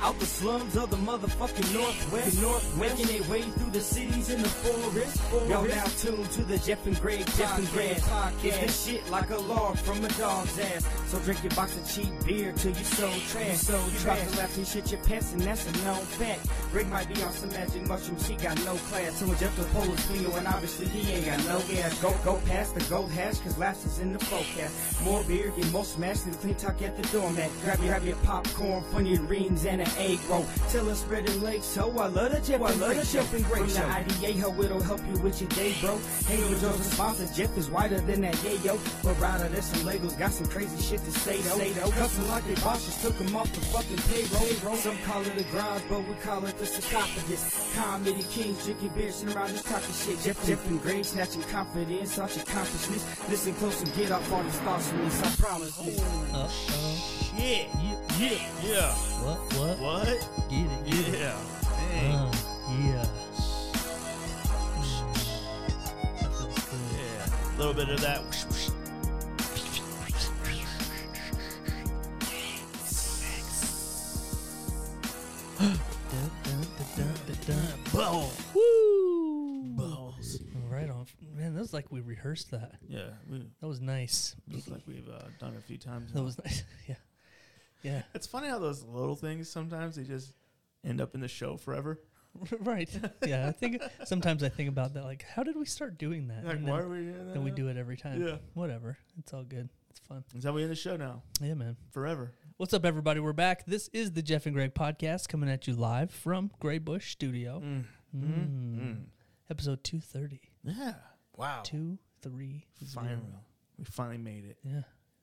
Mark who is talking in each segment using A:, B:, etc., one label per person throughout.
A: Out the slums of the motherfucking Northwest. North, making their way through the cities in the forest. Y'all now tuned to the Jeff and Greg Jeff and Greg podcast. It's this shit like a log from a dog's ass. So drink your box of cheap beer till you so trash. So you about to laugh and shit your pants, and that's a known fact. Rick might be on some magic mushroom, she got no class. So when Jeff the pole is clean, and obviously he ain't got no gas. Go go past the gold hash, cause laughs is in the forecast. More beer, get more smashed than clean talk at the doormat. Grab your, grab your popcorn, funny rings, and an egg roll. Tell us spread the lake, so I love the Jeff, I love the Jeff and Greg show. From the IDA, how it'll help you with your day, bro. Hey, yo, Joe's sponsor, Jeff is whiter than that, yeah, yo. But Ryder, there's some Legos, got some crazy shit to say, though. Say, though. Custom like they bosses took them off the fucking payroll. payroll. Some call it a grind, but we call it the sarcophagus. Comedy kings drinking beer, sitting around this talking shit. Jeff, Jeff and Greg snatching confidence out your consciousness. Listen close and get off all these thoughts from this, I promise this.
B: Uh oh.
C: Yeah, yeah, yeah.
B: What? What?
C: What?
B: Get it. Get it.
C: Yeah. Dang.
B: Uh, yeah. Mm. That feels good.
C: Yeah. A little bit of that.
B: Dun, dun, dun, dun, dun, dun.
C: Boom.
B: Woo!
C: Balls.
B: Right on. Man, that was like we rehearsed that.
C: Yeah. We,
B: That was nice.
C: just like we've uh, done a few times.
B: That was nice. yeah. Yeah.
C: It's funny how those little things sometimes they just end up in the show forever.
B: right. Yeah. I think sometimes I think about that. Like, how did we start doing that?
C: Like,
B: And
C: why
B: then,
C: are we doing that?
B: then we
C: now?
B: do it every time.
C: Yeah.
B: Whatever. It's all good. It's fun.
C: Is that we in the show now?
B: Yeah, man.
C: Forever.
B: What's up, everybody? We're back. This is the Jeff and Greg podcast coming at you live from Gray Bush Studio.
C: Mm.
B: Mm.
C: Mm.
B: Episode 230.
C: Yeah. Wow.
B: Two, three,
C: Finally.
B: zero.
C: We finally made it.
B: Yeah.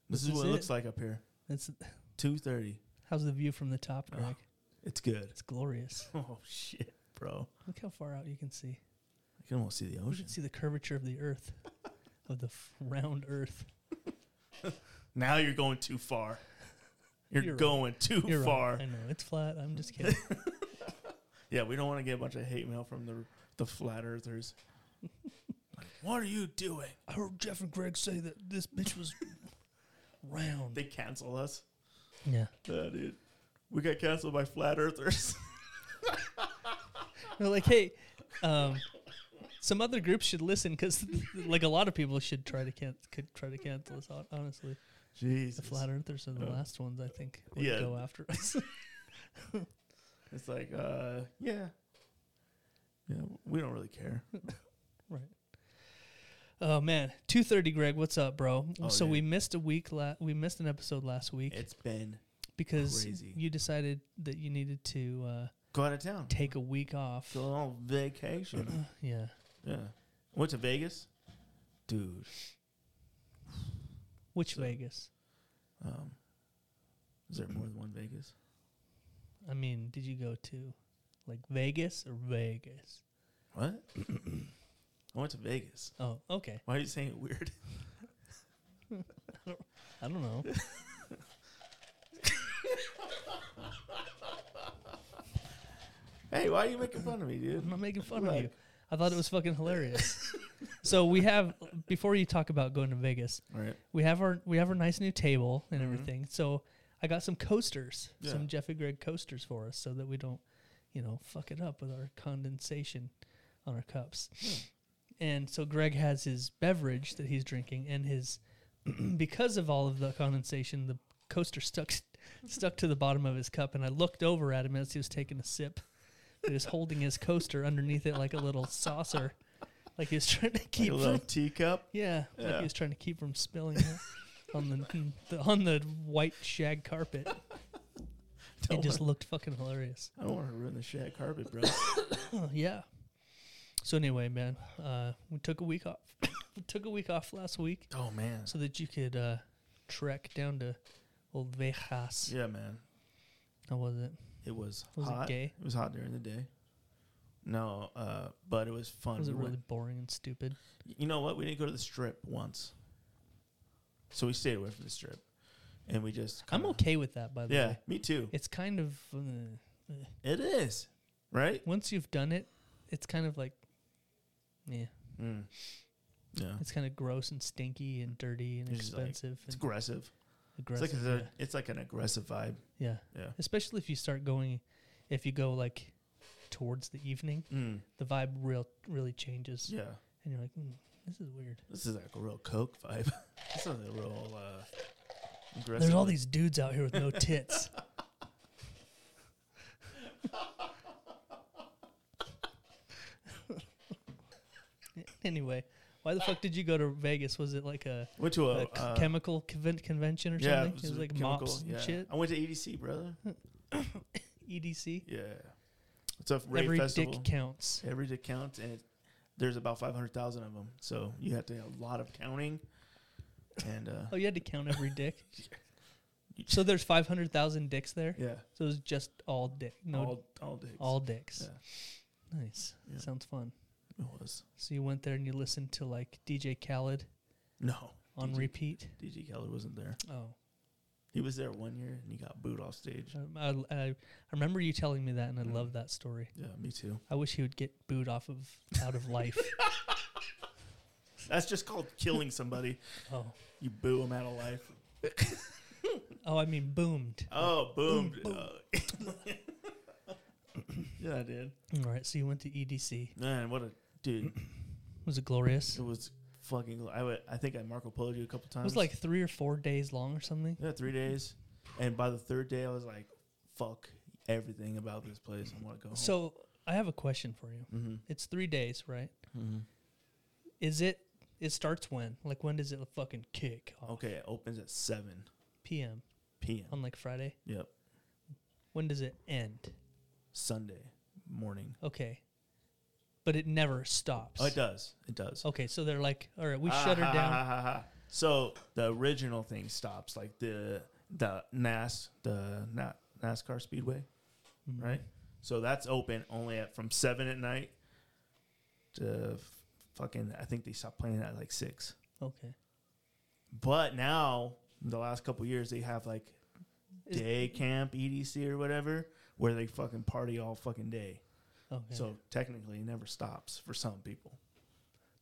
C: This,
B: This
C: is what
B: is
C: it
B: it.
C: looks like up here.
B: That's,
C: Two thirty.
B: how's the view from the top,
C: Oh.
B: Greg?
C: It's good.
B: It's glorious.
C: Oh shit, bro.
B: Look how far out you can see.
C: I can almost see the
B: You
C: ocean.
B: can see the curvature of the earth, of the f- round earth.
C: Now you're going too far. You're,
B: You're right.
C: going too
B: You're right.
C: far.
B: I know. It's flat. I'm just kidding.
C: Yeah, we don't want to get a bunch of hate mail from the the flat earthers. like, what are you doing?
B: I heard Jeff and Greg say that this bitch was round.
C: They cancel us.
B: Yeah.
C: Yeah, dude. We got canceled by flat earthers.
B: They're like, hey, um, some other groups should listen because, like, a lot of people should try to can- could try to cancel us. hon- Honestly,
C: Jeez.
B: the flat earthers are the
C: Oh.
B: last ones I think would
C: Yeah.
B: go after us.
C: It's like, uh, yeah. Yeah, we don't really care.
B: Right. Oh man, two thirty, Greg. What's up, bro?
C: Oh,
B: so
C: dude.
B: we missed a week. La- we missed an episode last week
C: It's been
B: because
C: crazy.
B: you decided that you needed to uh,
C: go out of town.
B: take a week off.
C: Go on vacation.
B: Yeah,
C: yeah. Went to Vegas. Dude.
B: which
C: So-
B: Vegas?
C: Um, is there more than one Vegas?
B: I mean, did you go to like Vegas or Vegas?
C: What? I went to Vegas.
B: Oh, okay.
C: Why are you saying it weird?
B: I don't know.
C: hey, why are you making fun of me, dude?
B: I'm not making fun of
C: Right.
B: you. I thought it was fucking hilarious. so we have before you talk about going to Vegas,
C: All right.
B: we have our we have our nice new table and
C: Mhm.
B: everything. So I got some coasters,
C: Yeah.
B: some Jeff and Greg coasters for us, so that we don't, you know, fuck it up with our condensation on our cups.
C: Hmm.
B: And so Greg has his beverage that he's drinking, and his because of all of the condensation, the coaster stuck stuck to the bottom of his cup. And I looked over at him as he was taking a sip. He was holding his coaster underneath it like a little saucer, like he was trying to
C: Like
B: keep
C: a
B: from-
C: little teacup.
B: yeah, like
C: Yeah.
B: he was trying to keep from spilling it on the, the on the white shag carpet. it
C: Don't
B: just looked fucking hilarious.
C: I don't want to ruin the shag carpet, bro.
B: Oh, yeah. So anyway, man, uh, we took a week off. we took a week off last week
C: oh man.
B: so that you could uh, trek down to Old Vejas.
C: Yeah, man.
B: How was it?
C: It was,
B: Was
C: hot.
B: it gay?
C: It was hot during the day. No, uh, but it was fun.
B: Was it
C: We went-
B: really boring and stupid?
C: you know what? We didn't go to the strip once, so we stayed away from the strip, and we just.
B: I'm
C: kinda-
B: okay with that, by the
C: Yeah,
B: way.
C: me too.
B: It's kind of uh,
C: It is right.
B: once you've done it, it's kind of like, yeah,
C: Mm. Yeah,
B: it's kind of gross and stinky and dirty and
C: It's just like-
B: expensive.
C: it's
B: and
C: aggressive. It's like,
B: aggressive.
C: a, it's like an aggressive vibe.
B: yeah. yeah.
C: Yeah.
B: Especially if you start going, if you go like towards the evening,
C: Mm,
B: the vibe real really changes,
C: yeah.
B: and you're like, mm, this is weird.
C: This is like a real Coke vibe. this is a real uh, aggressive.
B: There's all these dudes out here with no tits. anyway, why the fuck did you go to Vegas? Was it like a,
C: Went to
B: a
C: a.
B: c-
C: uh,
B: chemical conven- convention or
C: yeah,
B: something? It was,
C: a
B: like
C: chemical-
B: mops and
C: yeah.
B: shit.
C: I went to EDC, brother.
B: EDC.
C: Yeah. It's a rave
B: Every
C: festival.
B: dick counts.
C: Every dick counts, and it, there's about 500,000 of them. So you have to have a lot of counting. And uh,
B: Oh, you had to count every dick. So there's 500,000 dicks there.
C: yeah,
B: So it was just all dick. No, all,
C: all, all dicks.
B: dicks. Nice.
C: Yeah.
B: Sounds fun.
C: It was.
B: So you went there and you listened to like DJ Khaled
C: No.
B: on
C: DJ
B: repeat.
C: DJ Keller wasn't there.
B: Oh,
C: He was there one year and he got booed off stage.
B: um, I, I, I remember you telling me that, and I
C: Mm.
B: love that story.
C: Yeah, me too.
B: I wish he would get booed off of out of life.
C: That's just called killing somebody.
B: Oh,
C: You boo them out of life.
B: oh, I mean boomed.
C: Oh, boom. yeah, I did.
B: All right, so you went to EDC.
C: Man, what a dude.
B: Was it glorious?
C: It was fucking. I, would, I think I Marco Polo you a couple
B: It
C: times.
B: was like three or four days long or something.
C: Yeah, three days. And by the third day, I was like, fuck everything about this place. I want to go home.
B: So I have a question for you.
C: mm-hmm.
B: It's three days, right?
C: Mm-hmm.
B: Is it? It starts when? Like when does it fucking kick? Off?
C: Okay, it opens at 7
B: p.m.
C: p.m.
B: on like Friday.
C: yep.
B: When does it end?
C: Sunday morning.
B: Okay, but it never stops.
C: Oh, it does. It does.
B: Okay, so they're like, all right, we
C: Ah,
B: shut her
C: ha, ha,
B: down.
C: ha, ha, ha. So the original thing stops, like the the NAS the Na- NASCAR Speedway,
B: Mhm.
C: right? So that's open only at from seven at night to f- fucking. I think they stopped playing at like six.
B: Okay.
C: But now, in the last couple years, they have like
B: Is-
C: day camp, EDC or whatever, where they fucking party all fucking day.
B: Okay.
C: So technically, it never stops for some people.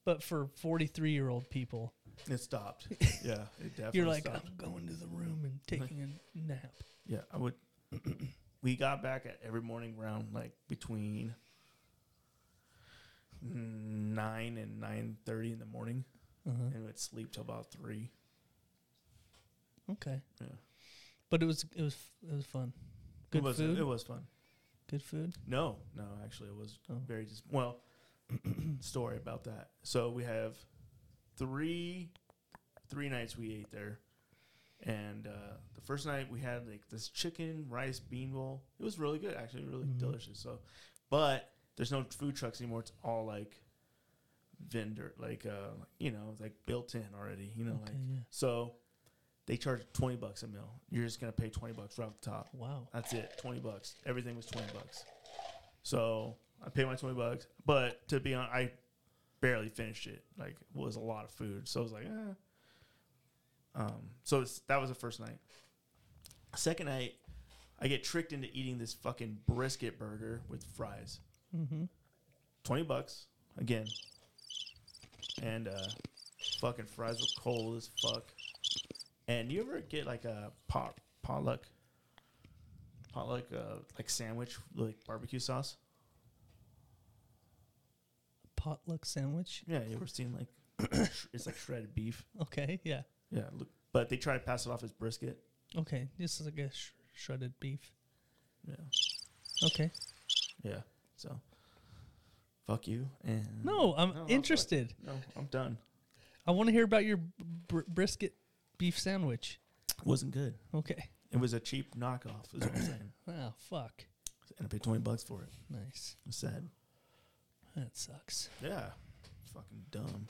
B: but for 43 year old people,
C: It stopped. yeah, it definitely.
B: you're like,
C: stopped.
B: I'm going to the room and taking a nap.
C: Yeah, I would. we got back at every morning around like between nine and nine thirty in the morning,
B: Uh-huh.
C: and would sleep till about three.
B: Okay.
C: Yeah,
B: But it was it was it was fun.
C: it
B: Good
C: was, uh,
B: food.
C: It was fun.
B: Good food.
C: No, no, actually, it was
B: Oh.
C: very just well. story about that. So we have three three nights we ate there, and uh, the first night we had like this chicken rice bean bowl. It was really good, actually, really
B: Mhm.
C: delicious. So, but there's no food trucks anymore. It's all like vendor, like uh, you know, like built in already. You know,
B: Okay,
C: like
B: yeah.
C: so they charge twenty bucks a meal. You're just gonna pay twenty bucks right off the top.
B: Wow.
C: That's it. Twenty bucks. Everything was twenty bucks. So I paid my twenty bucks, but to be honest, I barely finished it. Like it was a lot of food, so I was like, eh. Um, so it's, that was the first night. Second night, I get tricked into eating this fucking brisket burger with fries.
B: Mm-hmm.
C: Twenty bucks again, and uh, fucking fries were cold as fuck. And you ever get like a pot potluck, potluck uh, like sandwich like barbecue sauce?
B: Potluck sandwich.
C: Yeah, you ever seen like sh- it's like shredded beef?
B: Okay. Yeah.
C: Yeah, look, but they try to pass it off as brisket.
B: Okay. This is like a sh- shredded beef.
C: Yeah,
B: Okay.
C: yeah. So fuck you and
B: No, I'm
C: No, no, fuck.
B: interested.
C: no, I'm done.
B: I want to hear about your br- brisket beef sandwich.
C: Wasn't good.
B: Okay.
C: It was a cheap knockoff. Is what I'm saying.
B: Oh fuck.
C: And I paid twenty bucks for it.
B: Nice.
C: It's sad.
B: That sucks.
C: Yeah. Fucking dumb.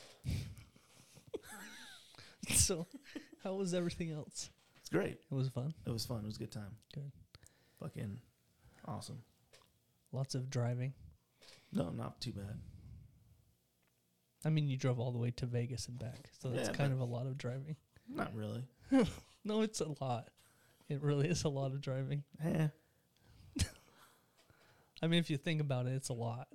B: so, how was everything else?
C: It's great.
B: It was fun.
C: It was fun. It was a good time.
B: Good.
C: Fucking awesome.
B: Lots of driving.
C: No, not too bad.
B: I mean, you drove all the way to Vegas and back, so that's
C: Yeah,
B: kind of a lot of driving.
C: Not really.
B: No, it's a lot. It really is a lot of driving.
C: Eh.
B: I mean, if you think about it, it's a lot.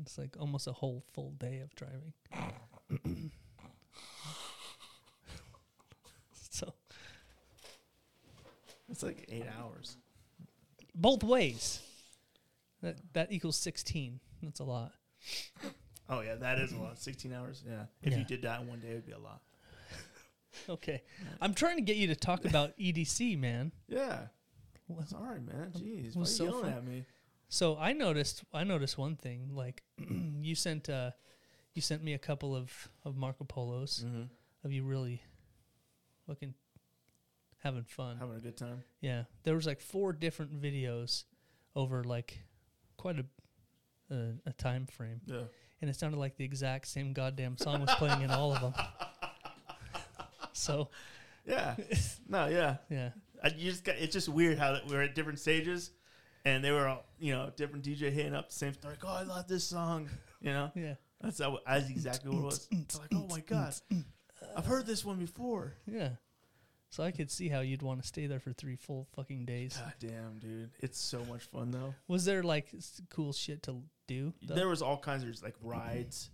B: It's like almost a whole full day of driving. so,
C: It's like eight hours.
B: both ways. That that equals sixteen. That's a lot.
C: Oh yeah, that is a lot. Sixteen hours. Yeah. If
B: Yeah.
C: you did that in one day, it'd be a lot.
B: Okay, I'm trying to get you to talk about EDC, man.
C: Yeah.
B: Well,
C: Sorry, man. Jeez,
B: it was
C: why you
B: so
C: yelling
B: fun.
C: at me?
B: So I noticed I noticed one thing. Like you sent uh, you sent me a couple of of Marco Polos
C: Mm-hmm.
B: of you really fucking having fun.
C: Having a good time.
B: Yeah, there was like four different videos over like quite a a, a time frame,
C: Yeah.
B: and it sounded like the exact same goddamn song was playing in all of them. So
C: Yeah. no. Yeah.
B: yeah,
C: I, you just got, it's just weird how that we're at different stages, and they were all you know different DJ hitting up the same. They're like, oh, I love this song. You know,
B: yeah,
C: that's how, that's exactly what it was.
B: Mm,
C: It's like, oh my god, I've heard this one before.
B: yeah. So I could see how you'd want to stay there for three full fucking days.
C: God damn, dude, it's so much fun though.
B: Was there like s- cool shit to do? though?
C: There was all kinds of like rides.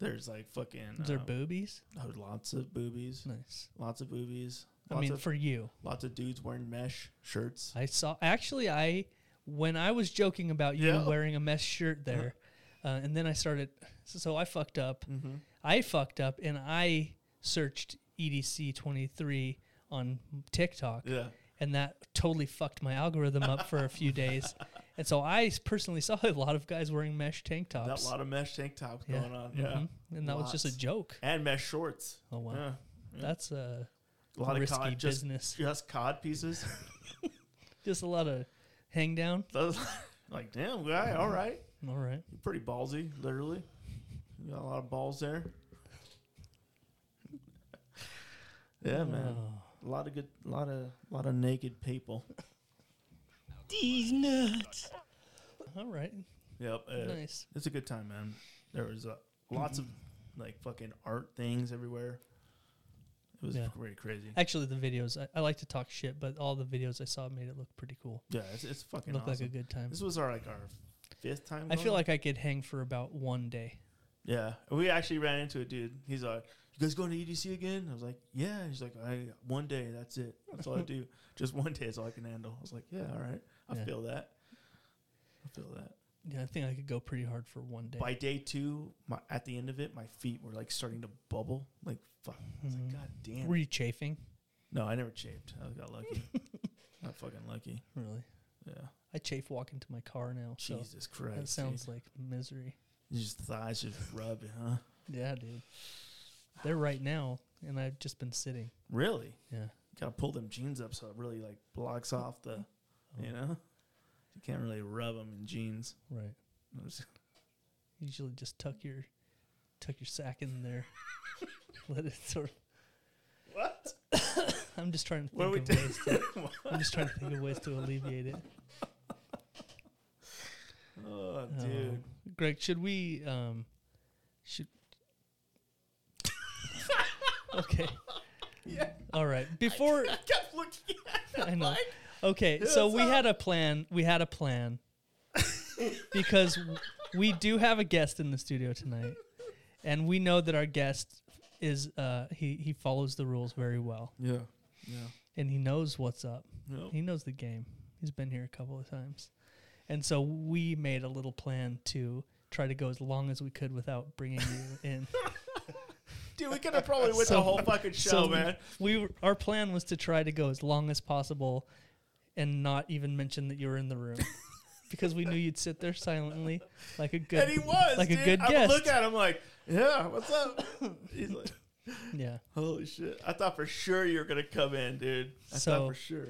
C: There's like fucking.
B: Is there
C: um,
B: boobies?
C: oh, lots of boobies.
B: Nice.
C: Lots of boobies.
B: I
C: Lots
B: mean,
C: of
B: for you,
C: lots of dudes wearing mesh shirts.
B: I saw actually I when I was joking about you
C: Yeah. Uh-huh.
B: wearing a mesh shirt there, uh, and then I started. So, so I fucked up.
C: Mm-hmm.
B: I fucked up, and I searched EDC twenty three on TikTok,
C: Yeah.
B: and that totally fucked my algorithm up for a few days. And so I s- personally saw a lot of guys wearing mesh tank
C: That
B: tops.
C: lot of mesh tank tops
B: Yeah.
C: going on. Yeah.
B: Mhm. and that was just a
C: Lots.
B: joke.
C: And mesh shorts.
B: Oh wow,
C: Yeah.
B: that's a
C: A lot
B: risky
C: of cod, just,
B: business.
C: just cod pieces.
B: Just a lot of hang down.
C: Those- like, damn, guy, all right.
B: All right.
C: You're pretty ballsy, literally. You got a lot of balls there. Yeah, man.
B: Oh.
C: A lot of good, a lot of, lot of naked people.
B: These nuts. All right.
C: Yep. uh,
B: Nice.
C: It's a good time, man. There was uh, lots of
B: Mm-hmm.
C: like fucking art things everywhere. It was
B: Yeah.
C: pretty crazy.
B: Actually, the videos I, I like to talk shit, but all the videos I saw made it look pretty cool.
C: Yeah, it's, it's fucking
B: Looked
C: awesome.
B: like a good time.
C: This was our like our fifth time.
B: I
C: going
B: feel
C: up.
B: like I could hang for about one day.
C: yeah. We actually ran into a dude. He's like, "You guys going to EDC again?" I was like, "Yeah." He's like, "I one day. That's it. That's all I do. Just one day is all I can handle." I was like, "Yeah, all right. I
B: Yeah.
C: feel that. I feel that."
B: Yeah, I think I could go pretty hard for one day.
C: By day two, my at the end of it, my feet were like starting to bubble. Like fuck. I was like,
B: Mhm.
C: "God damn."
B: Were you chafing?
C: No, I never chafed. I got lucky. Not fucking lucky.
B: Really?
C: Yeah.
B: I chafe walking to my car now. So
C: Jesus Christ.
B: that sounds like misery.
C: dude. You just thighs just rubbing, huh?
B: Yeah, dude. They're right now, and I've just been sitting.
C: Really?
B: Yeah.
C: Gotta pull them jeans up so it really like blocks off the, you know? You can't really rub them in jeans.
B: Right. Usually, just tuck your tuck your sack in there. Let it sort of.
C: What?
B: I'm just trying to
C: What are
B: think
C: we
B: of ways to. I'm just trying to think of ways to alleviate it.
C: Oh,
B: Uh,
C: dude.
B: Greg, should we um should Okay.
C: Yeah.
B: All right. Before
C: kept looking
B: I know. Okay, so we had a plan. We had a plan. because w- we do have a guest in the studio tonight. And we know that our guest is uh he he follows the rules very well
C: Yeah. Yeah.
B: and he knows what's up.
C: Nope.
B: He knows the game. He's been here a couple of times. And so we made a little plan to try to go as long as we could without bringing you in.
C: Dude, we could have probably went
B: So-
C: the whole fucking show,
B: so we-
C: man.
B: We were, our plan was to try to go as long as possible and not even mention that you were in the room because we knew you'd sit there silently like a good
C: and he was
B: like
C: dude.
B: a good
C: I would
B: guest.
C: look at him like, yeah, what's up? He's like,
B: yeah.
C: holy shit! I thought for sure you were gonna come in, dude. I
B: So-
C: thought for sure.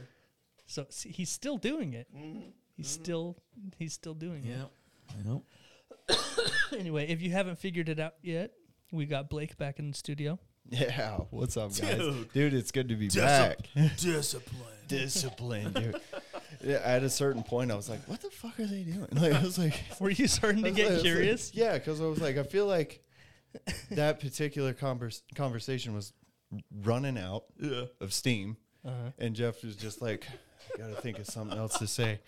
B: So see, he's still doing it.
D: Mm-hmm.
B: He's still he's still doing it.
C: I know.
B: Anyway, if you haven't figured it out yet, we got Blake back in the studio.
D: Yeah, what's up, guys?
C: Dude.
D: Dude, it's good to be back.
C: Discipline.
D: Discipline, dude. yeah, at a certain point, I was like, "What the fuck are they doing?" Like, I was like,
B: Were you starting
D: I
B: to
D: was like-
B: get
D: I was like-
B: curious?
D: yeah, because I was like, I feel like that particular convers- conversation was running out
C: Yeah.
D: of steam,
B: Uh-huh.
D: and Jeff was just like, "I gotta think of something else to say."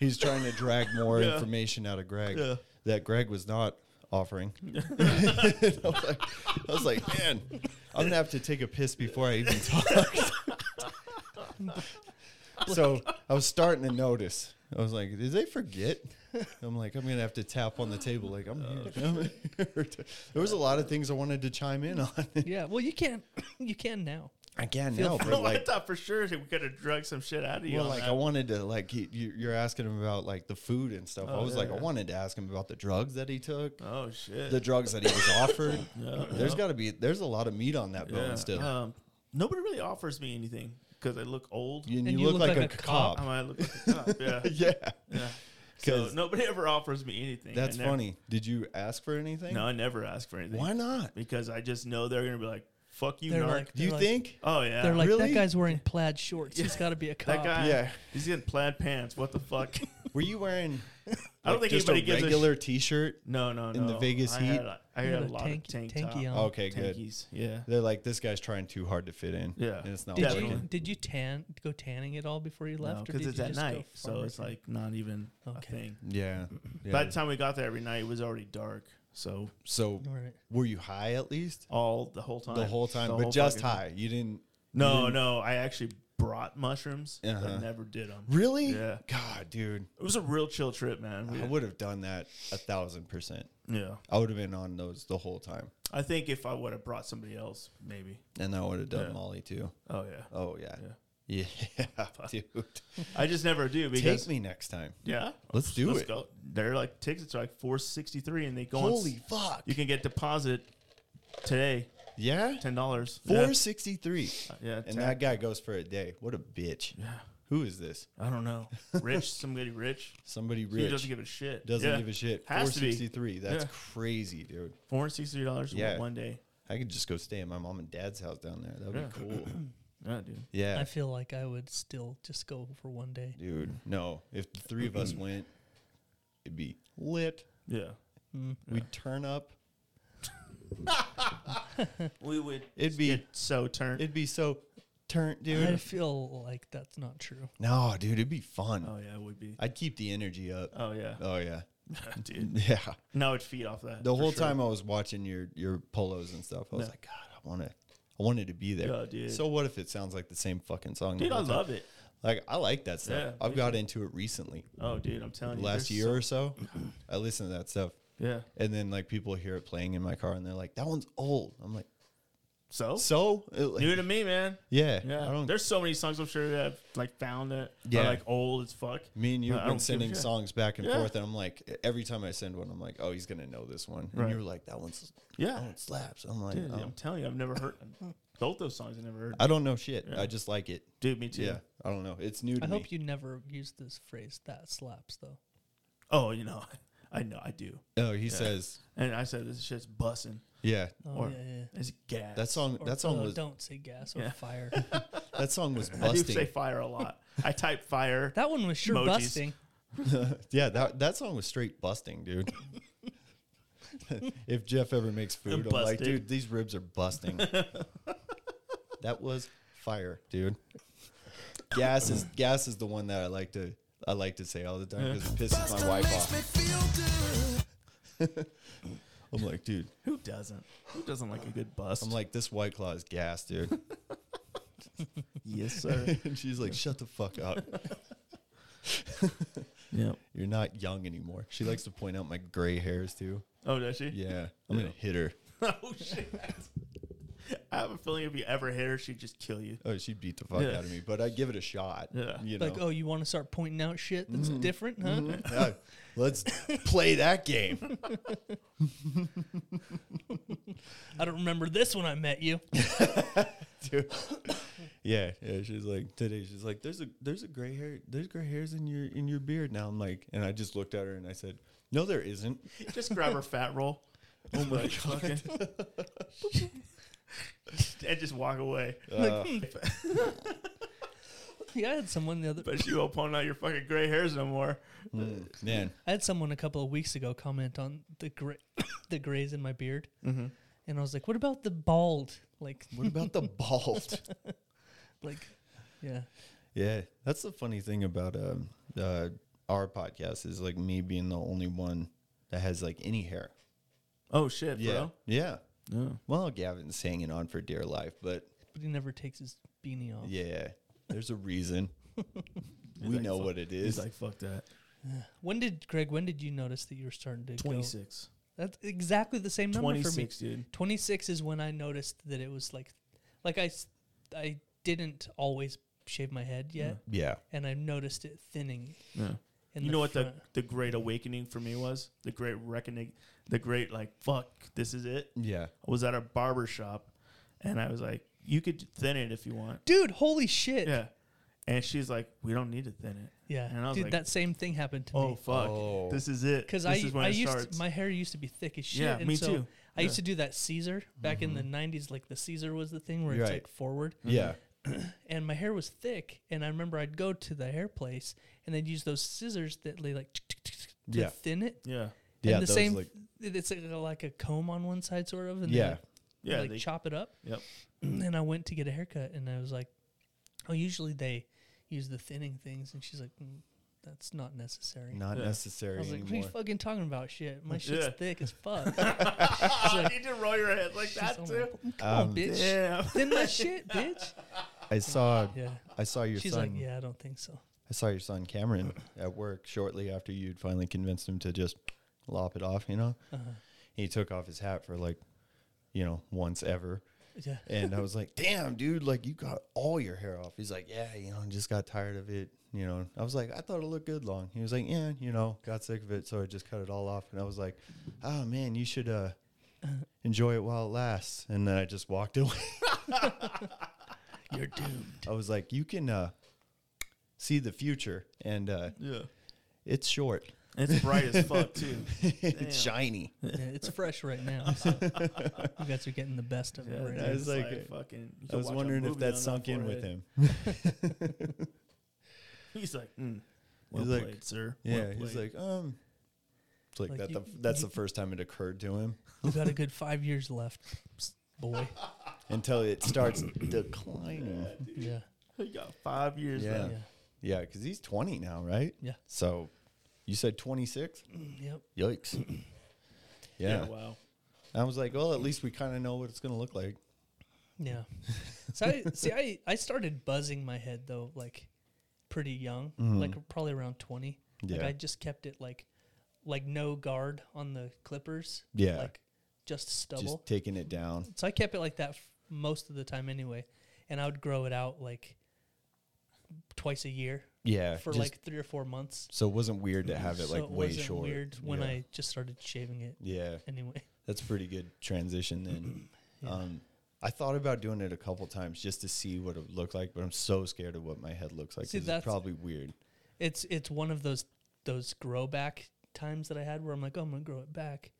D: He's trying to drag more
C: Yeah.
D: information out of Greg
C: Yeah.
D: that Greg was not offering. I, was like, I was like, man, I'm gonna have to take a piss before I even talk. so I was starting to notice. I was like, did they forget? I'm like, I'm gonna have to tap on the table. Like,
C: Oh,
D: I'm here. I'm here. there was a lot of things I wanted to chime in on.
B: yeah. Well, you can. You can now.
D: I can't now,
C: No,
D: but
C: I
D: like,
C: thought for sure we could have drug some shit out of you.
D: well,
C: on
D: like
C: that.
D: I wanted to like he, you, you're asking him about like the food and stuff. I
C: Oh,
D: was
C: yeah,
D: like, I
C: yeah.
D: wanted to ask him about the drugs that he took,
C: oh shit.
D: the drugs that he was offered.
C: Yeah,
D: There's
C: yeah.
D: got to be there's a lot of meat on that bone
C: Yeah.
D: still.
C: Um, nobody really offers me anything because I look old.
D: You,
B: And
D: you look, like, a, cop.
C: I might look like a cop. Yeah.
D: yeah,
C: yeah. So
D: 'Cause-
C: nobody ever offers me anything.
D: that's
C: I never-
D: funny. Did you ask for anything?
C: No, I never ask for anything.
D: Why not?
C: Because I just know they're gonna be like, "Fuck you,
B: They're
C: narc."
B: like-
D: Do you
B: They're
D: think?
C: oh yeah.
B: They're like
D: Really?
B: that guy's wearing plaid shorts. He's got to be a cop.
C: that guy.
D: Yeah.
C: He's in plaid pants. What the fuck?
D: Were you wearing?
C: I don't
D: like,
C: think
D: just
C: anybody
D: a
C: gives a sh-
D: regular T-shirt.
C: no, no, no.
D: In the Vegas
C: I had
D: heat? Oh,
C: a- I
B: You
C: had,
B: had
C: a
B: a
C: lot
B: tank-
C: of tank
B: tanky
C: top.
B: on.
D: Okay, good.
C: Tankies. Yeah.
D: They're like this guy's trying too hard to fit in.
C: Yeah.
D: and it's not.
B: Did you
C: Definitely.
B: did you tan go tanning at all before you left? or
C: because
B: did
C: it's
B: you
C: at
B: just go
C: night, so
B: farmers
C: it's like not even a
B: Okay.
C: thing.
D: Yeah. yeah.
C: By the time we got there every night, it was already dark. So
D: so
B: market? Right.
D: were you high at least
C: all the whole time,
D: the whole time,
C: the
D: but
C: whole
D: just
C: fucking-
D: high? You didn't
C: No, no, I actually brought mushrooms,
D: Uh-huh.
C: but never did them.
D: really?
C: Yeah.
D: God, dude,
C: It was a real chill trip, man. We-
D: I would have done that a thousand percent.
C: yeah,
D: I would have been on those the whole time,
C: I think if I would have brought somebody else, maybe.
D: and I would have done
C: Yeah.
D: Molly too.
C: Oh yeah,
D: Oh yeah. Yeah, dude.
C: I just never do because
D: Take me next time.
C: yeah,
D: Let's do it.
C: Go. They're like tickets are like four sixty three, and they go on.
D: Holy
C: s-
D: fuck!
C: You can get deposit today,
D: yeah,
C: ten dollars.
D: four sixty three.
C: Yeah, tap.
D: And that guy goes for a day. What a bitch.
C: Yeah.
D: Who is this?
C: I don't know. Rich, somebody rich.
D: Somebody
C: He
D: rich.
C: doesn't give a shit.
D: doesn't
C: Yeah.
D: give a shit.
C: Has to be.
D: 463. That's
C: Yeah.
D: crazy, dude.
C: Four hundred sixty-three dollars
D: Yeah.
C: one day.
D: I could just go stay at my mom and dad's house down there. That would
C: Yeah.
D: be cool.
C: Yeah, dude.
D: Yeah.
B: I feel like I would still just go for one day.
D: dude, no. If the three of us went, it'd be lit.
C: Yeah.
D: We'd turn up.
C: We would.
D: It'd be
C: get so turned.
D: it'd be so turn
B: I
D: dude.
B: feel like that's not true.
D: No, dude, it'd be fun.
C: oh yeah, it would be.
D: I'd keep the energy up.
C: Oh yeah,
D: Oh yeah.
C: dude.
D: Yeah.
C: No, it'd feed off that.
D: The
C: for
D: whole
C: sure.
D: time I was watching your your polos and stuff, I was
C: Yeah.
D: like, God, I want to, I wanted to be there.
C: Yeah, dude.
D: So what if it sounds like the same fucking song? the
C: dude, I
D: whole time?
C: love it.
D: Like I like that stuff.
C: Yeah,
D: I've
C: me
D: got into it recently,
C: Oh, dude, I'm telling you.
D: last
C: there's
D: year or so. I listen to that stuff,
C: so- yeah.
D: and then like people hear it playing in my car, and they're like, "That one's old." I'm like,
C: So,
D: "So, It, like,
C: new to me, man.
D: yeah, I
C: Yeah.
D: don't."
C: There's so many songs I'm sure that I've like found that
D: Yeah.
C: are like old as fuck.
D: Me and you
C: I
D: have
C: don't
D: been
C: give a
D: sending
C: shit.
D: songs back and
C: Yeah.
D: forth, and I'm like, e, every time I send one, I'm like, "Oh, he's gonna know this one," and
C: Right.
D: you're like, "That one's,
C: Yeah.
D: that one slaps." I'm like,
C: Dude,
D: oh.
C: I'm telling you, I've never heard both those songs. I never heard.
D: "I don't know shit.
C: Yeah.
D: I just like it."
C: Dude, me too.
D: Yeah, I don't know. It's new to
B: I
D: me.
B: hope you never use this phrase that slaps though.
C: Oh, you know, I know, I do.
D: Oh, he says,
C: And I said, this shit's bussing.
D: yeah.
B: Oh
C: Or-
B: yeah, yeah.
C: It's gas.
D: That song.
B: Or,
D: that song
B: uh,
D: was.
B: don't say gas or
C: Yeah.
B: fire.
D: That song was
C: I do say
D: busting.
C: fire a lot. I type fire.
B: That one was sure
C: Emojis.
B: busting.
D: yeah, that that song was straight busting, dude. if Jeff ever makes food, I'm like,
C: busted.
D: dude, these ribs are busting. that was fire, dude. Gas is gas is the one that I like to I like to say all the time because it pisses my wife off. I'm like, dude.
C: Who doesn't? Who doesn't like a good bust?
D: I'm like, this white claw is gas, dude.
C: yes, sir.
D: and she's like, shut the fuck up.
C: yep.
D: You're not young anymore. She likes to point out my gray hairs too.
C: Oh, does she?
D: Yeah, I'm gonna hit her.
C: oh shit. I have a feeling if you ever hit her, she'd just kill you.
D: Oh, she'd beat the fuck
C: Yeah.
D: out of me, but I give it a shot.
C: Yeah.
D: you know.
B: Like, oh, you want to start pointing out shit that's
C: Mm-hmm.
B: different, huh?
D: Yeah, let's play that game.
B: I don't remember this when I met you.
D: Dude. Yeah, yeah. She's like today. She's like, there's a there's a gray hair. There's gray hairs in your in your beard now. I'm like, and I just looked at her and I said, no, there isn't.
C: Just grab her fat roll. Oh my god. and just walk away.
B: hmm. Yeah, I had someone the other.
C: But she won't point out your fucking gray hairs no more.
D: Mm, Man,
B: I had someone a couple of weeks ago comment on the gray, the grays in my beard, mm-hmm. and I was like, "What about the bald? Like,
D: what about the bald?
B: like, yeah,
D: Yeah, that's the funny thing about um, uh, our podcast is like me being the only one that has like any hair.
C: Oh shit,
D: Yeah,
C: bro.
D: yeah.
C: Yeah.
D: Well, Gavin's hanging on for dear life, but
B: but he never takes his beanie off."
D: yeah, there's a reason.
C: He's
D: we
C: like,
D: know
C: "Fuck."
D: what it
C: He's
D: is.
C: like, fuck that.
B: When did Greg? When did you notice that you were starting to go-
C: 26.
B: That's exactly the same number for me.
C: 26, dude.
B: 26 is when I noticed that it was like, like I, s- I didn't always shave my head yet,
D: yeah.
B: and I noticed it thinning.
C: Yeah.
B: In
C: you
B: the
C: know what the,
B: front.
C: the great awakening for me was? The great reckoning, the great, like, fuck, this is it.
D: Yeah.
C: I was at a barber shop and I was like, you could thin it if you want.
B: dude? Holy shit!
C: Yeah. And she's like, we don't need to thin it.
B: Yeah.
C: And I was
B: dude,
C: like,
B: that same thing happened to
C: Oh,
B: me.
C: fuck.
D: Oh.
C: This is it.
B: Because
C: This
B: I,
C: is when
B: I
C: it
B: used
C: starts.
B: my hair used to be thick as shit.
C: Yeah,
B: and
C: me
B: so
C: too.
B: I
C: Yeah. Mm-hmm.
B: used to do that Caesar back in the '90s. Like the Caesar was the thing where it's
D: Right.
B: like forward.
D: Yeah.
B: and my hair was thick. And I remember I'd go to the hair place and they'd use those scissors that they like to
D: Yeah.
B: thin it.
C: yeah.
D: Yeah,
B: and the
D: those,
B: same,
D: like-
B: it's like a, like a comb on one side, sort of, and they,
D: Yeah.
B: like, they,
C: Yeah.
B: like
C: they-
B: chop it up.
C: Yep.
B: and I went to get a haircut, and I was like, "Oh, usually they use the thinning things," and she's like, mm, "That's not necessary."
D: Not
C: Yeah.
B: I
D: necessary
B: was like, "What are you
D: anymore.
B: fucking talking about, shit? My shit's
C: Yeah.
B: thick as fuck."
C: I need to roll your head like
B: She's
C: that,
B: on my-
C: too.
B: Come on,
D: Um,
B: bitch.
C: Yeah.
B: Thin my shit, bitch.
D: I saw
B: Yeah.
D: I saw your
B: She's
D: son
B: like, yeah, I don't think so.
D: I saw your son Cameron at work shortly after you'd finally convinced him to just lop it off, you know?
B: Uh-huh.
D: He took off his hat for like, you know, once ever.
B: Yeah.
D: And I was like, damn, dude, like you got all your hair off. He's like, yeah, you know, just got tired of it. You know, I was like, I thought it looked good long. He was like, yeah, you know, got sick of it. So I just cut it all off. And I was like, oh, man, you should uh, enjoy it while it lasts. And then I just walked away.
B: You're doomed.
D: I was like, you can uh, see the future and uh,
C: Yeah.
D: it's short,
C: It's bright as fuck, too.
D: it's shiny.
B: yeah, it's fresh right now. So you guys are getting the best of
C: Yeah,
B: it right
D: that
B: now.
D: is- was
C: it's
D: like-
C: fucking. you
D: I
C: could
D: was
C: watch a
D: wondering if
C: movie
D: that
C: on
D: sunk in with
C: forehead.
D: him.
C: He's like, mm, well
D: like-
C: played, sir.
D: Yeah,
C: well
D: he's
C: played."
D: like, um, it's like,
B: Like,
D: that.
B: you-
D: the, that's the first time it occurred to him
B: We got a good five years left, boy.
D: until it starts declining.
B: Yeah.
C: he got five years.
D: Yeah.
C: left.
B: Yeah.
D: Yeah, because he's 20 now, right?
B: Yeah.
D: So you said 26?
B: Yep.
D: Yikes.
C: Yeah.
D: Yeah.
C: Wow.
D: I was like, well, at least we kind of know what it's going to look like.
B: Yeah. So I see. I I started buzzing my head though, like pretty young, like probably around twenty. Like
D: Mm-hmm. Yeah.
B: I just kept it like like no guard on the clippers.
D: Yeah.
B: Like just stubble.
D: Just taking it down.
B: so I kept it like that f- most of the time anyway, and I would grow it out like twice a year
D: Yeah.
B: for
D: just-
B: like three or four months.
D: so it wasn't weird to have it
B: so
D: like
B: it
D: way
B: wasn't
D: short.
B: weird when
D: yeah.
B: I just started shaving it
D: Yeah.
B: anyway.
D: That's a pretty good transition then.
B: Yeah.
D: Um, I thought about doing it a couple times just to see what it would look like, but I'm so scared of what my head looks like.
B: See,
D: 'cause it's
B: that's-
D: probably weird.
B: It's it's one of those those grow back times that I had where I'm like, oh, I'm gonna grow it back,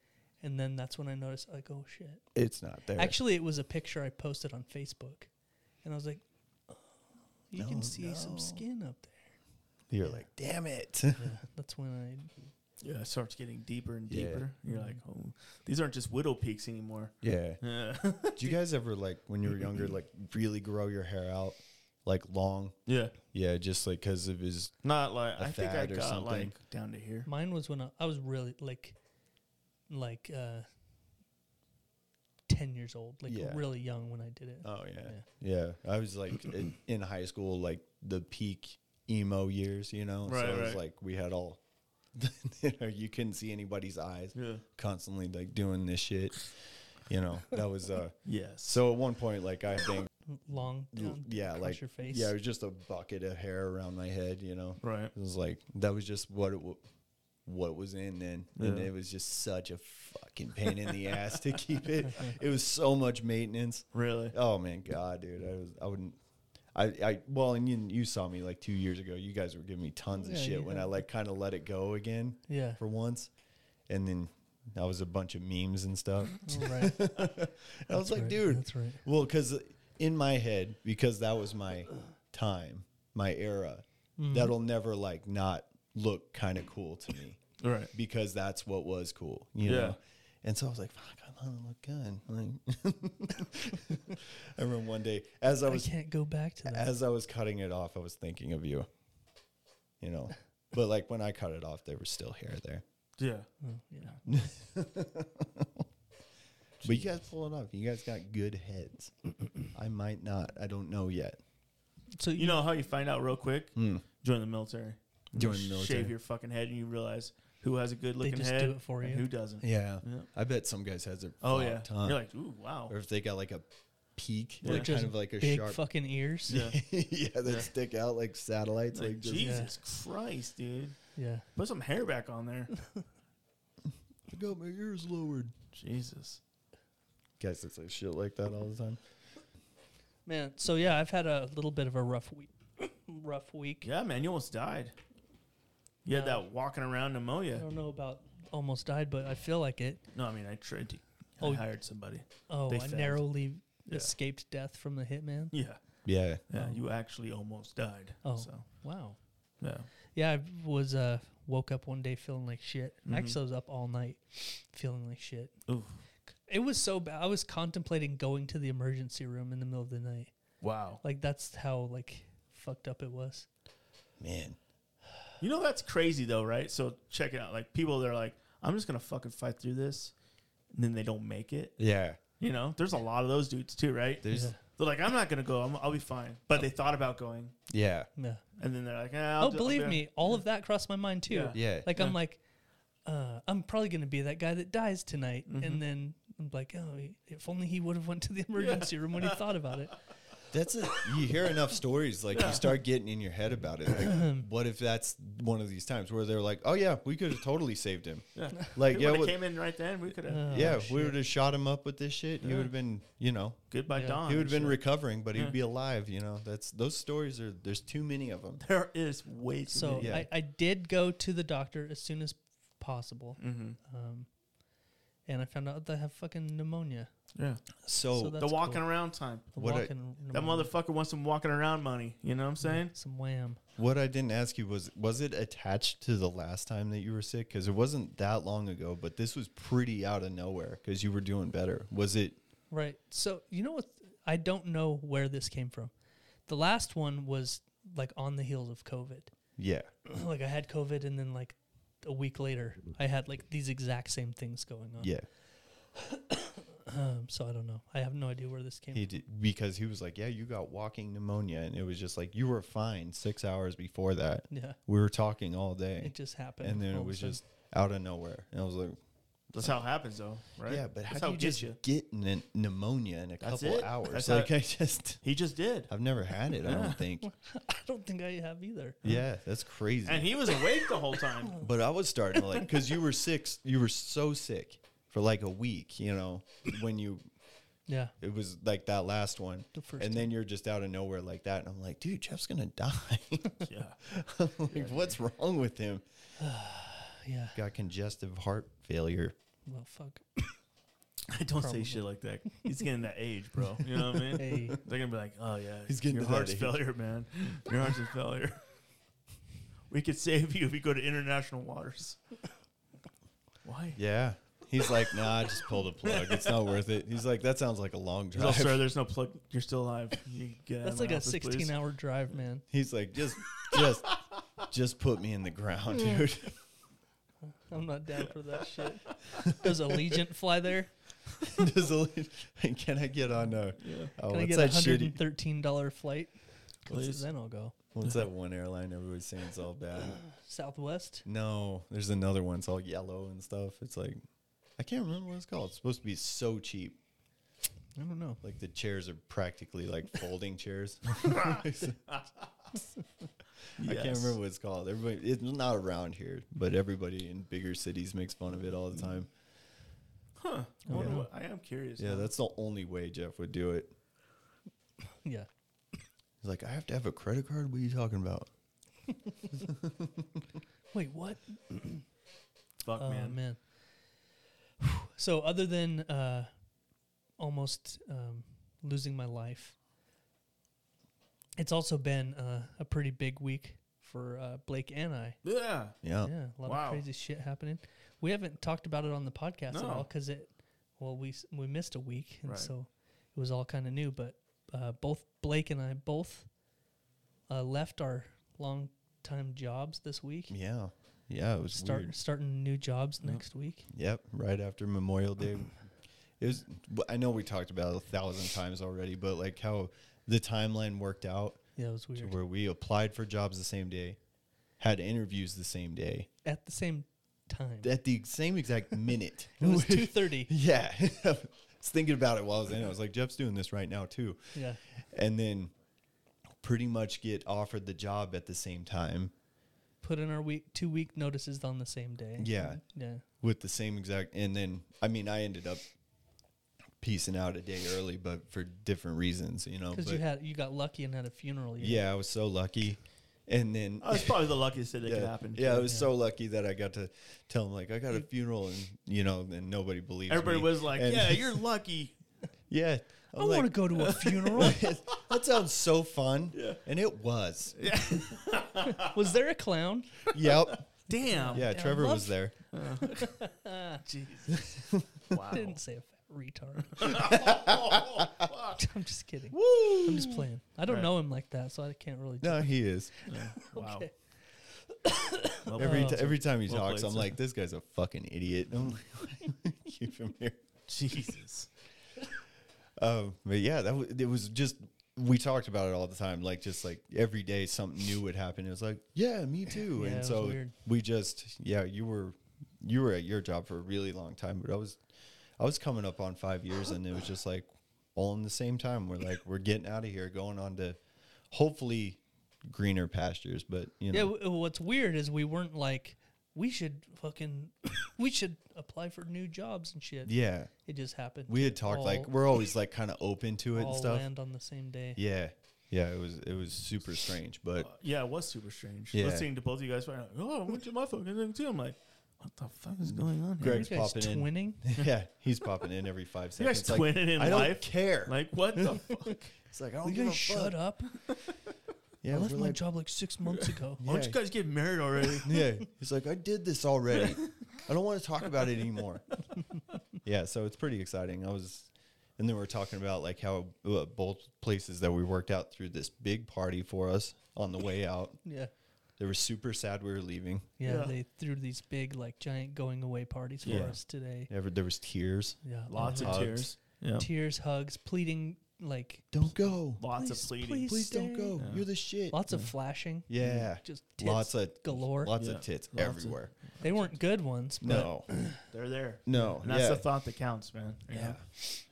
B: and then that's when I noticed like, oh shit.
D: It's not there.
B: Actually, it was a picture I posted on Facebook, and I was like, "Oh, you
D: No,
B: can see some
D: no.
B: skin up there.
D: You're like, damn it.
B: That's when I
C: Yeah. It starts getting deeper and
D: Yeah. Mm-hmm.
C: deeper. You're like, oh, these aren't just widow peaks anymore.
D: yeah.
C: Yeah.
D: Do you guys ever like when you were younger, like really grow your hair out, like long?
C: yeah.
D: Yeah, just like because of his.
C: Not like
D: A
C: I think I
D: fad or
C: got
D: something.
C: like down to here.
B: Mine was when I, I was really like, like uh, ten years old, like
D: Yeah.
B: really young when I did it.
D: Oh yeah, yeah. I was like in, in high school, like the peak emo years, you know.
C: Right,
D: so it was
C: right.
D: like we had all. you, know, you couldn't see anybody's eyes.
C: Yeah.
D: Constantly like doing this shit. You know that was uh.
C: Yes.
D: So at one point, like I think,
B: L- Long, down
D: yeah,
B: across
D: like
B: your face.
D: yeah, it was just a bucket of hair around my head, you know.
C: right.
D: It was like that was just what it w- what was in then, and
C: Yeah.
D: it was just such a fucking pain in the ass to keep it. It was so much maintenance.
C: Really.
D: Oh man, God, dude, I was I wouldn't. I, I well and you, you saw me like two years ago. You guys were giving me tons of
B: Yeah,
D: shit
B: you
D: when I
B: had-
D: like kind of let it go again
B: yeah.
D: for once, and then I was a bunch of memes and stuff.
B: All Oh, right.
D: I was
B: That's
D: like,
B: right,
D: dude,
B: that's right.
D: Well, because in my head, because that was my time, my era, that'll never like not look kind of cool to me
C: Right.
D: because that's what was cool, you
C: Yeah.
D: know. And so I was like, "Fuck, I want to look good." Like, I remember one day as I
B: I
D: was
B: can't go back to that.
D: as I was cutting it off, I was thinking of you, you know. But like when I cut it off, there was still hair there.
C: Yeah.
B: Oh, yeah.
D: But you guys pull it off. You guys got good heads. I might not. I don't know yet.
B: So
C: You know how you find out real quick?
D: Hmm.
C: Join the military.
D: Join the military.
C: Shave your fucking head, and you realize who has a good looking
B: just
C: head
B: do it for
C: and
B: you.
C: who doesn't.
D: Yeah.
C: Yeah.
D: I bet some guys has a
C: Oh
D: flat
C: yeah,
D: top.
C: you're like, ooh, wow.
D: or if they got like a peak,
C: Yeah.
D: like
B: Just
D: kind of like a
B: big
D: sharp,
B: fucking ears.
C: Yeah.
D: yeah, that stick out like satellites. Like,
C: Like,
D: just
C: Jesus Christ, dude.
B: Yeah.
C: Put some hair back on there.
D: I got my ears lowered.
C: Jesus.
D: Guys that say shit like that all the time.
B: Man, so yeah, I've had a little bit of a rough week. rough week.
C: Yeah, man, you almost died. You had
B: No.
C: that walking around
B: I
C: pneumonia.
B: don't know about almost died, but I feel like it.
C: No, I mean, I tried to. I
B: Oh.
C: hired somebody.
B: Oh,
C: They
B: I
C: failed.
B: narrowly
C: Yeah.
B: escaped death from the hitman.
C: Yeah,
D: Yeah.
C: yeah.
B: Oh.
C: You actually almost died.
B: Oh.
C: So
B: Wow.
C: yeah,
B: Yeah, I was uh woke up one day feeling like shit.
C: Mhm.
B: Actually, I was up all night feeling like shit.
C: Oof.
B: It was so bad. I was contemplating going to the emergency room in the middle of the night.
C: wow.
B: Like that's how like fucked up it was.
D: Man.
C: You know that's crazy though, right? So check it out. Like people, they're like, I'm just gonna fucking fight through this, and then they don't make it.
D: Yeah.
C: You know, there's a lot of those dudes too, right?
D: There's yeah.
C: They're like, I'm not gonna go. I'm, I'll be fine. But they thought about going,
D: Yeah.
B: Yeah.
C: and then they're like, eh,
B: Oh,
C: I'll do- I'll
B: believe
C: be-
B: me, all of that crossed my mind too.
C: Yeah.
B: Like
C: Yeah.
B: I'm like, uh, I'm probably gonna be that guy that dies tonight, and then I'm like, oh, if only he would have went to the emergency room when he thought about it.
D: That's it. You hear enough stories, like you start getting in your head about it. Like, what if that's one of these times where they're like, "Oh yeah, we could have totally saved him.
C: Yeah.
D: Like
C: We
D: yeah,
C: would've
D: what-
C: came in right then. We could have
B: Uh,
D: yeah,
B: shit.
D: we would have shot him up with this shit. He
C: Yeah.
D: would have been, you know,
C: good by
B: Yeah.
C: dawn.
D: he would
C: and
D: have been
C: shit.
D: recovering, but
C: Yeah.
D: he'd be alive. You know, that's those stories are. There's too many of them.
C: there is way too
B: So
C: many.
D: Yeah.
B: I, I did go to the doctor as soon as possible, um, and I found out that I have fucking pneumonia.
C: Yeah.
D: So,
B: So that-
C: the
B: That's
C: walking
B: cool.
C: around time.
B: The
D: What I-
B: walking
C: That
B: pneumonia.
C: motherfucker wants some walking around money. You know what I'm saying?
B: Some wham.
D: what I didn't ask you was, was it attached to the last time that you were sick? Because it wasn't that long ago, but this was pretty out of nowhere because you were doing better. Was it?
B: Right. So you know what? I don't know where this came from. The last one was like on the heels of COVID.
D: Yeah.
B: like I had COVID, and then like a week later, I had like these exact same things going on.
D: Yeah.
B: Um, so I don't know. I have no idea where this came.
D: He did because he was like, "Yeah, you got walking pneumonia," and it was just like you were fine six hours before that.
B: from. Yeah,
D: We were talking all day,
B: it just happened.
D: and then
B: all
D: it
B: of a
D: was
B: sudden.
D: just out of nowhere. And I was like,
C: That's how it happens, though, right?
D: "Yeah, but
C: That's
D: how do you
C: it gets
D: just get n- pneumonia in a
C: That's
D: couple
C: it.
D: hours?"
C: That's how
D: like
C: it-
D: I just,
C: He just did,
D: I've never had it. I don't think.
B: I don't think I have either.
D: Yeah, that's crazy.
C: and he was awake the whole time.
D: but I was starting to like because you were sick. You were so sick for like a week. You know when you
B: Yeah,
D: It was like that last one.
B: The first
D: and then you're just out of nowhere like that. And I'm like, dude, Jeff's going to die.
C: yeah,
D: I'm like, what's wrong with him?
B: yeah.
D: Got congestive heart failure.
B: Well, fuck.
C: don't say
B: Probably.
C: shit like that. He's getting that age, bro. You know what I mean?
B: Hey.
C: They're gonna be like, "Oh yeah,
D: He's getting
C: your
D: to that
C: heart's
D: age."
C: failure, man. Your heart's a failure. We could save you if you go to international waters." Why?
D: Yeah. He's like, nah, just pull the plug. It's not worth it. He's like, that sounds like a long
C: He's all,
D: drive.
C: sir, there's no plug. You're still alive. You can get out
B: That's
C: of my
B: like a
C: office, please."
B: 16 hour drive, man.
D: He's like, just, just, just put me in the ground, dude.
B: I'm not down for that shit. Does Allegiant fly there?
D: Just a little- and can I get on a, oh,
B: Can I
D: what's
B: get a
D: that
B: hundred
D: shitty,
B: and thirteen dollar flight? 'Cause
C: Please.
B: Then I'll go.
D: what's that one airline everybody's saying it's all bad?
B: Southwest.
D: No, there's another one. It's all yellow and stuff. It's like, I can't remember what it's called. It's supposed to be so cheap.
B: I don't know.
D: Like the chairs are practically like folding chairs. I can't
C: Yes.
D: remember what it's called. Everybody, it's not around here, but everybody in bigger cities makes fun of it all the time.
C: Huh? I, wonder
B: Yeah.
C: what- I am curious.
D: Yeah,
C: now.
D: that's the only way Jeff would do it.
B: Yeah.
D: He's like, I have to have a credit card. What are you talking about?
B: Wait, what?
C: fuck,
B: Oh man.
C: man.
B: Whew. So other than uh, almost um, losing my life, it's also been uh, a pretty big week for uh, Blake and I.
C: Yeah.
D: Yeah,
B: Yeah, a lot
C: Wow.
B: of crazy shit happening. We haven't talked about it on the podcast at
C: No.
B: all because it, well, we s- we missed a week and
C: Right.
B: so it was all kind of new. But uh, both Blake and I both uh, left our long time jobs this week.
D: yeah, yeah. It was
B: Start
D: weird.
B: starting new jobs next week.
D: Yep, right after Memorial Day. It was. w- I know we talked about it a thousand times already, but like how the timeline worked out
B: Yeah, it was
D: to
B: weird.
D: where we applied for jobs the same day, had interviews the same day,
B: At the same time,
D: at the same exact minute.
B: it was two thirty.
D: yeah. I was thinking about it while I was in it. I was like, Jeff's doing this right now, too.
B: Yeah,
D: And then pretty much get offered the job at the same time
B: put in our week two week notices on the same day.
D: Yeah.
B: yeah.
D: with the same exact. And then, I mean, I ended up piecing out a day early, but for different reasons, you know.
B: Because
D: But
B: you had you got lucky and had a funeral. you know?
D: yeah, I was so lucky. And then
C: Oh, it's probably the luckiest that it
D: yeah.
C: could happen.
D: Yeah, I was so lucky that I got to tell him like I got a funeral and you know, and nobody believed.
C: Everybody
D: me.
C: was like,
D: And-
C: "Yeah, you're lucky."
D: yeah."
B: I want to go to a funeral.
D: go. that sounds so fun. Yeah. And it was.
B: was there a clown?
D: Yep.
C: Damn.
D: Yeah, Trevor
B: love-
D: was there.
C: Jesus. wow.
B: I didn't say a fat retard.
D: Oh,
B: I'm just kidding. I'm just playing. I don't
C: Right.
B: know him like that, so I can't really.
D: No, he is.
C: Wow.
B: Okay.
C: Well,
B: Oh,
D: Every t- every time he
C: Well
D: talks,
C: played,
D: I'm
C: sir.
D: like, this guy's a fucking idiot. I'm like, keep him here.
C: Jesus.
D: Um, but yeah, that was, it was just we talked about it all the time. Like just like every day, something new would happen. It was like, yeah, me too.
B: Yeah, it
D: and
B: was
D: so
B: weird.
D: we just yeah, you were you were at your job for a really long time, but I was I was coming up on five years, and it was just like all in the same time. We're like we're getting out of here, going on to hopefully greener pastures. But you
B: Yeah.
D: know,
B: W- what's weird is we weren't like we should fucking we should apply for new jobs and shit.
D: yeah,
B: It just happened.
D: we had talked like
B: All-
D: we're always like kind of open to it and
B: all
D: stuff.
B: land on the same day.
D: Yeah, yeah, it was it was super strange,
B: Uh,
D: but
C: Yeah, it was super strange.
D: Yeah.
C: Listening to both of you guys, right now, oh, I went to my fucking thing too. I'm like, what the fuck is going on here?
B: You
D: Greg's
B: guys
D: popping in.
B: twinning.
D: yeah, he's popping in every five
C: You guys
D: seconds. like,
C: twinning in
D: I don't
C: life?
D: care.
C: Like, what the fuck?
D: it's like I don't
B: Will you guys shut up?
D: Yeah,
B: I left
D: we're
B: my
D: like-
B: job like six months ago.
C: Why don't you guys get married already?
D: Yeah, he's like I did this already. I don't want to talk about it anymore. yeah, so it's pretty exciting. I was, and then we are talking about like how uh, both places that we worked out through this big party for us on the way out.
B: Yeah.
D: They were super sad we were leaving.
B: Yeah,
C: Yeah.
B: they threw these big like giant going away parties for
D: Yeah.
B: us today.
D: Ever there was tears.
B: Yeah,
C: Lots of
D: Hugs.
C: tears. Yeah.
B: tears, hugs, pleading, like
D: Don't go.
C: Lots of
B: Please,
C: pleading.
B: please.
D: Please don't
B: stay.
D: go. You're the shit.
B: lots of flashing.
D: yeah.
B: just tits
D: lots of
B: galore.
D: Lots
C: Yeah.
D: of tits
C: Lots of-
D: everywhere.
B: they weren't good ones. But
D: no.
C: They're there.
D: No.
C: And that's
D: yeah.
C: the thought that counts, man. you
D: Yeah.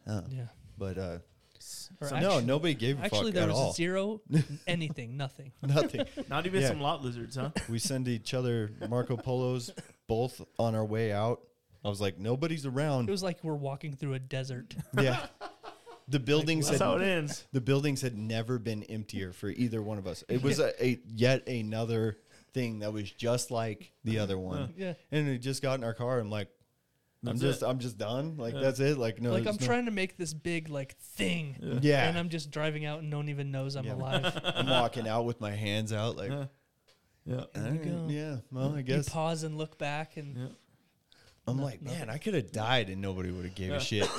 C: know?
D: Uh,
B: Yeah.
D: But uh,
B: Or
D: so
B: actu-
D: no, nobody gave a
B: Actually,
D: fuck
B: there
D: at
B: was
D: all.
B: zero, anything, nothing.
D: Nothing.
C: Not even
D: Yeah.
C: some lot lizards, huh?
D: We send each other Marco Polos both on our way out. I was like, nobody's around.
B: It was like we're walking through a desert.
D: yeah. The buildings
C: That's how it
D: had
C: ends.
D: the buildings had never been emptier for either one of us. It was a, a yet another thing that was just like the other one.
B: Yeah.
D: And we just got in our car. I'm like, I'm
C: That's
D: just
C: it.
D: I'm just done. Like that's it. Like no,
B: like
D: there's
B: I'm
D: no-
B: trying to make this big like thing.
D: Yeah.
B: And I'm just driving out and no one even knows I'm
D: Yeah.
B: alive.
D: I'm walking out with my hands out. Like uh,
C: Yeah. Yeah.
B: There you
D: "Alright,
B: go.
D: yeah, well I
B: You
D: guess
B: pause and look back and
C: Yeah.
D: I'm like, man, I could have died and nobody would have gave
C: Yeah.
D: a shit.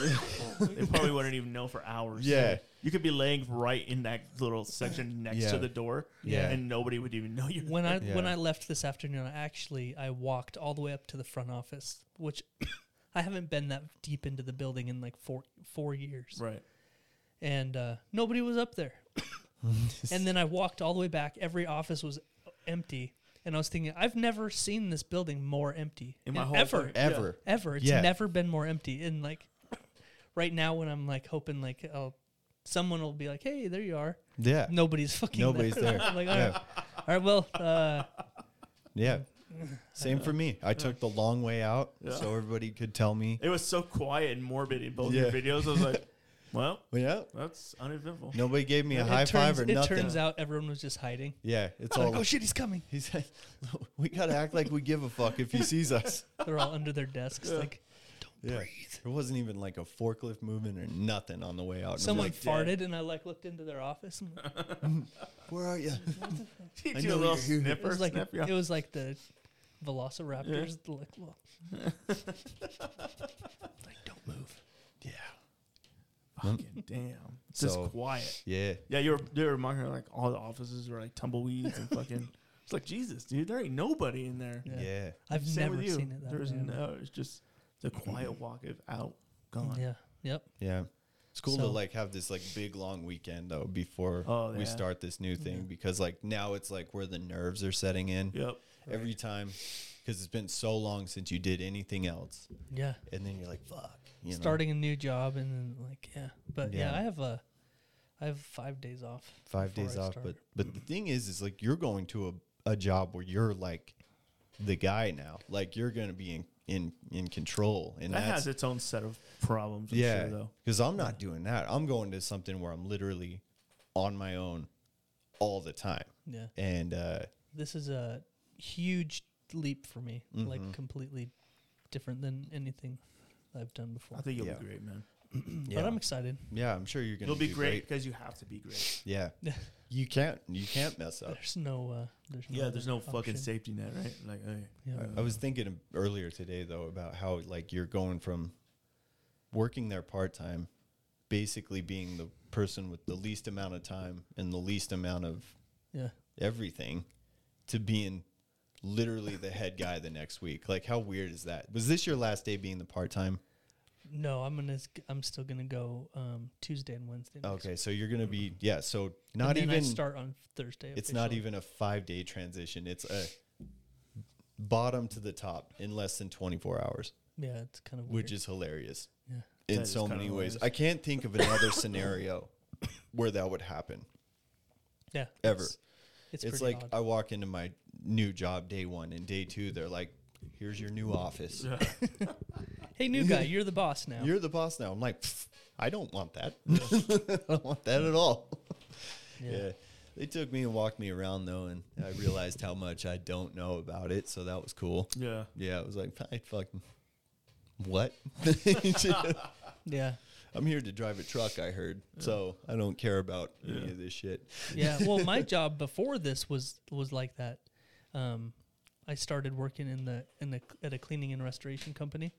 C: They probably wouldn't even know for hours.
D: Yeah.
C: You could be laying right in that little section next
D: Yeah.
C: to the door.
D: Yeah.
C: And nobody would even know you.
B: when I when
D: Yeah.
B: I left this afternoon, I actually I walked all the way up to the front office, which I haven't been that deep into the building in like four four years,
C: Right.
B: and uh, nobody was up there. and then I walked all the way back. Every office was empty, and I was thinking, I've never seen this building more empty
C: In my
B: And
C: whole
B: ever,
C: fucking-
D: Ever.
B: ever. It's
D: Yeah.
B: never been more empty. And like right now, when I'm like hoping like oh, someone will be like, hey, there you are.
D: Yeah.
B: Nobody's fucking there.
D: Nobody's there.
B: I'm like all right,
D: Yeah.
B: all right, well. Uh,
D: Yeah. Same for me. I took the long way out so everybody could tell me.
C: It was so quiet and morbid in both
D: Yeah.
C: your videos. I was like, well,
D: Well, yeah.
C: that's uneventful.
D: Nobody gave me a
B: It
D: high
B: turns-
D: five or
B: it
D: nothing.
B: turns out everyone was just hiding.
D: yeah, it's
B: Like,
D: all.
B: oh shit, he's coming.
D: He's like, we gotta act like we give a fuck if he sees us.
B: They're all under their desks. Like
D: Yeah, there wasn't even like a forklift movement or nothing on the way out. and I'm
B: someone
D: like,
B: farted, and I like looked into their office. And it
D: where are you?
C: Did
D: I
C: you
D: know
C: a little
D: you're here. It
C: sniffer?
B: was like
C: sniff? Yeah.
B: it was like the Velociraptors. the, Like, well, like don't move.
D: yeah,
C: Fucking damn. It's Just
D: So-
C: quiet.
D: yeah,
C: Yeah, you were they were mocking like all the offices were like tumbleweeds and fucking. It's like Jesus, dude. There ain't nobody in there.
B: Yeah.
D: yeah.
B: I've
C: Same
B: never
C: with you.
B: seen it that
C: There's
B: way.
C: no. It's just the quiet walk of out gone.
B: Yeah. Yep.
D: Yeah. It's cool to
B: So-
D: like have this like big long weekend though before
C: Oh, yeah.
D: we start this new thing because like now it's like where the nerves are setting in
C: Yep.
D: every time because it's been so long since you did anything else
B: Yeah.
D: and then you're like fuck you know?
B: Starting a new job and then like yeah. But yeah,
D: Yeah.
B: I have a I have 5 days off.
D: five
B: before
D: days
B: I
D: off
B: start.
D: but but the thing is is like you're going to a, a job where you're like the guy now like you're gonna be in in in control and
C: That
D: that's
C: has its own set of problems. I'm
D: Yeah,
C: Sure, though.
D: because I'm not doing that. I'm going to something where I'm literally on my own all the time,
B: yeah.
D: and uh,
B: This is a huge leap for me.
D: Mm-hmm.
B: Like completely different than anything I've done before.
C: I think you'll
D: Yeah.
C: be great, man.
B: But I'm excited.
D: yeah, I'm sure you're gonna
C: You'll be
D: do
C: great because you have to be great.
D: Yeah, you can't you can't mess up.
B: There's no uh there's no
C: Yeah, there's no
B: other
C: fucking
B: option.
C: safety net, right? Like, hey,
B: Yeah.
D: I- I was thinking earlier today though about how like you're going from working there part time, basically being the person with the least amount of time and the least amount of
B: Yeah.
D: everything, to being literally the head guy the next week. Like how weird is that? Was this your last day being the part time?
B: No, I'm going to I'm still going to go um Tuesday and Wednesday. next
D: Okay, so you're gonna be yeah. So
B: And
D: not
B: then I
D: even
B: start on Thursday.
D: it's not
B: officially.
D: even a five day transition. It's a bottom to the top in less than 24 hours,
B: Yeah, it's kind of weird.
D: which is hilarious
B: yeah.
D: in
C: That is
D: so
C: kinda
D: many ways.
C: hilarious.
D: I can't think of another scenario where that would happen
B: Yeah.
D: ever.
B: It's, it's,
D: It's,
B: pretty
D: like
B: odd.
D: I walk into my new job day one and day two, they're like, "Here's your new office.
B: hey new guy, you're the boss now.
D: uh, You're the boss now." I'm like, "Pfft, "I don't want that. I don't want that at all." Yeah. They took me and walked me around though, and I realized how much I don't know about it, so that was cool.
C: yeah.
D: Yeah, it was like I fucking what?
B: Yeah.
D: I'm here to drive a truck. I heard, so I don't care about any of this shit.
B: Yeah. Well, my job before this was was like that. Um, I started working in the in the at a cleaning and restoration company,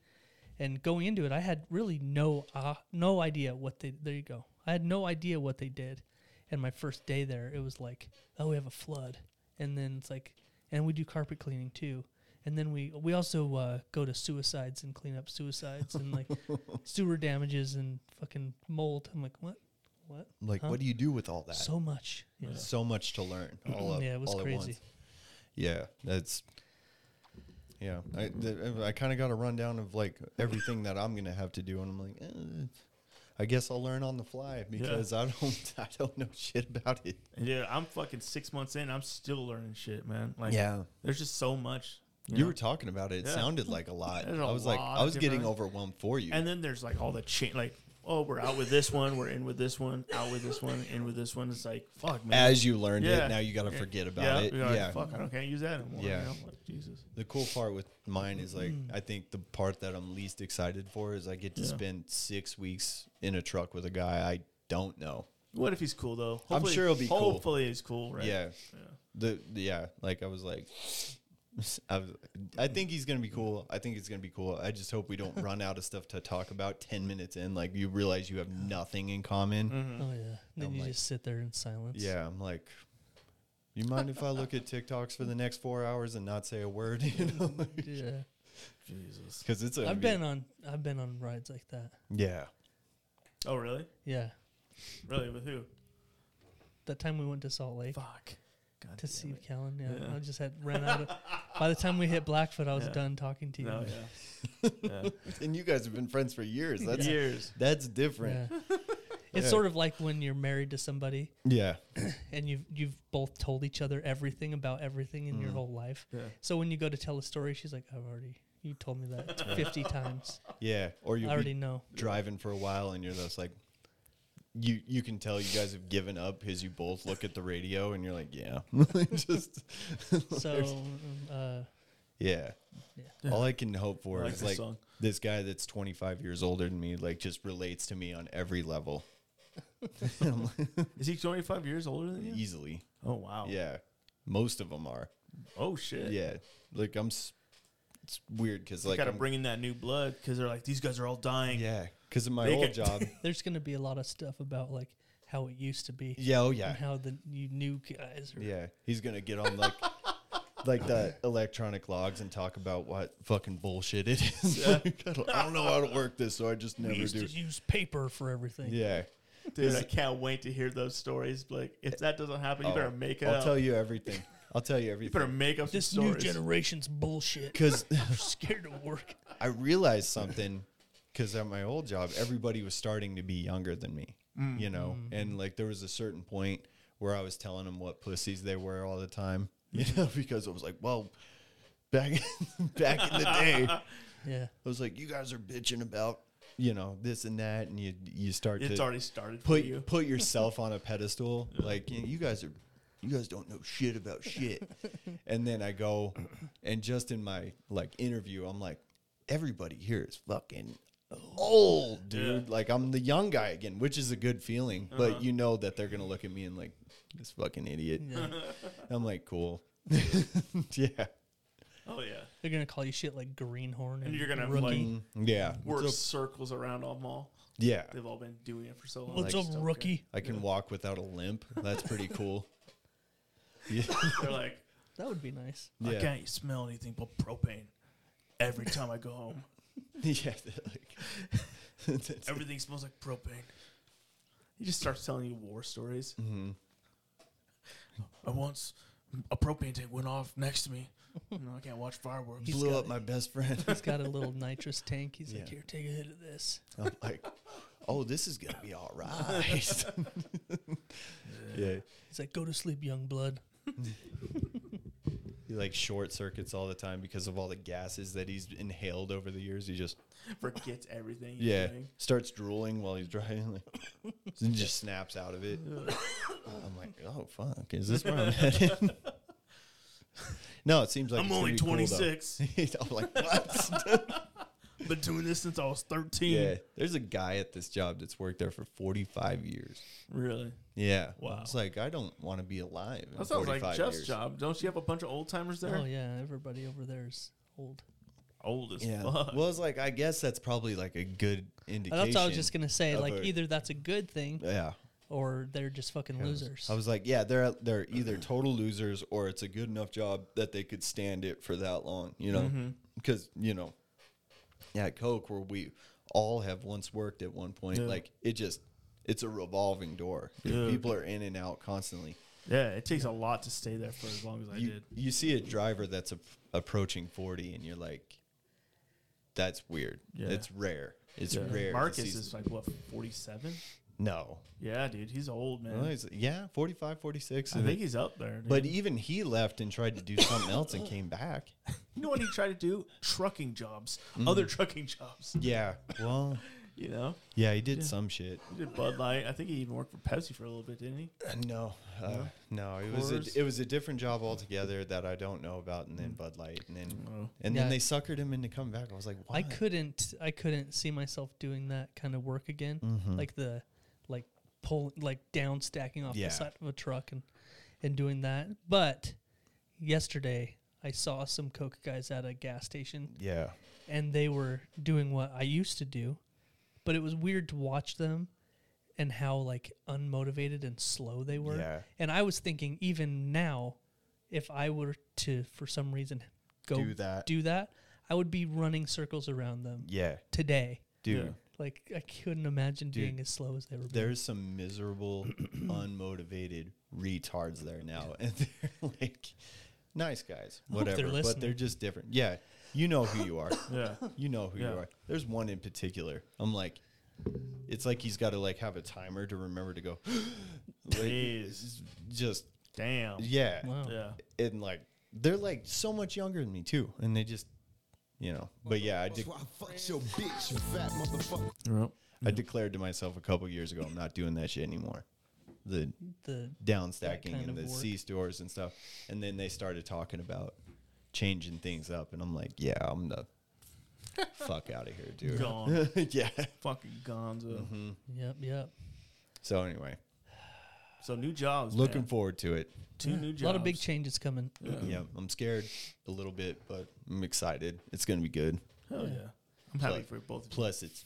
B: and going into it, I had really no uh, no idea what they. There you go. I had no idea what they did, and my first day there, it was like, oh, we have a flood, and then it's like, and we do carpet cleaning too. And then we we also uh, go to suicides and clean up suicides and like sewer damages and fucking mold. I'm like, what, what?
D: I'm like,
B: Huh?
D: what do you do with all that? So,
B: So much. Yeah.
D: much to learn. All up,
B: Yeah, it was
D: all At
B: crazy.
D: once. Yeah, that's. Yeah, I th- I kind of got a rundown of like everything that I'm gonna have to do, and I'm like, eh, I guess I'll learn on the fly because I don't I don't know shit about it.
C: Yeah, I'm fucking six months in. I'm still learning shit, man. Like,
D: Yeah.
C: there's just so much.
D: You,
C: know?
D: were talking about it. It
C: Yeah.
D: sounded like a lot.
C: There's a
D: I was like,
C: lot
D: I
C: of
D: was getting
C: different-
D: overwhelmed for you.
C: and then there's like all the chain, like, oh, we're out with this one, we're in with this one, out with this one, in with this one. It's like, fuck, man.
D: As you learned
C: Yeah.
D: it, now you got to forget about
C: yeah,
D: it.
C: you're like,
D: Yeah.
C: fuck, I don't can't use that anymore.
D: Yeah.
C: you know? Like, Jesus.
D: The cool part with mine is like,
C: Mm.
D: I think the part that I'm least excited for is I get to spend six weeks in a truck with a guy I don't know.
C: What if he's cool though?
D: I'm sure he'll be cool.
C: Hopefully he's cool, right?
D: Yeah. The yeah, like I was like, I, was, I think he's gonna be cool. I think it's gonna be cool. I just hope we don't run out of stuff to talk about ten minutes in. Like you realize you have nothing in common.
C: Mm-hmm.
B: Oh yeah. Then
D: I'm
B: you
D: like-
B: just sit there in silence.
D: Yeah, I'm like, you mind if I look at TikToks for the next four hours and not say a word? You know,
B: Yeah.
C: Jesus.
D: because it's a.
B: I've been on I've been on rides like that.
D: Yeah.
C: Oh, really?
B: Yeah.
C: Really? With who?
B: That time we went to Salt Lake
C: Fuck. God
B: to
C: damn
B: see
C: it.
B: Callan. Yeah,
C: Yeah.
B: I just had ran out of by the time we hit Blackfoot I was
C: Yeah.
B: done talking to you.
C: No, yeah.
D: And you guys have been friends for years.
C: yeah.
D: That's
C: Years.
D: that's different.
B: Yeah. It's
D: Yeah.
B: sort of like when you're married to somebody
D: Yeah.
B: and you've you've both told each other everything about everything
D: Mm.
B: in your whole life.
C: Yeah.
B: So when you go to tell a story, she's like, I've already you told me that fifty times.
D: Yeah. Or
B: I
D: you
B: already
D: be
B: know.
D: driving for a while and you're just like, you you can tell you guys have given up because you both look at the radio and you're like, yeah, just
B: So uh,
D: yeah.
B: Yeah.
D: All I can hope for
C: I like
D: is
C: this
D: like
C: song.
D: this guy that's 25 years older than me, like just relates to me on every level
C: Is he 25 years older than you?
D: easily.
C: Oh, wow.
D: Yeah, most of them are.
C: Oh, shit.
D: Yeah, like I'm. s- It's weird because like
C: gotta
D: I'm-
C: bring in that new blood because they're like, these guys are all dying.
D: Yeah, because of my
C: They
D: old
C: get-
D: job.
B: there's going to be a lot of stuff about like how it used to be
D: Yeah, oh
B: and
D: yeah,
B: how the you new guys are.
D: yeah. He's gonna get on like like the electronic logs and talk about what fucking bullshit it is. Like, I, don't, I don't know how to work this, so I just
B: We
D: never
B: used
D: do.
B: to use paper for everything.
D: Yeah.
C: Dude, I can't wait to hear those stories. Like, if that doesn't happen, you better make it
D: Oh, I'll
C: up.
D: tell you everything. I'll tell you
C: you better
D: everything.
C: make up some
B: This
C: stories.
B: new generation's bullshit.
D: Because
B: I'm scared of work.
D: I realized something because at my old job, everybody was starting to be younger than me, you know, and like there was a certain point where I was telling them what pussies they were all the time, you know, because it was like, well, back back in the day, I
B: Yeah.
D: was like, you guys are bitching about, you know, this and that, and you you start
C: it's
D: to
C: already started for
D: put
C: you.
D: put yourself on a pedestal, like you, know, you guys are. You guys don't know shit about shit. and then I go, and just in my like interview, I'm like, everybody here is fucking old, dude. Like I'm the young guy again, which is a good feeling.
C: Uh-huh.
D: But you know that they're gonna look at me and like this fucking idiot. I'm like, cool. yeah,
C: Oh yeah,
B: They're gonna call you shit like greenhorn, and,
C: you're gonna have,
B: rookie.
C: like,
D: Mm, yeah,
C: work
D: So-
C: circles around them all.
D: yeah.
C: They've all been doing it for so long.
B: What's
C: They
B: up,
C: just don't care.
B: rookie?
D: I can walk without a limp. That's pretty cool. Yeah,
C: They're like,
B: That would be nice.
C: I
D: yeah,
C: can't smell anything but propane. Every time I go home,
D: yeah. they're Like,
C: everything smells like propane. He just starts telling you war stories.
D: hmm
C: I once a propane tank went off next to me. No, I can't watch fireworks.
B: He's
D: blew
B: got
D: up
B: it.
D: my best friend.
B: He's got a little nitrous tank. He's like,
D: Yeah.
B: here, take a hit of this.
D: I'm like, oh, this is gonna be all right. yeah,
B: He's like, go to sleep, young blood.
D: he like short circuits all the time because of all the gases that he's inhaled over the years. He just
C: Forgets everything. He's
D: yeah
C: Doing.
D: starts drooling while he's driving, like, and just snaps out of it. I'm like, oh fuck, is this where I'm headed? no, it seems like
C: I'm
D: it's gonna
C: only
D: be cool, though.
C: 26.
D: I'm like, what?
C: Been doing this since I was 13.
D: yeah, there's a guy at this job that's worked there for 45 years.
C: Really?
D: Yeah.
C: Wow.
D: It's like I don't want to be alive. In
C: That sounds like
D: 45
C: Jeff's
D: years.
C: job. Don't you have a bunch of old timers there?
B: Oh yeah, everybody over there is old.
C: Old as
D: Yeah.
C: fuck.
D: Well, it's like I guess that's probably like a good indication.
B: That's what I was just gonna say.
D: of
B: Like,
D: a-
B: either that's a good thing,
D: Yeah.
B: or they're just fucking losers.
D: I was like, yeah, they're they're either total losers or it's a good enough job that they could stand it for that long, you know?
C: Mm-hmm.
D: Because you know, at Coke where we all have once worked at one point,
C: Yeah.
D: like it just it's a revolving door.
C: Yeah.
D: People are in and out constantly.
C: yeah, it takes a lot to stay there for as long as I
D: you,
C: did.
D: you see a driver that's a, approaching 40 and you're like that's weird
C: Yeah.
D: it's rare it's
C: Yeah.
D: rare to
C: Marcus
D: see-
C: is like, what, 47?
D: no
C: Yeah, dude. He's old, man.
D: Well, he's- yeah 45 46
C: I think he's up there. Dude.
D: but even he left and tried to do something else and came back
C: you know what he tried to do? Trucking jobs. Other trucking jobs.
D: yeah well
C: You know?
D: yeah he did some shit
C: He did Bud Light. I think he even worked for Pepsi for a little bit, didn't he?
D: no uh, no it was
C: Coors?
D: a, it was a different job altogether that i don't know about and then bud light and then
C: Oh.
D: and
B: Yeah.
D: then they suckered him into coming back i was like why
B: I couldn't I couldn't see myself doing that kind of work again.
D: Mm-hmm.
B: Like the like pull like down stacking off
D: Yeah.
B: the side of a truck and and doing that. But yesterday I saw some Coke guys at a gas station
D: yeah
B: and they were doing what I used to do, but it was weird to watch them and how like unmotivated and slow they were.
D: Yeah.
B: And I was thinking even now if I were to for some reason go
D: Do that.
B: do that, I would be running circles around them
D: yeah
B: today.
D: dude
C: Yeah.
B: Like I couldn't imagine
D: Dude,
B: being as slow as they were. being.
D: there's some miserable, unmotivated retards there now, and they're like nice guys,
B: I hope they're
D: whatever. but they're
B: listening.
D: just different. Yeah, you know who you are.
C: Yeah.
D: You know who
C: Yeah.
D: you are. There's one in particular. I'm like, it's like he's got to like have a timer to remember to go. like,
C: Jeez.
D: just
C: Damn.
D: yeah,
B: Wow.
C: Yeah.
D: and like they're like so much younger than me too, and they just, you know. But yeah, I did.
E: That's why I fucked your bitch, you fat motherfucker.
D: I declared to myself a couple years ago, I'm not doing that shit anymore. The
B: The
D: downstacking
B: kind
D: and
B: of
D: the
B: work.
D: C stores and stuff. And then they started talking about changing things up, and I'm like, yeah, I'm the fuck out of here, dude.
C: Gone.
D: yeah.
C: Fucking gonzo.
B: yep, yep.
D: So anyway,
C: So new jobs.
D: looking
C: man.
D: forward to it.
C: two new jobs.
B: A lot of big changes coming.
D: Yeah, I'm scared a little bit, but I'm excited. It's gonna be good.
C: Hell yeah. I'm happy
D: Plus-
C: for both of you.
D: Plus, it's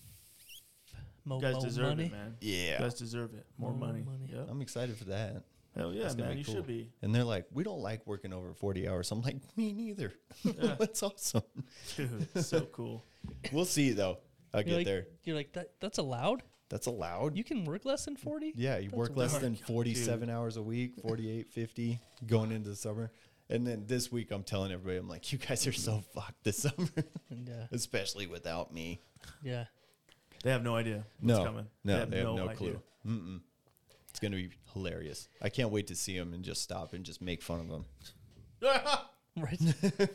B: Mo-
C: You guys
B: mo
C: deserve
B: money.
C: it, man.
D: yeah.
C: You guys deserve it. More
B: More
C: money.
B: money.
C: Yep.
D: I'm excited for that.
C: Hell yeah,
D: That's gonna
C: man.
D: be
C: You
D: cool.
C: should be.
D: And they're like, we don't like working over 40 hours. I'm like, me neither. That's awesome.
C: Dude, it's so cool.
D: We'll see though. I'll get
B: You're like,
D: there.
B: You're like that. That's allowed.
D: That's allowed.
B: You can work less than forty.
D: yeah, you
B: That's
D: work less
B: weird.
D: than 47 hours a week, 48, 50 going into the summer. And then this week I'm telling everybody, I'm like, you guys are so fucked this summer,
B: And, uh,
D: Mm-hmm. especially without me.
B: yeah.
C: They have no idea what's
D: No,
C: coming.
D: no, they have, no, clue. Mm-mm. It's going to be hilarious. I can't wait to see them and just stop and just make fun of them.
B: Right.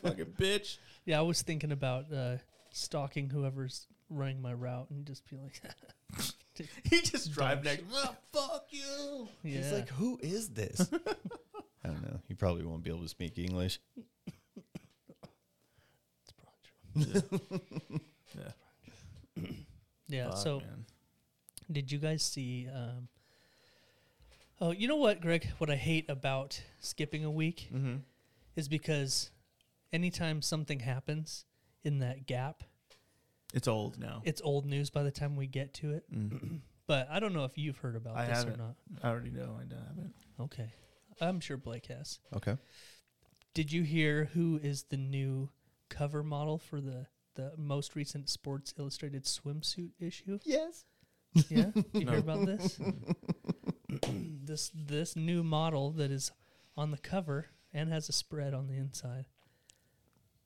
C: Fucking bitch.
B: yeah, I was thinking about uh, stalking whoever's running my route and just be like,
C: He just drive next. "Ah, fuck you.
B: yeah.
D: He's like, who is this? I don't know. He probably won't be able to speak English.
B: It's probably true.
C: Yeah.
B: Yeah.
C: Fuck,
B: so,
C: man.
B: did you guys see? Um, oh, you know what, Greg? What I hate about skipping a week is because anytime something happens in that gap,
C: it's old now.
B: it's old news by the time we get to it. but I don't know if you've heard about
C: I
B: this or
C: haven't.
B: not.
C: I already know. I don't have it.
B: Okay. I'm sure Blake has.
D: Okay.
B: Did you hear who is the new cover model for the, the most recent Sports Illustrated swimsuit issue?
D: Yes.
B: Yeah, Did you
C: No.
B: hear about this? this this new model that is on the cover and has a spread on the inside.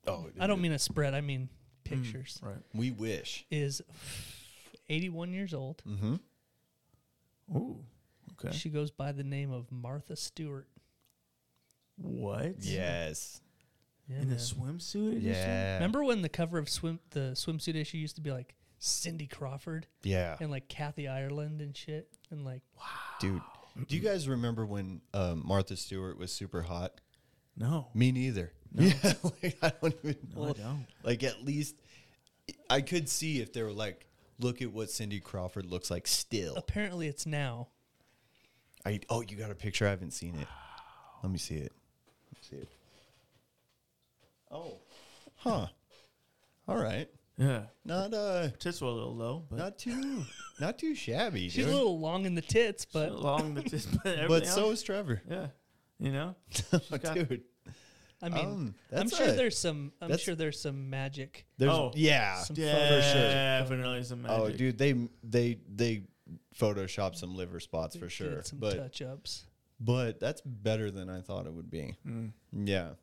D: Oh,
B: I don't mean a spread. I
C: Hmm.
B: mean pictures.
C: Right.
D: We wish.
B: Is 81 years old.
C: Mm,
D: Mm-hmm.
C: Ooh. Okay.
B: She goes by the name of Martha Stewart.
C: What?
D: Yes.
B: Yeah,
C: In a
B: man.
C: swimsuit? edition?
D: Yeah.
B: Remember when the cover of swim the swimsuit issue used to be like Cindy Crawford
D: Yeah.
B: and like Kathy Ireland and shit and like
D: Dude, do you guys remember when uh, Martha Stewart was super hot?
C: No.
D: Me neither. Yeah, like I don't even
C: No, I don't.
D: Like at least I could see if they were like, look at what Cindy Crawford looks like still.
B: apparently it's now.
D: I oh, you got a picture? I haven't seen it. Let me see it. Let me see it. Oh, huh. All right.
C: Yeah.
D: Not uh,
C: Tits were a little low, but
D: not too, not too shabby.
B: She's
D: dude.
B: a little long in the tits, but
C: long the tits, but,
D: but
C: everything
D: so
C: else-
D: is Trevor.
C: yeah. You know, got-
D: dude.
B: I mean,
D: Um,
B: I'm
D: that's
B: sure
D: a-
B: there's some. I'm
D: that's-
B: sure there's some magic.
D: There's
C: Oh.
D: yeah.
B: Some
C: yeah,
B: Photoshop.
C: definitely some magic.
D: Oh, dude, they they they photoshopped some liver spots for sure.
B: Did some
D: But
B: touch ups.
D: but that's better than I thought it would be.
B: Hmm.
D: Yeah.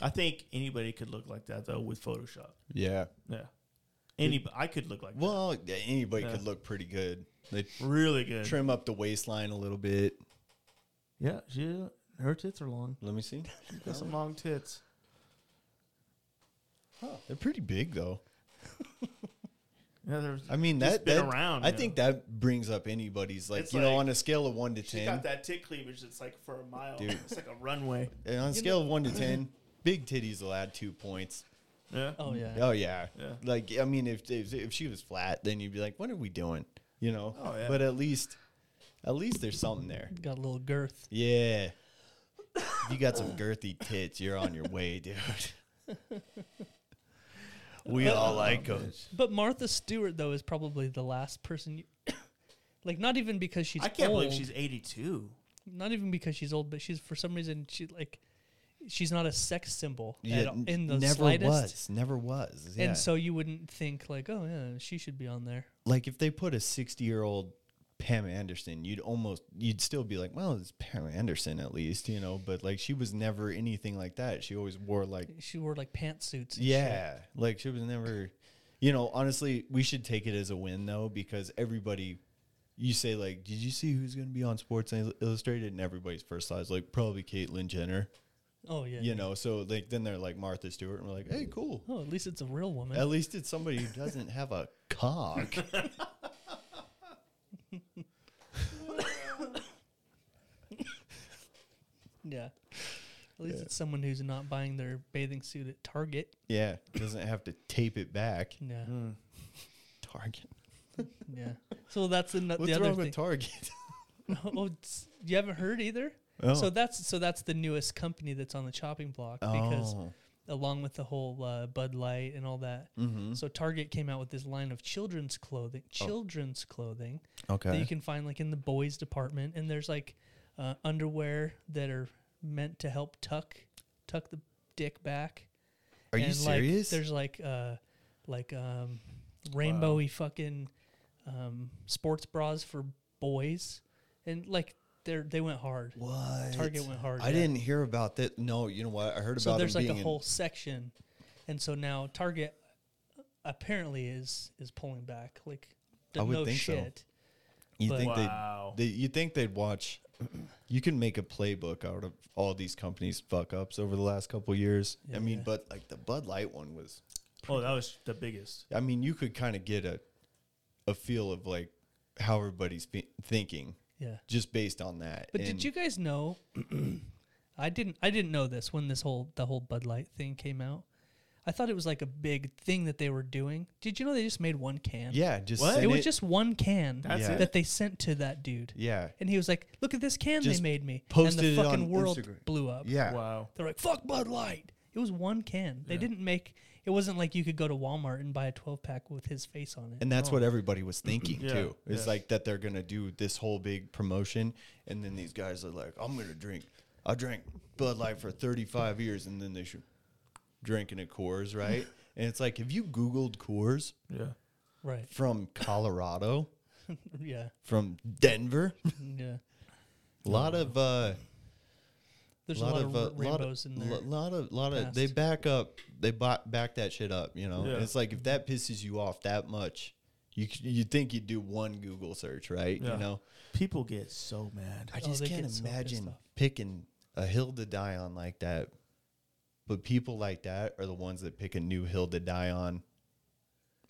C: I think anybody could look like that though with Photoshop.
D: Yeah.
C: Yeah, any I could look like
D: Well, yeah, anybody could
C: Yeah.
D: look pretty good. They
C: that. really good.
D: trim up the waistline a little bit.
C: Yeah, she her tits are long.
D: Let me see.
C: She's got some long tits.
D: They're pretty big though.
C: Yeah, there's.
D: I mean
C: Just
D: that
C: been
D: that-
C: around,
D: I
C: you
D: think
C: know.
D: that brings up anybody's like
C: It's
D: you know
C: like-
D: on a scale of one to
C: She's
D: ten,
C: got that tit cleavage that's like for a mile.
D: Dude.
C: It's like a runway.
D: and on a scale of one to ten, big titties will add two points.
C: Yeah.
B: Oh yeah.
D: Oh yeah.
C: Yeah.
D: Like I mean, if, if if she was flat, then you'd be like, "What are we doing?" You know.
C: Oh, yeah.
D: But at least, at least there's something there.
B: Got a little girth.
D: Yeah. If you got some girthy tits, you're on your way, dude. we
C: Oh,
D: all like them.
B: But Martha Stewart though is probably the last person. You, like not even because she's.
C: I can't
B: old,
C: believe she's 82.
B: Not even because she's old, but she's for some reason she like. She's not a sex symbol at, all- in the
D: never
B: slightest.
D: was, never was. Yeah.
B: And so you wouldn't think like, oh yeah, she should be on there.
D: like, if they put a 60 year old Pam Anderson, you'd almost, you'd still be like, well, it's Pam Anderson at least, you know. But like, she was never anything like that. She always wore like
B: She wore like pantsuits. and shit.
D: Yeah, like she was never. You know, honestly, we should take it as a win though, because everybody, you say like, did you see who's going to be on Sports Ill- Illustrated? And everybody's first thought is like probably Caitlyn Jenner.
B: Oh yeah.
D: You know, so like then they're like Martha Stewart, and we're like, hey, cool.
B: Oh, at least it's a real woman.
D: At least it's somebody who doesn't have a cock.
B: yeah. At least it's someone who's not buying their bathing suit at Target.
D: yeah, doesn't have to tape it back.
B: Yeah.
D: Target.
B: Yeah. So that's Uh, the, no-
D: What's
B: the other
D: wrong
B: thing.
D: with Target?
B: oh, it's- you haven't heard either.
D: Oh.
B: So that's so that's the newest company that's on the chopping block because
D: Oh.
B: along with the whole uh, Bud Light and all that.
D: Mm-hmm. Oh.
B: So Target came out with this line of children's clothing, children's clothing that you
D: Okay.
B: can find like in the boys department, and there's like uh, underwear that are meant to help tuck tuck the dick back.
D: Are you
B: And, like,
D: serious?
B: there's like uh, like um, rainbowy fucking um, sports bras for boys, and like they are they went hard.
D: what?
B: Target went hard.
D: I
B: yeah.
D: didn't hear about that. No, you know what? I heard
B: So
D: about
B: there's
D: them
B: like a
D: being in-
B: whole section, and so now Target uh, apparently is is pulling back. Like,
D: I would
B: no
D: think so.
B: shit.
D: You
B: but-
D: think
C: Wow.
D: they, they? You think they'd watch? You can make a playbook out of all these companies' fuck ups over the last couple years. I mean,
B: Yeah.
D: but like the Bud Light one was.
C: Oh, that was the biggest.
D: I mean, you could kind of get a, a feel of like how everybody's be- thinking
B: Yeah.
D: just based on that.
B: But
D: And
B: did you guys know? I didn't. I didn't know this when this whole the whole Bud Light thing came out. I thought it was like a big thing that they were doing. Did you know they just made one can?
D: Yeah, just
C: What?
D: send
B: It was just one can
C: That's
D: Yeah.
C: it.
B: that they sent to that dude,
D: yeah,
B: and he was like, "Look at this can
D: Just
B: they made me,"
D: posted
B: and
D: it
B: the fucking
D: on
B: world
D: Instagram.
B: blew up.
D: yeah.
C: Wow.
B: They're like, fuck Bud Light. It was one can. They didn't make it wasn't like you could go to Walmart and buy a twelve pack with his face on it.
D: And that's what everybody was thinking
C: Mm-hmm. Yeah,
D: too. It's
C: yeah.
D: like that they're gonna do this whole big promotion, and then these guys are like, "I'm gonna drink. I drank Bud Light for 35 years, and then they should drinking at Coors, right?" and it's like, if you Googled Coors
C: Yeah.
B: right.
D: from Colorado,
B: Yeah.
D: from Denver,
B: Yeah.
D: a lot of uh,
B: There's
D: lot
B: a lot of,
D: of uh,
B: ra-
D: lot
B: rainbows
D: of,
B: in there.
D: lo- lot of lot of they
B: past.
D: back up they back, back that shit up you know
C: Yeah.
D: And it's like if that pisses you off that much you c- you think you'd do one Google search right
C: Yeah.
D: you know
C: People get so mad.
D: I
B: Oh,
D: just
B: they
D: can't
B: get so pissed
D: imagine
B: off.
D: picking a hill to die on like that but people like that are the ones that pick a new hill to die on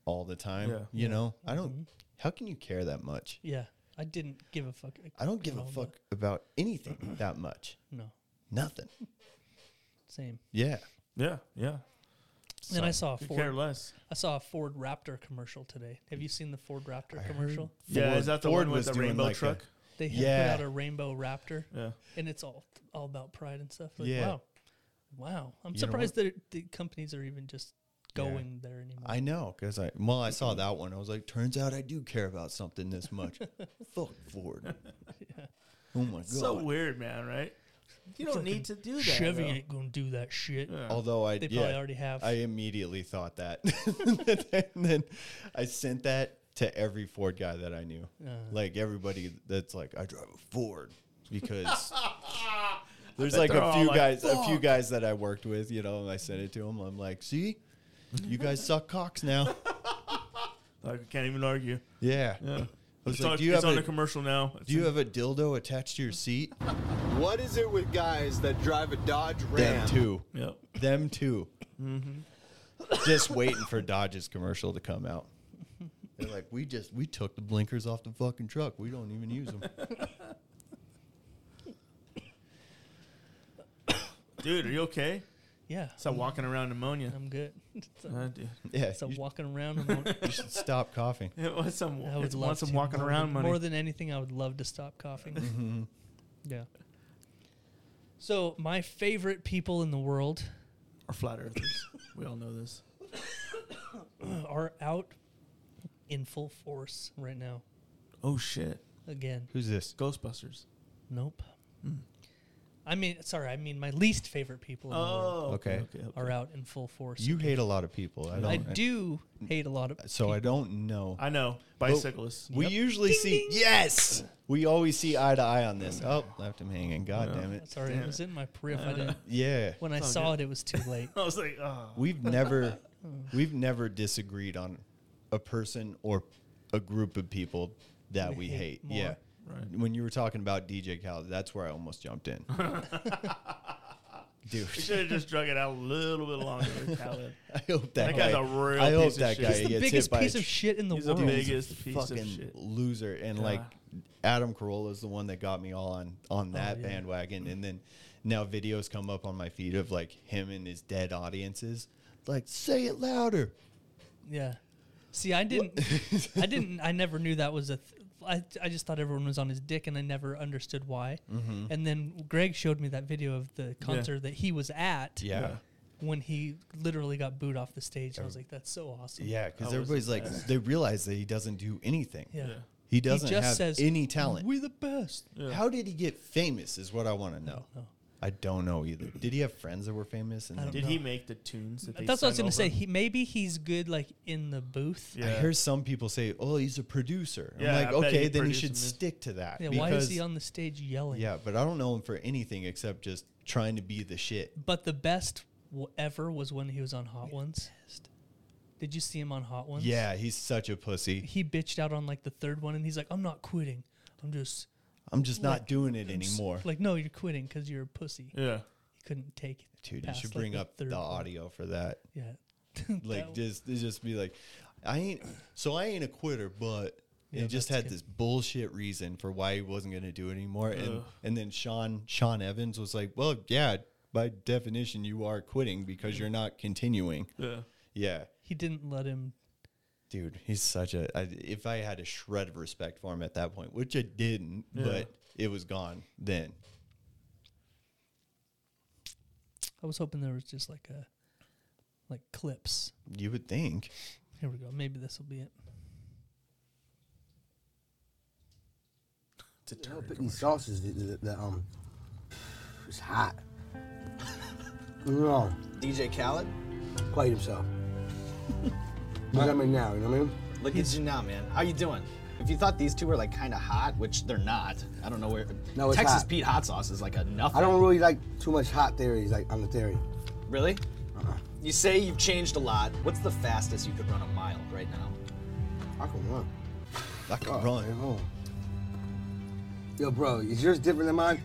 D: all the time
C: Yeah.
D: you know I don't
B: Mm-hmm.
D: how can you care that much
B: yeah. I didn't give a fuck.
D: I don't give a
B: No,
D: fuck about anything that much
B: No.
D: nothing
B: Same.
D: yeah
C: Yeah. Yeah.
B: Then I saw a
C: Could care
B: Ford
C: less.
B: I saw a Ford Raptor commercial today. Have you seen the Ford Raptor
D: I heard
B: commercial?
C: yeah.
D: Ford-
C: Is that the
D: Ford
C: one
D: was
C: with the
D: doing
C: rainbow
D: like a-
C: truck?
B: They had
D: Yeah.
B: put out a rainbow raptor
C: yeah.
B: and it's all all about pride and stuff. Like,
D: Yeah.
B: wow. Wow. I'm
D: You know
B: surprised that it- the companies are even just
D: Yeah.
B: going there anymore.
D: I know, cause I well, I saw that one. I was like, turns out I do care about something this much. Fuck Ford. Oh my god.
C: So uh, weird, man. Right? You don't need to do that.
B: Chevy
C: though.
B: ain't gonna do that shit.
C: Yeah.
D: Although I
B: They probably
D: yeah,
B: already have.
D: I immediately thought that, and then I sent that to every Ford guy that I knew,
C: Uh-huh.
D: like everybody that's like, I drive a Ford because. There's like
C: they're
D: a
C: all
D: few
C: like,
D: guys, a few guys that I worked with, you know, and I sent it to them. I'm like, see, you guys suck cocks now.
C: Like I can't even argue.
D: Yeah.
C: Yeah.
D: I was
C: It's,
D: like,
C: on,
D: do you
C: it's
D: have
C: on
D: a-
C: a commercial now.
D: Do you have a dildo attached to your seat?
E: What is it with guys that drive a Dodge
D: Them
E: Ram?
D: too.
C: Yep.
D: Them too. Just waiting for Dodge's commercial to come out. They're like, we just we took the blinkers off the fucking truck. We don't even use them.
C: Dude, are you okay?
B: yeah.
C: Stop walking around pneumonia.
B: I'm good. It's a,
C: Uh, dude.
D: Yeah,
B: it's a
D: you
B: walking around. amount-
D: should stop coughing.
C: It wants some,
B: I would
C: it
B: love
C: wants some
B: to.
C: walking
B: more
C: around
B: than,
C: money.
B: More than anything, I would love to stop coughing. Yeah. So my favorite people in the world
C: or flat earthers. we all know this.
B: are out in full force right now.
C: Oh shit.
B: Again,
D: Who's this?
C: Ghostbusters.
B: nope. I mean, sorry. I mean, my least favorite people in the world
D: Okay.
C: Oh. okay, okay.
B: are out in full force.
D: You hate a lot of people. I don't.
B: I do hate a lot of.
D: So I don't know.
C: I know. Bicyclists.
D: we usually see yes. We always see eye to eye on this. Oh, left him hanging. God damn it.
B: Sorry, it was in my periph.
D: Uh,
B: I didn't.
D: Yeah.
B: When I
C: all
B: saw it, it was too late.
C: I was like, oh.
D: We've never we've never disagreed on a person or a group of people that we
B: hate
D: hate.
B: more.
D: Yeah.
C: Right.
D: When you were talking about DJ Khaled, that's where I almost jumped in. Dude,
C: We should have just drug it out a little bit longer. with Khaled.
D: I hope that,
C: That
D: guy.
C: guy's a real
D: I hope
C: piece of
D: that
C: shit.
D: guy
C: He's
B: It's the
D: gets
B: biggest
D: hit by a
B: piece of
D: tr-
B: shit in the
C: He's a
B: world.
D: dude, he's a
C: biggest piece of
D: fucking
C: shit.
D: loser. And like Adam Carolla's the one that got me all on on that
B: yeah.
D: bandwagon. And then now videos come up on my feed of like him and his dead audiences. Like, say it louder.
B: Yeah. See, I didn't. I didn't. I never knew that was a. Th- I I just thought everyone was on his dick, and I never understood
D: Mm-hmm.
B: why. And then Greg showed me that video of the concert that he was at.
D: Yeah.
B: when he literally got booed off the stage. I was like, that's so awesome.
D: Yeah, because
C: I was
D: everybody's like they realize that he doesn't do anything.
B: Yeah.
C: Yeah.
D: He doesn't
B: just
D: have
B: says,
D: any talent.
B: We're the best.
C: Yeah.
D: How did he get famous? Is what I want to know.
B: know.
D: I don't know either. Did he have friends that were famous? And
B: I don't
D: then-
C: Did he
B: No.
C: make the tunes that they
B: That's what I was
C: sung
B: gonna say.
C: over?
B: He maybe he's good like in the booth.
C: Yeah.
D: I hear some people say, "Oh, he's a producer."
C: Yeah,
D: I'm
C: I
D: like,
C: bet
D: okay,
C: he
D: then you
C: produced
D: should
C: some-
D: stick to that.
B: Yeah, why is he
D: because-
B: on the stage yelling?
D: Yeah, but I don't know him for anything except just trying to be the shit.
B: But the best w- ever was when he was on Hot Ones. Did you see him on Hot Ones?
D: Yeah, he's such a pussy.
B: He bitched out on like the third one, and he's like, "I'm not quitting. I'm just
D: I'm just not
B: Like,
D: doing it
B: I'm s-
D: anymore.
B: Like, no, you're quitting because you're a pussy. You
C: Yeah.
B: couldn't take it.
D: Dude, you
B: past,
D: should
B: like,
D: bring up the,
B: third one.
D: audio for that.
B: Yeah.
D: Like
B: That-
D: just it just be like, I ain't so I ain't a quitter, but
B: Yeah,
D: it just
B: that's
D: had
B: good.
D: this bullshit reason for why he wasn't gonna do it anymore. And
C: Ugh.
D: and then Sean Sean Evans was like, Well, yeah, by definition you are quitting because you're not continuing.
C: Yeah.
D: Yeah.
B: he didn't let him.
D: Dude, he's such a. I, if I had a shred of respect for him at that point, which I didn't,
C: Yeah.
D: but it was gone then.
B: I was hoping there was just like a, like clips.
D: You would think.
B: Here we go. Maybe this will be it.
C: It's a
F: I'll
C: turd.
F: pick these sauces that, that, that um, it's hot. no,
E: DJ Khaled?
F: quite himself. Look at me now, you know what I mean?
E: Look at you now, man. How you doing? If you thought these two were like kind of hot, which they're not, I don't know where.
F: No, it's
E: Texas
F: hot.
E: Pete hot sauce is like a nothing.
F: I don't really like too much hot theories, like on the theory.
E: really.
F: Uh-uh.
E: You say you've changed a lot. What's the fastest you could run a mile right now?
F: I can run.
D: I could
F: Oh, at
D: run.
F: home. Yo, bro, is yours different than mine?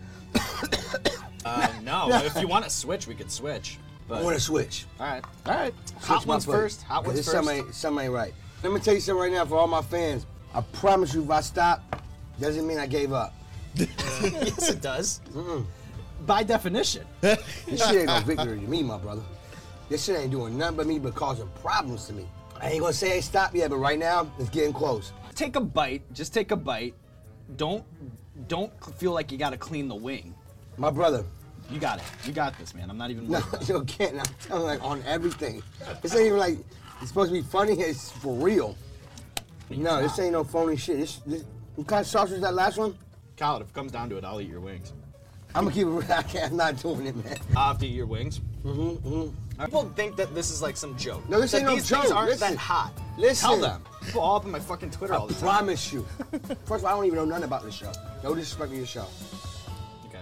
E: Uh, no. if you want to switch, we could switch. But
F: I want to switch.
E: all right, all right.
F: Switch
E: Hot
F: my
E: ones
F: plate.
E: first. Hot
F: 'Cause
E: ones
F: this
E: first.
F: Something ain't, something ain't right. Let me tell you something right now for all my fans. I promise you, if I stop, doesn't mean I gave up.
E: yes, it does. By definition.
F: This shit ain't no victory to me, my brother. This shit ain't doing nothing but me but causing problems to me. I ain't gonna say ain't stop yet, but right now it's getting close.
E: take a bite. Just take a bite. Don't don't feel like you got to clean the wing.
F: My brother,
E: You got it. You got this, man. I'm not even.
F: no,
E: worried about it.
F: you can't. I'm telling like on everything. This ain't even like it's supposed to be funny. It's for real. No, this ain't no phony shit. This, this what kind of sauce was that last one?
E: Khaled, if it comes down to it, I'll eat your wings.
F: I'm gonna keep it. real. I can't, I'm not doing it, man.
E: I'll have to eat your wings. Mm-hmm, People think that this is like some joke.
F: No, this
E: That
F: ain't no
E: these Things
F: joke.
E: aren't
F: Listen.
E: that hot.
F: Listen.
E: Tell them. People all up on my fucking Twitter all
F: I
E: the time.
F: promise you. First of all, I don't even know nothing about this show. No disrespect to your show.
E: Okay.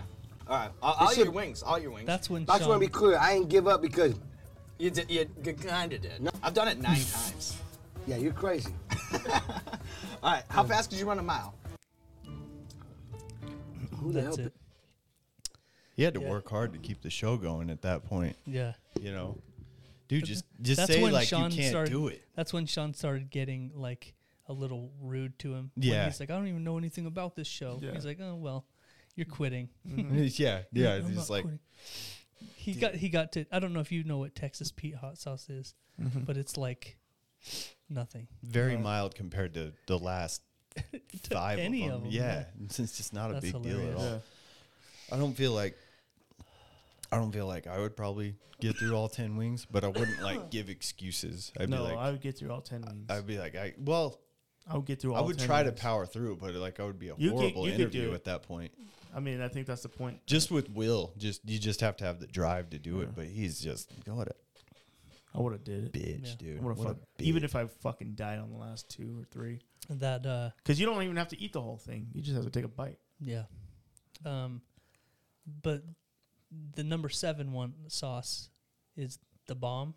E: All right. I'll, I'll eat
F: should-
E: your wings. I'll eat your wings.
B: That's when
F: I just
B: Sean.
F: want to be clear. I ain't give up because,
E: you did. You kind of did. I've done it nine times.
F: yeah, you're crazy.
E: All right. How fast could you run a mile?
F: Who the hell?
B: that's it.
D: He had to
B: Yeah.
D: work hard to keep the show going at that point.
B: Yeah.
D: You know, dude, just just say like you can't
B: started,
D: do it.
B: That's when Sean started getting like a little rude to him. when
D: Yeah.
B: he's like, I don't even know anything about this show.
C: Yeah.
B: He's like, oh well, you're quitting.
D: yeah, yeah.
B: I'm
D: It's
B: not
D: just like
B: quitting. he got he got to. I don't know if you know what Texas Pete hot sauce is,
D: Mm-hmm.
B: but it's like nothing.
D: very mild compared to the last
B: To
D: five
B: any
D: of, them. Yeah, it's it's just not a
B: That's
D: big deal at
B: hilarious.
D: all.
C: Yeah.
D: I don't feel like I don't feel like I would probably get through all ten wings, but I wouldn't like give excuses. I'd
C: No,
D: be like,
C: I would get through all ten wings. I,
D: I'd be like, I well,
C: would get through all.
D: I would
C: 10
D: try
C: wings.
D: to power through, but like I would be a
C: You could-
D: horrible
C: you could do
D: interview
C: it.
D: at that point.
C: I mean, I think that's the point.
D: Just with Will, just you just have to have the drive to do it. But he's just what a
C: I would have did it.
D: bitch,
B: Yeah.
D: dude.
C: I would
D: What a
C: have even
D: bitch.
C: if I fucking died on the last two or three,
B: That uh,
C: because you don't even have to eat the whole thing. You just have to take a bite.
B: Yeah. Um, but the number seven one sauce is the bomb,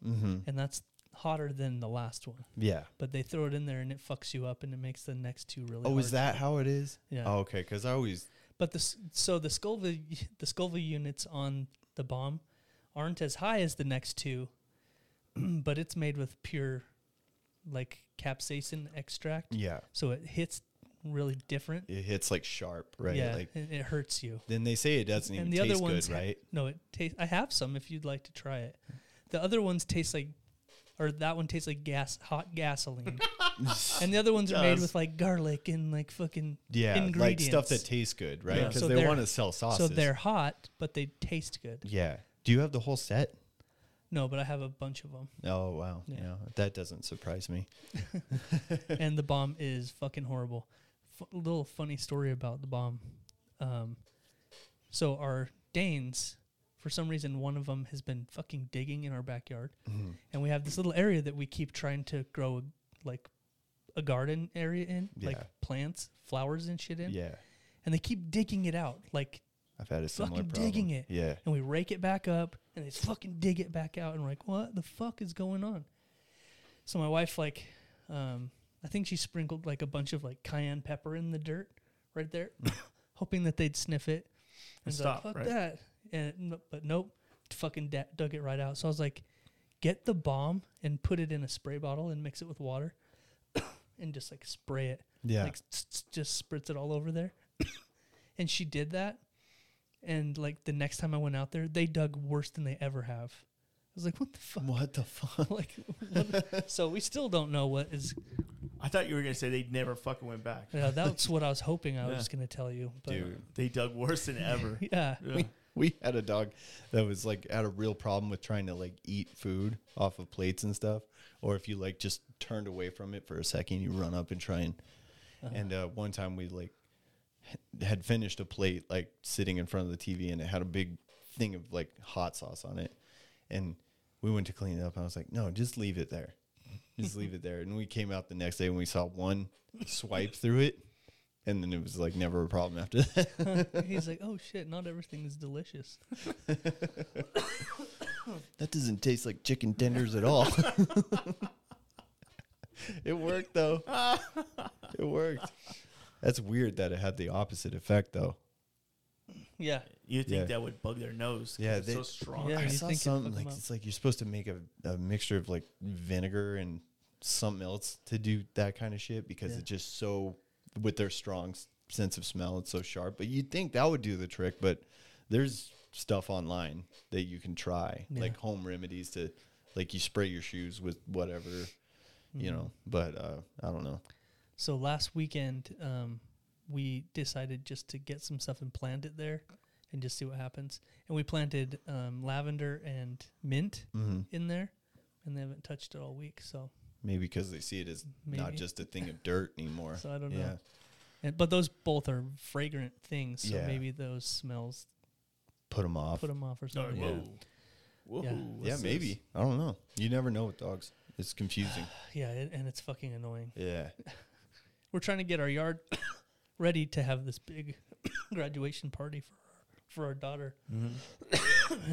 B: and that's hotter than the last one.
D: Mm-hmm. yeah.
B: But they throw it in there and it fucks you up and it makes the next two really.
D: Oh, is
B: hard.
D: that how it is?
B: Yeah.
D: Oh, okay, because I always
B: But the s- so the Scoville the Scoville units on the bomb aren't as high as the next two, but it's made with pure like capsaicin extract.
D: yeah.
B: So it hits really different.
D: It hits like sharp, right?
B: yeah,
D: Like
B: and it hurts you.
D: then they say it doesn't even
B: and the
D: taste
B: other ones
D: good,
B: ha-
D: right?
B: no it tastes i have some if you'd like to try it the other ones taste like or that one tastes like gas hot gasoline and the other ones are made
C: Does.
B: with like garlic and like fucking
D: Yeah, like
B: ingredients.
D: stuff that tastes good, right?
C: Yeah.
D: Because
B: So
D: they
B: they're-
D: want to sell sauces.
B: so they're hot but they taste good
D: yeah. Do you have the whole set?
B: No, but I have a bunch of them,
D: Oh wow, yeah,
B: Yeah.
D: that doesn't surprise me.
B: and the bomb is fucking horrible. F- little funny story about the bomb. Um, so our Danes, for some reason, one of them has been fucking digging in our backyard,
D: Mm-hmm.
B: and we have this little area that we keep trying to grow like a garden area in, like
D: Yeah.
B: plants, flowers, and shit in.
D: Yeah,
B: And they keep digging it out, like
D: I've had a similar
B: fucking
D: problem.
B: digging it.
D: Yeah,
B: And we rake it back up and they fucking dig it back out. And we're like, what the fuck is going on? So my wife, like, um, I think she sprinkled like a bunch of like cayenne pepper in the dirt right there, hoping that they'd sniff it. And it's
C: stop,
B: like, fuck
C: right?
B: that. And no- but nope, fucking da- dug it right out. So I was like, get the bomb and put it in a spray bottle and mix it with water, and just like spray it.
D: Yeah.
B: like s- s- just spritz it all over there. and she did that, and like the next time I went out there, they dug worse than they ever have. I was like, what the fuck?
D: what the fuck?
B: like, what- so we still don't know what is.
C: I thought you were gonna say they never fucking went back.
B: You know, that's what I was hoping I
C: Yeah.
B: was going to tell you, but
D: Dude,
C: They dug worse than ever.
B: yeah,
C: Yeah.
D: we, we had a dog that was like had a real problem with trying to like eat food off of plates and stuff or if you like just turned away from it for a second you run up and try and and uh, one time we like h- had finished a plate like sitting in front of the tv and it had a big thing of like hot sauce on it and we went to clean it up and i was like no just leave it there just leave it there and we came out the next day and we saw one swipe through it and then it was like never a problem after that
B: he's like, oh shit, not everything is delicious.
D: That doesn't taste like chicken tenders at all. it worked though. It worked. That's weird that it had the opposite effect though.
B: Yeah,
C: You think
D: Yeah.
C: that would bug their nose? 'cause
D: Yeah,
C: it's
D: they-
C: so strong.
B: Yeah,
D: I
B: you
D: saw
B: think it'd
D: something
B: fuck 'em
D: like
B: up.
D: it's like you're supposed to make a, a mixture of like vinegar and something else to do that kind of shit because
B: Yeah.
D: it's just so with their strong s- sense of smell it's so sharp. But you'd think that would do the trick, but there's stuff online that you can try
B: Yeah.
D: like home remedies to like you spray your shoes with whatever
B: Mm-hmm.
D: you know. But uh, I don't know.
B: So last weekend, um, we decided just to get some stuff and plant it there, and just see what happens. And we planted um, lavender and mint
D: Mm-hmm.
B: in there, and they haven't touched it all week. So,
D: Maybe because they see it as not
B: Maybe.
D: just a thing of dirt anymore.
B: so I don't know. And, but those both are fragrant things, so
D: Yeah.
B: maybe those smells
D: Put them off.
B: put them off or
C: Oh,
B: something.
C: whoa. Whoa.
B: Yeah.
D: yeah,
C: what's
D: maybe.
C: this?
D: I don't know. You never know with dogs. It's confusing.
B: Yeah, it, and it's fucking annoying.
D: yeah.
B: We're trying to get our yard ready to have this big graduation party for our, for our daughter,
D: Mm-hmm.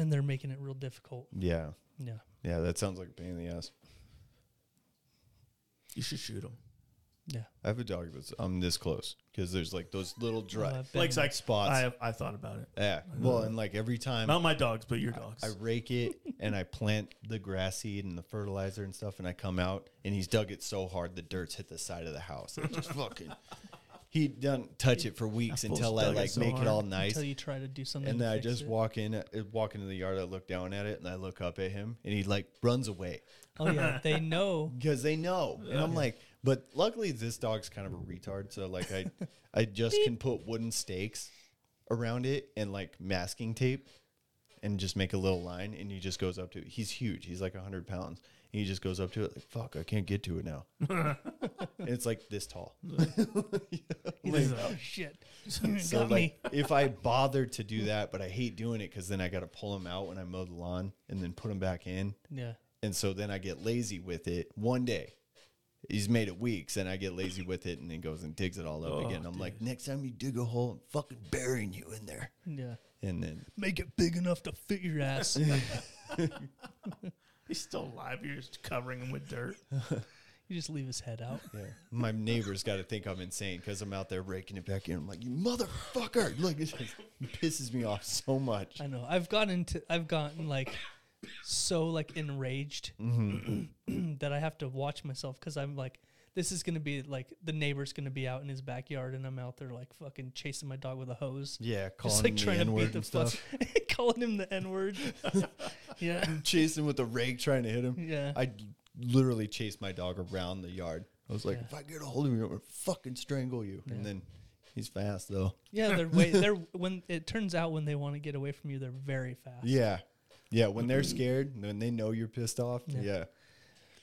B: and they're making it real difficult.
D: Yeah.
B: Yeah.
D: Yeah. That sounds like a pain in the ass.
C: You should shoot them.
B: Yeah.
D: I have a dog that's I'm this close because there's like those little dry.
B: I've been-
C: Like, like
D: Spots.
C: Oh, I, I thought about it.
D: yeah. Well, and like every time
C: Not my dogs, but your dogs.
D: I rake it and I plant the grass seed and the fertilizer and stuff, and I come out and he's dug it so hard the dirt's hit the side of the house. It just fucking. He doesn't touch it for weeks
C: That fool's
D: until I
C: dug it
D: like
C: so
D: make
C: hard.
D: it all nice.
B: until you try to do something.
D: And
B: to
D: then I
B: fix
D: just
B: it.
D: walk in, uh, walk into the yard. I look down at it, and I look up at him, and he like runs away
B: Oh yeah, they know.
D: because they know. And I'm like, but luckily this dog's kind of a retard, so like I, I just can put wooden stakes around it and like masking tape, and just make a little line. And he just goes up to it. He's huge. He's like hundred pounds. And he just goes up to it like, fuck, I can't get to it now. and it's like this tall.
B: He's like, oh shit,
D: So
B: got me.
D: like, if I bothered to do that, but I hate doing it because then I got to pull them out when I mow the lawn and then put them back in,
B: Yeah,
D: and so then I get lazy with it. One day, he's made it weeks, and I get lazy with it, and then goes and digs it all up again.
B: Oh,
D: I'm like, next time you dig a hole, I'm fucking burying you in there,
B: yeah.
D: and then
B: Make it big enough to fit your ass.
C: He's still alive. You're just covering him with dirt.
B: you just leave his head out.
D: yeah, my neighbors got to think I'm insane because I'm out there raking it back in. I'm like, you motherfucker! Like it just pisses me off so much.
B: I know. I've gotten to. I've gotten like so like enraged
D: Mm-hmm.
B: that I have to watch myself because I'm like, this is gonna be like the neighbor's gonna be out in his backyard and I'm out there like fucking chasing my dog with a hose.
D: Yeah,
B: Just
D: calling
B: like
D: him
B: trying
D: the
B: to
D: N-word
B: beat
D: and
B: the
D: stuff.
B: fuck, calling him the N word. yeah,
D: chasing with the rake, trying to hit him.
B: Yeah.
D: I literally chased my dog around the yard. I was like, if I get a hold of you, I'm gonna fucking strangle you. And then he's fast though.
B: yeah. They're way. They're when it turns out when they want to get away from you, they're very fast.
D: Yeah. Yeah, when they're scared, when they know you're pissed off. Yeah.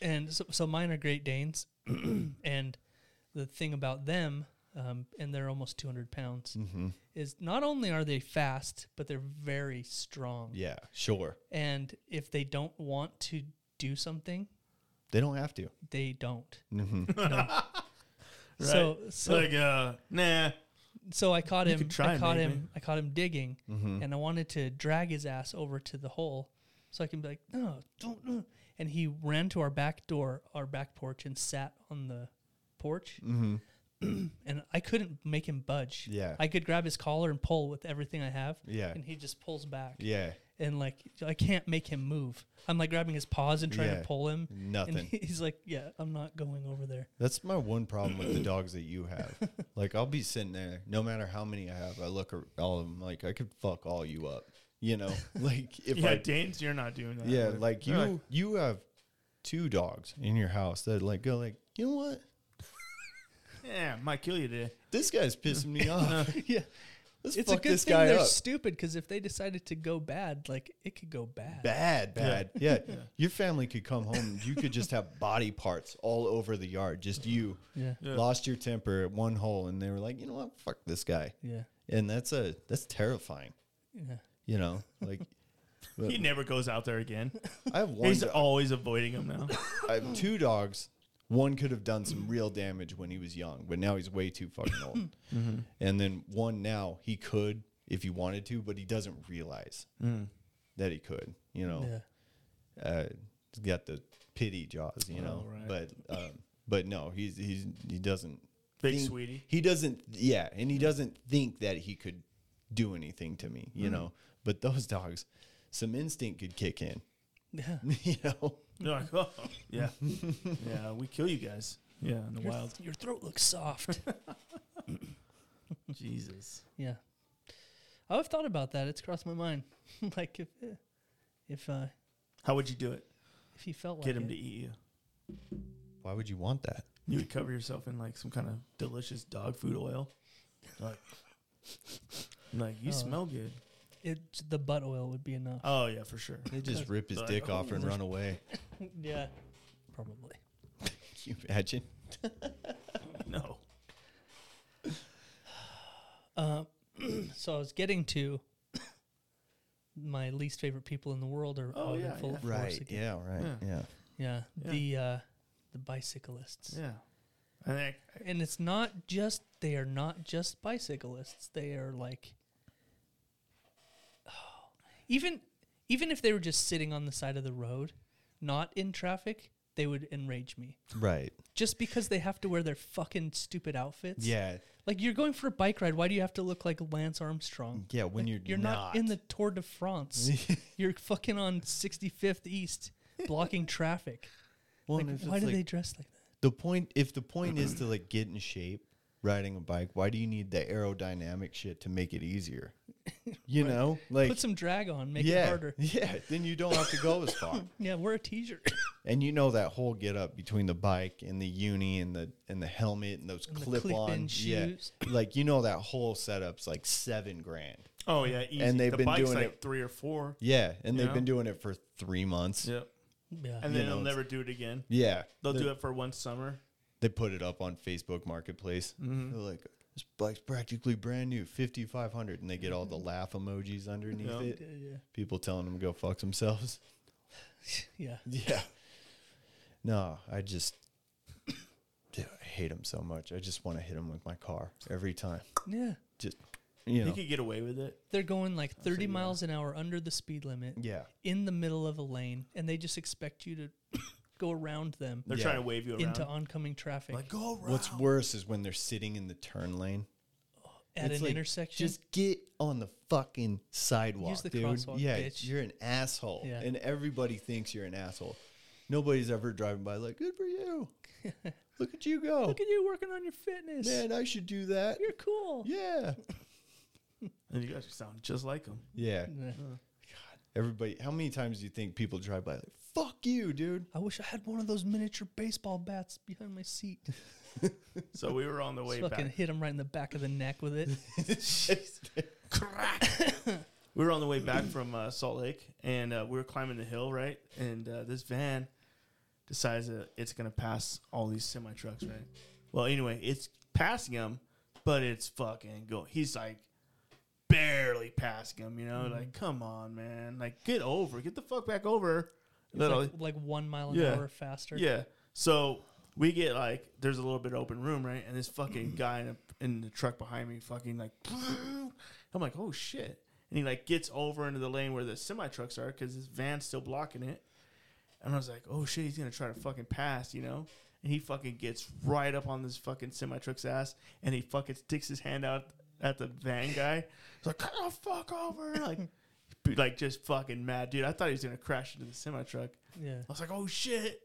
B: and so, so mine are Great Danes, and the thing about them, um, and they're almost 200 pounds, is not only are they fast, but they're very strong.
D: Yeah, sure.
B: And if they don't want to do something,
D: They don't have to.
B: they don't. So,
C: Right.
B: so,
C: like, uh, nah.
B: so I caught him.
C: could try
B: I caught
C: maybe.
B: him. I caught him digging,
D: Mm-hmm.
B: and I wanted to drag his ass over to the hole so I can be like, no, don't. No. And he ran to our back door, our back porch, and sat on the porch. and I couldn't make him budge.
D: Mm-hmm. Yeah.
B: I could grab his collar and pull with everything I have.
D: Yeah.
B: and he just pulls back.
D: Yeah.
B: and like I can't make him move. I'm like grabbing his paws and trying
D: Yeah.
B: to pull him.
D: Nothing.
B: And he's like, yeah, I'm not going over there.
D: That's my one problem with the dogs that you have. Like I'll be sitting there, no matter how many I have, I look at all of them like I could fuck all you up. You know, like if
C: Yeah,
D: I
C: Danes, you're not doing that.
D: yeah, like you
C: They're
D: you have two dogs in your house that like go like you know what
C: yeah, might kill you today.
D: this guy's pissing me off.
B: yeah.
D: Let's
B: it's a
D: fuck
B: good
D: this
B: thing
D: guy
B: they're
D: up.
B: stupid because if they decided to go bad, like it could go bad.
D: Bad, bad. Yeah. Your family could come home. and You could just have body parts all over the yard. Just you
B: Yeah.
D: lost your temper at one hole, and they were like, you know what, fuck this guy.
B: Yeah,
D: and that's a that's terrifying.
B: yeah.
D: You know, like
C: He never goes out there again.
D: I have one.
C: He's
D: dog-
C: always avoiding him now.
D: I have two dogs. One could have done some real damage when he was young, but now he's way too fucking old. And then one now he could if he wanted to, but he doesn't realize that he could. You know,
B: Yeah.
D: uh, he's got the pity jaws. You know, but um, but no, he's he's he doesn't.
C: Big
D: think-
C: sweetie.
D: He doesn't. Yeah, and he doesn't think that he could do anything to me. You know, but those dogs, some instinct could kick in.
B: Yeah.
D: you know.
C: They're like, oh, yeah, yeah, we kill you guys. Yeah, in the
B: Your,
C: wild.
B: th- your throat looks soft.
C: Jesus.
B: yeah. I've thought about that. It's crossed my mind. like if eh, if uh,
C: How would you do it?
B: if he felt like
C: Get him
B: it.
C: to eat you.
D: Why would you want that?
C: You would cover yourself in like some kind of delicious dog food oil. Like, I'm like you
B: Oh.
C: smell good.
B: It- the butt oil would be enough.
C: Oh yeah, for sure.
D: They just rip his dick off and run away.
B: yeah, probably.
D: Can you imagine?
C: No.
B: So I was getting to my least favorite people in the world are
C: Oh,
B: out
C: yeah,
B: in full
C: yeah.
B: force again.
D: Yeah. Right.
C: Yeah.
D: Yeah.
B: Yeah,
C: Yeah.
B: the uh, the bicyclists.
C: Yeah. I think
B: and it's not just they are not just bicyclists they are like even even if they were just sitting on the side of the road not in traffic they would enrage me
D: Right.
B: just because they have to wear their fucking stupid outfits
D: Yeah.
B: like you're going for a bike ride why do you have to look like lance armstrong
D: Yeah. When you're
B: you're not, in the tour de france you're fucking on 65th east blocking traffic
D: Well,
B: like,
D: and if
B: why
D: it's
B: do
D: like-
B: they dress like that
D: the point if the point is to like get in shape riding a bike, why do you need the aerodynamic shit to make it easier? You know, like
B: put some drag on make
D: yeah,
B: it harder
D: yeah. Then you don't have to go as far.
B: yeah wear a t-shirt
D: And you know that whole get up between the bike and the uni and the and the helmet and those
B: the
D: clip on
B: clip-in
D: yeah.
B: shoes.
D: Like you know that whole setup's like seven grand.
C: Oh yeah, easy.
D: And they've
C: the
D: been
C: bike's
D: doing
C: like
D: it-
C: three or four.
D: Yeah, and they've
C: Yeah.
D: been doing it for three months.
C: Yep.
B: yeah
C: And then
D: know,
C: they'll
D: it's-
C: never do it again.
D: Yeah,
C: They'll
D: they,
C: do it for one summer.
D: They put it up on Facebook Marketplace.
C: Mm-hmm.
D: They're like, "This bike's practically brand new, fifty five hundred, and they get all the laugh emojis underneath
C: Mm-hmm. Yeah.
D: it.
B: yeah,
D: People telling them to go fuck themselves.
B: yeah.
D: Yeah. No, I just, dude, I hate them so much. I just want to hit them with my car every time.
B: Yeah.
D: Just, you
C: You
D: know,
C: could get away with it.
B: They're going like 30 miles an hour under the speed limit
D: yeah,
B: in the middle of a lane, and they just expect you to go around them
C: They're
D: Yeah.
C: trying to wave you around.
B: into oncoming traffic
C: go around.
D: What's worse is when they're sitting in the turn lane.
B: at
D: It's
B: an
D: like,
B: intersection.
D: Just get on the fucking sidewalk,
B: the
D: dude.
B: crosswalk,
D: yeah,
B: bitch.
D: you're an asshole,
B: Yeah.
D: and everybody thinks you're an asshole. Nobody's ever driving by like, "Good for you, look at you go,
B: Look at you working on your fitness.
D: man. I should do that."
B: You're cool.
D: Yeah,
C: and you guys sound just like them.
D: yeah.
B: Yeah.
D: Everybody, how many times do you think people drive by like, "Fuck you, dude"?
B: I wish I had one of those miniature baseball bats behind my seat.
C: So we were on the way
B: Fucking
C: back.
B: hit him right in the back of the neck with it.
C: Crack. we were on the way back from uh, Salt Lake, and uh, we were climbing the hill, right? And uh, this van decides that it's gonna pass all these semi trucks, right? Well, anyway, it's passing them, but it's fucking going. He's like barely passing them, you know? Like, come on, man! Like, get over, get the fuck back over.
B: It's
C: Little-
B: like, like one mile an
C: Yeah.
B: hour faster.
C: yeah. So we get like there's a little bit of open room, right? And this fucking guy in, a, in the truck behind me, fucking like, I'm like, oh shit. And he like gets over into the lane where the semi trucks are because his van's still blocking it. And I was like, oh shit, he's gonna try to fucking pass, you know? And he fucking gets right up on this fucking semi truck's ass and he fucking sticks his hand out at the van guy. He's like, cut the fuck over. Like, like just fucking mad, dude. I thought he was gonna crash into the semi truck.
B: Yeah.
C: I was like, oh shit.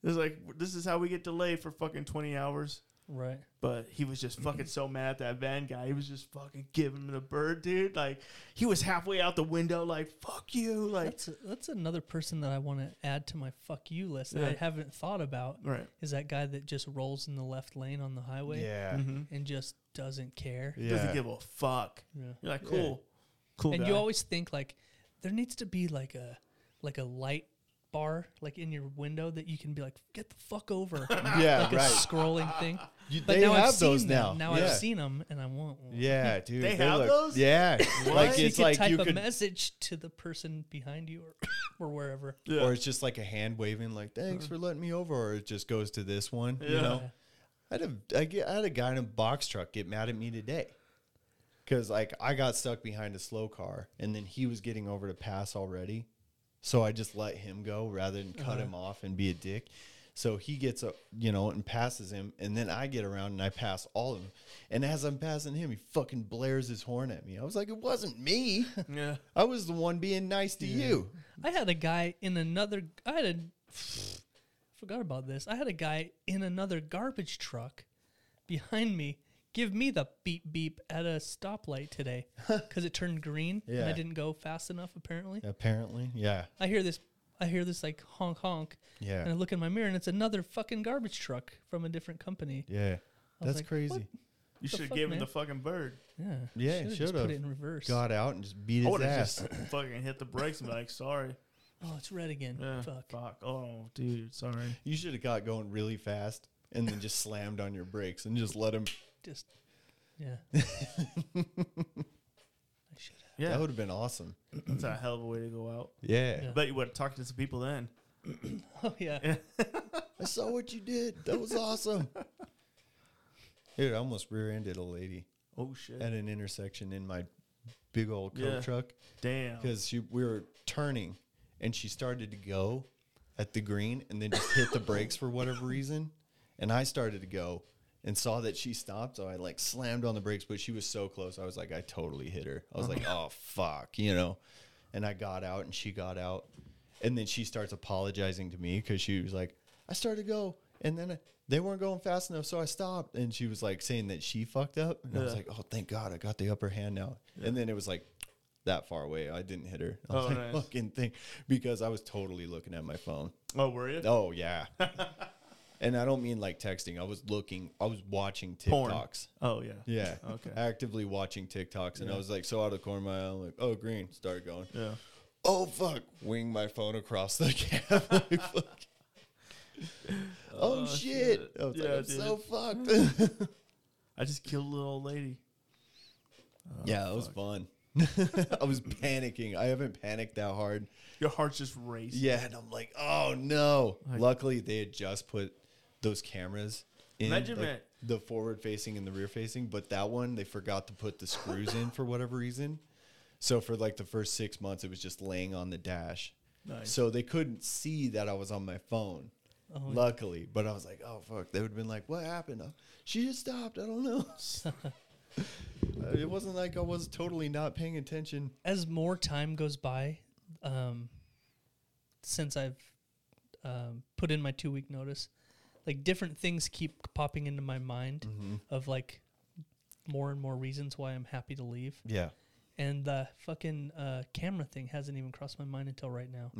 C: It was like, this is how we get delayed for fucking 20 hours.
B: Right.
C: But he was just fucking so mad at that van guy. He was just fucking giving him the bird, dude. Like, he was halfway out the window, like, fuck you. Like,
B: That's that's another person that I want to add to my fuck you list that I
C: Yeah.
B: haven't thought about.
C: right.
B: Is that guy that just rolls in the left lane on the highway
D: Yeah.
B: and just doesn't care?
D: Yeah.
C: Doesn't give a fuck.
B: Yeah.
C: You're like, cool. Cool.
B: and
C: guy.
B: you always think like there needs to be like a like a light bar like in your window that you can be like get the fuck over
D: Yeah,
B: like a
D: right.
B: scrolling thing
D: You-
B: but
D: they
B: now I've
D: have
B: seen
D: those
B: them.
D: now.
B: now
D: Yeah.
B: I've seen them and I want one
D: Yeah, dude.
C: They
D: they
C: have
D: look-
C: those?
D: Yeah. like
B: So
D: it's
B: you could
D: like
B: type
D: you
B: a
D: could
B: message to the person behind you or, or wherever
C: Yeah. Uh-huh.
D: or it's just like a hand waving like thanks for letting me over or it just goes to this one, you
C: Yeah.
D: know. I had a I, get, I had a guy in a box truck get mad at me today. Cuz like I got stuck behind a slow car and then he was getting over to pass already. So I just let him go rather than
C: Uh-huh.
D: cut him off and be a dick. So he gets up, you know, and passes him and then I get around and I pass all of them. And as I'm passing him, he fucking blares his horn at me. I was like, "It wasn't me.
C: yeah.
D: I was the one being nice to you."
B: I had a guy in another. I had a. Forgot about this. I had a guy in another garbage truck behind me give me the beep beep at a stoplight today because it turned green and I
D: Yeah.
B: didn't go fast enough. Apparently,
D: Apparently, yeah.
B: I hear this. I hear this like honk honk.
D: Yeah.
B: And I look in my mirror and it's another fucking garbage truck from a different company.
D: Yeah.
B: was
D: That's
B: like,
D: crazy.
B: "What?"
C: You should have
B: fuck,
C: given him
B: man?
C: the fucking bird.
B: Yeah.
D: Yeah,
B: Should've
D: should
B: just
D: have.
B: put it in reverse.
D: Got out and just beat
C: I
D: his
C: would have
D: ass.
C: just fucking hit the brakes and be like, sorry.
B: Oh, it's red again.
C: Yeah.
B: Fuck.
C: fuck. Oh, dude, sorry.
D: You should have got going really fast and then just slammed on your brakes and just let him.
B: Just. Yeah. I should have.
C: Yeah.
D: That would have been awesome.
C: That's a hell of a way to go out.
D: Yeah.
B: Yeah.
C: I bet you would have talked to some people then.
B: Oh yeah.
D: I saw what you did. That was awesome. Dude, I almost rear ended a lady
C: Oh, shit.
D: at an intersection in my big old coat
C: Yeah.
D: truck
C: Damn.
D: because she we were turning and she started to go at the green and then just hit the brakes for whatever reason. And I started to go and saw that she stopped, so I like slammed on the brakes, but she was so close. I was like, I totally hit her. I was like, oh fuck, you know. And I got out and she got out. And then she starts apologizing to me because she was like, I started to go. And then I, they weren't going fast enough, so I stopped. And she was like saying that she fucked up. And I was
C: Yeah.
D: like, oh, thank God, I got the upper hand now. And then it was like that far away. I didn't hit her. I was
C: Oh,
D: like,
C: nice.
D: fucking thing. Because I was totally looking at my phone.
C: Oh, were you?
D: Oh yeah. and I don't mean like texting. I was looking. I was watching TikToks.
C: Porn. Oh yeah.
D: Yeah.
C: Okay.
D: Actively watching TikToks, and I was like so out of the corner of my eye. I'm like, oh green, started going.
C: Yeah.
D: Oh fuck, wing my phone across the cab. Like, fuck. Oh, shit! I was
C: Yeah,
D: like, I'm
C: dude.
D: so fucked.
C: I just killed a little old lady.
D: yeah, it
C: Oh,
D: was fun. I was panicking. I haven't panicked that hard.
C: Your heart's just raced.
D: Yeah, and I'm like, oh no. Luckily, they had just put those cameras in
C: Imagine
D: like,
C: that.
D: the forward facing and the rear facing, but that one they forgot to put the screws in for whatever reason. So for like the first six months, it was just laying on the dash.
C: Nice. Oh,
D: So they couldn't see that I was on my phone. luckily, but I was like, oh fuck, they would have been like, what happened? Uh, She just stopped. I don't know. Uh, it wasn't like I was totally not paying attention.
B: as more time goes by, um, since I've um, put in my two week notice, like different things keep popping into my mind of like more and more reasons why I'm happy to leave.
D: Yeah.
B: And the fucking uh, camera thing hasn't even crossed my mind until right now.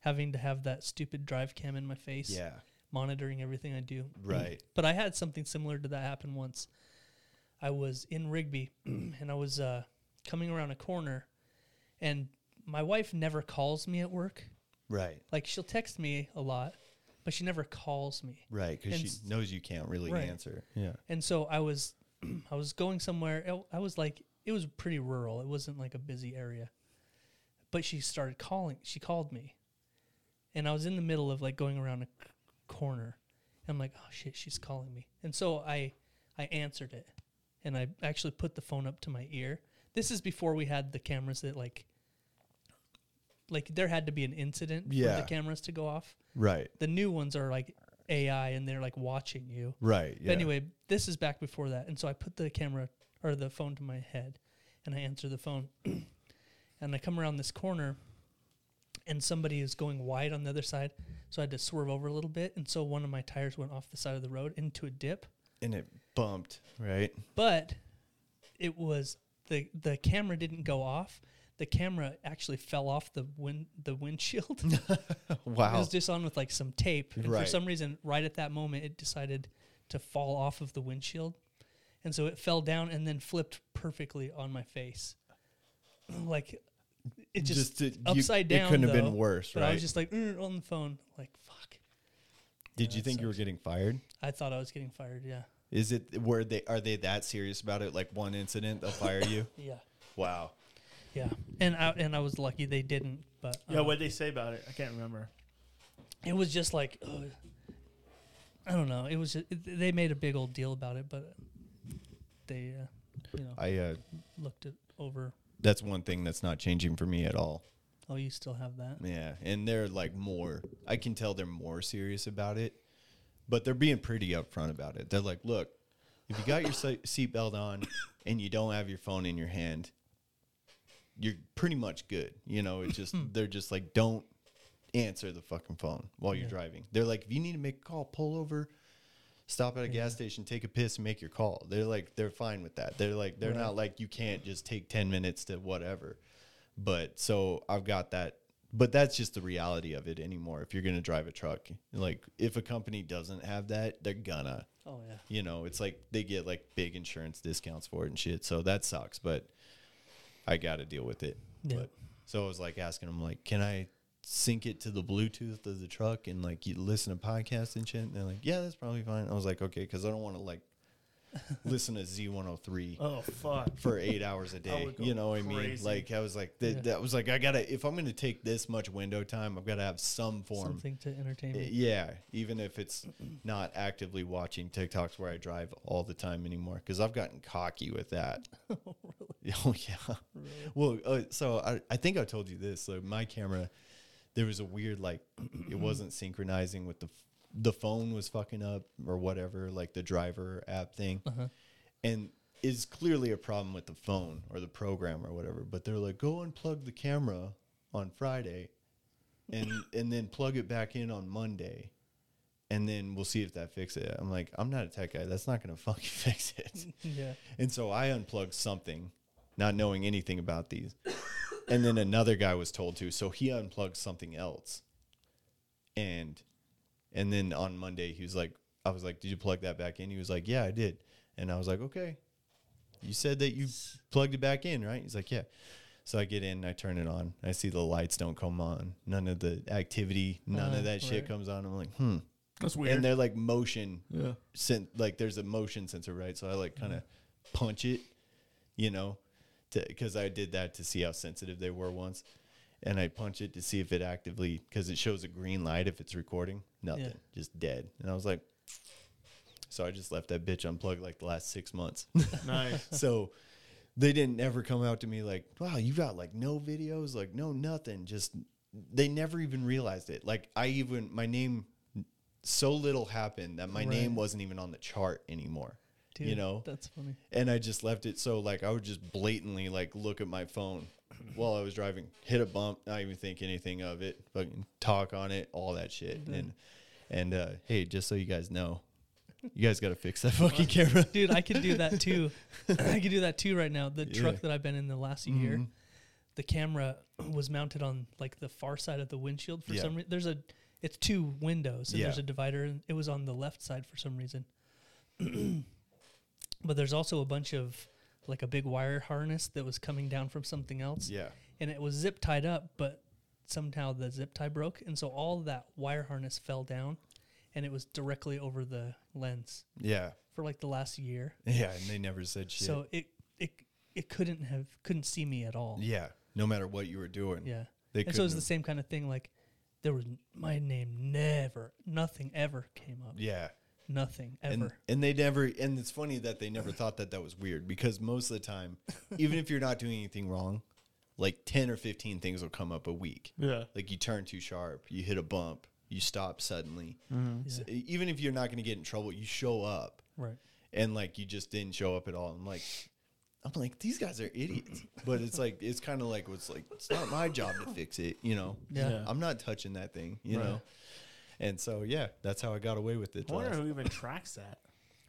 B: Having to have that stupid drive cam in my face,
D: Yeah.
B: monitoring everything I do.
D: Right.
B: But I had something similar to that happen once. I was in Rigby and I was uh, coming around a corner And my wife never calls me at work.
D: Right.
B: Like she'll text me a lot, but she never calls me.
D: Right. Because
B: And
D: she
B: s-
D: knows you can't really
B: Right.
D: answer. Yeah.
B: And so I was, I was going somewhere. I- I was like, it was pretty rural. It wasn't like a busy area, but she started calling. She called me, and I was in the middle of like going around a c- corner. I'm like, oh shit, she's calling me. And so I, I answered it, and I actually put the phone up to my ear. This is before we had the cameras that like, like there had to be an incident for
D: Yeah.
B: the cameras to go off.
D: Right.
B: The new ones are like AI, and they're like watching you.
D: Right.
B: But anyway, this is back before that. And so I put the camera or the phone to my head and I answer the phone. and I come around this corner and somebody is going wide on the other side. So I had to swerve over a little bit. And so one of my tires went off the side of the road into a dip.
D: And it bumped. Right.
B: But it was the the camera didn't go off. The camera actually fell off the wind the windshield. It
D: Wow.
B: was just on with like some tape, and for
D: Right.
B: some reason, right at that moment, it decided to fall off of the windshield, and so it fell down and then flipped perfectly on my face. Like it just,
D: Just it- you-
B: upside
D: it
B: down.
D: couldn't have been
B: though,
D: worse,
B: but I
D: right?
B: was just like "Mm," on the phone, like fuck.
D: Did you
B: that
D: think you were getting fired?
B: I thought I was getting fired. Yeah,
D: Is it were they are they that serious about it? Like one incident, they'll fire you.
B: yeah,
D: Wow.
B: yeah. And I and I was lucky they didn't. But
C: Yeah,
B: um,
C: what would they say about it? I can't remember.
B: it was just like uh, I don't know. It was ju- it, they made a big old deal about it, but they uh, you know
D: I uh,
B: looked it over.
D: that's one thing that's not changing for me at all.
B: Oh, you still have that?
D: Yeah, and they're like more. I can tell they're more serious about it, but they're being pretty upfront about it. They're like, "Look, if you got your se- seatbelt on and you don't have your phone in your hand, you're pretty much good." You know, it's just they're just like, "Don't answer the fucking phone while you're driving." They're like, "If you need to make a call, pull over." Stop at a gas station, take a piss, and make your call. They're like, they're fine with that. They're like, they're not like, you can't just take 10 minutes to whatever but so I've got that. But that's just the reality of it anymore. If you're gonna drive a truck, like if a company doesn't have that, they're gonna.
B: Oh yeah.
D: You know, it's like they get like big insurance discounts for it and shit. So that sucks, but I got to deal with it.
B: Yeah.
D: But so I was like asking him, like, can I sync it to the Bluetooth of the truck and like you listen to podcasts and shit? And they're like, yeah, that's probably fine. I was like, okay, because I don't want to like listen to Z103
C: Oh fuck.
D: for eight hours a day.
C: would go
D: You know what I mean?
C: crazy.
D: Like I was like that, that was like I gotta if I'm gonna take this much window time, I've gotta have some form. Eh,
B: Something to entertain me.
D: Yeah, even if it's not actively watching TikToks where I drive all the time anymore, because I've gotten cocky with that. Oh yeah. Well, uh, so I, I think I told you this. Like my camera, there was a weird like it wasn't synchronizing with the f- the phone was fucking up or whatever, like the driver app thing, and is clearly a problem with the phone or the program or whatever. But they're like, go unplug the camera on Friday, and and then plug it back in on Monday. And then we'll see if that fixes it. I'm like, I'm not a tech guy. That's not gonna fucking fix it.
B: Yeah.
D: And so I unplugged something, not knowing anything about these. and then another guy was told to, so he unplugged something else. And and then on Monday he was like I was like, "Did you plug that back in?" He was like, "Yeah, I did." And I was like, "Okay. You said that you plugged it back in, right?" He's like, "Yeah." So I get in, I turn it on. I see the lights don't come on. None of the activity, none
B: Uh,
D: of that shit
B: right.
D: comes on. I'm like, "Hmm."
C: That's
D: and
C: weird.
D: they're like motion sen- like there's a motion sensor right so i like kind of punch it you know because i did that to see how sensitive they were once and i punch it to see if it actively because it shows a green light if it's recording nothing just dead and i was like so i just left that bitch unplugged like the last six months
C: nice.
D: so they didn't ever come out to me like, wow, you got like no videos, like no nothing. Just they never even realized it. Like I even my name so little happened that my name wasn't even on the chart anymore.
B: Dude,
D: you know?
B: That's funny.
D: and I just left it so like I would just blatantly like look at my phone while I was driving, hit a bump, not even think anything of it, fucking talk on it, all that shit.
B: Mm-hmm.
D: And and uh hey, just so you guys know, you guys gotta fix that fucking camera.
B: Dude, I could do that too. I could do that too right now. The truck that I've been in the last year,
D: Mm-hmm.
B: the camera was mounted on like the far side of the windshield for
D: Yeah.
B: some reason. There's a it's two windows and
D: Yeah.
B: there's a divider and it was on the left side for some reason. but there's also a bunch of like a big wire harness that was coming down from something else.
D: Yeah.
B: and it was zip tied up, but somehow the zip tie broke, and so all that wire harness fell down, and it was directly over the lens
D: Yeah.
B: for like the last year.
D: Yeah. And they never said shit.
B: So it it it couldn't have couldn't see me at all.
D: yeah. No matter what you were doing.
B: Yeah.
D: They
B: and so it was
D: couldn't-
B: the same kind of thing. Like there was n- my name never, nothing ever came up.
D: Yeah.
B: Nothing ever.
D: And, and they never, and it's funny that they never thought that that was weird because most of the time, even if you're not doing anything wrong, like 10 or 15 things will come up a week.
C: Yeah.
D: Like you turn too sharp, you hit a bump, you stop suddenly. So even if you're not going to get in trouble, you show up
B: right.
D: and like you just didn't show up at all. I'm like, I'm like, these guys are idiots. But it's like, it's kind of like, it's like, it's not my job to fix it, you know?
B: Yeah.
C: Yeah.
D: I'm not touching that thing, you know? And so, yeah, that's how I got away with it.
C: I
D: the
C: wonder
D: last-
C: who even tracks that.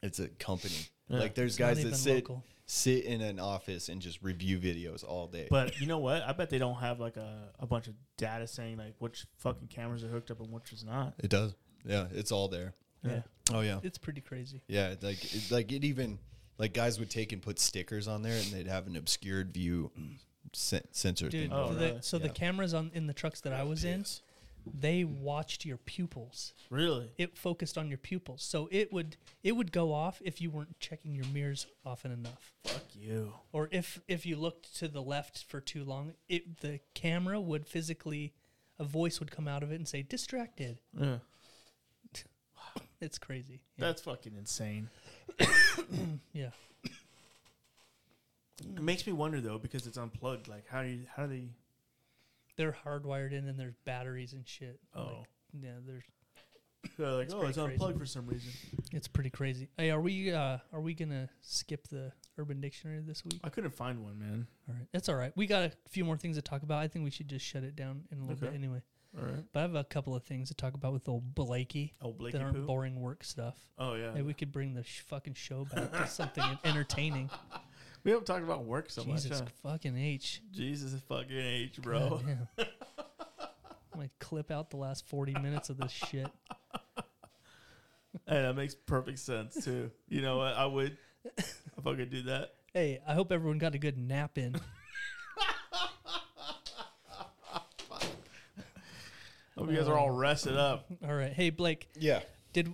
D: it's a company.
C: Yeah.
D: Like there's
B: not
D: guys that
B: even
D: sit
B: local.
D: sit in an office and just review videos all day.
C: But you know what? I bet they don't have like a, a bunch of data saying like which fucking cameras are hooked up and which is not.
D: it does. Yeah, it's all there.
B: Yeah.
D: Oh yeah.
B: It's pretty crazy.
D: Yeah, like it, like it even like guys would take and put stickers on there and they'd have an obscured view sen- sensor
B: Dude,
D: thing.
C: Oh,
B: the-
C: really?
B: so the
D: Yeah.
B: cameras on in the trucks that I was in, they watched your pupils.
C: Really?
B: It focused on your pupils. So it would it would go off if you weren't checking your mirrors often enough.
C: Fuck you.
B: Or if if you looked to the left for too long, it the camera would physically a voice would come out of it and say distracted.
C: Yeah.
B: It's crazy. Yeah.
C: That's fucking insane.
B: yeah.
C: It makes me wonder though because it's unplugged. Like how do you, how do they?
B: They're hardwired in and there's batteries and shit.
C: Oh,
B: Like, yeah, there's
C: they're like oh
B: pretty
C: it's
B: crazy.
C: unplugged for some reason.
B: it's pretty crazy. Hey, are we uh are we gonna skip the urban dictionary this week?
C: I couldn't find one, man.
B: All right. That's all right. We got a few more things to talk about. I think we should just shut it down in a little bit
C: Okay.
B: anyway.
C: All right.
B: But I have a couple of things to talk about with old Blakey
C: Oh, Blakey
B: that aren't
C: poo.
B: boring work stuff.
C: Oh yeah.
B: Maybe we could bring the sh- fucking show back to something entertaining.
C: we haven't talked about work so
B: Jesus
C: much. Huh?
B: fucking H.
C: Jesus fucking H, bro.
B: Goddamn. I'm going to clip out the last 40 minutes of this shit.
C: Hey, that makes perfect sense too. You know what? I would. I fucking do that.
B: Hey, I hope everyone got a good nap in.
C: Hope you guys are all rested up.
B: All right. Hey, Blake,
D: Yeah.
B: did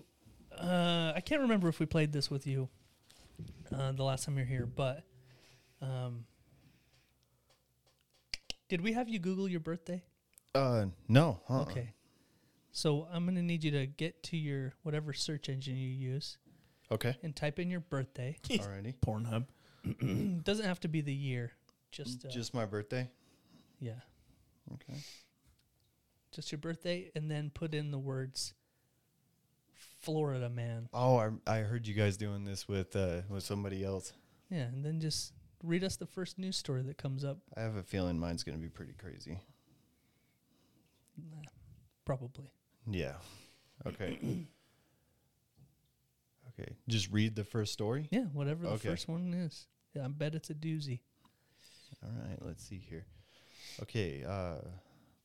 B: uh, I can't remember if we played this with you uh, the last time you were here, but um, did we have you Google your birthday?
D: Uh no. uh-uh.
B: Okay. So I'm gonna need you to get to your whatever search engine you use
D: Okay.
B: and type in your birthday.
D: Alrighty.
C: Pornhub.
B: It doesn't have to be the year, just uh,
D: Just my birthday.
B: yeah,
D: Okay.
B: just your birthday, and then put in the words Florida man.
D: Oh, I, I heard you guys doing this with uh with somebody else.
B: Yeah, and then just read us the first news story that comes up.
D: I have a feeling mine's gonna be pretty crazy.
B: Probably.
D: Yeah. Okay. okay. Just read the first story.
B: Yeah, whatever the
D: Okay.
B: first one is. Yeah, I bet it's a doozy.
D: All right. Let's see here. Okay. Uh,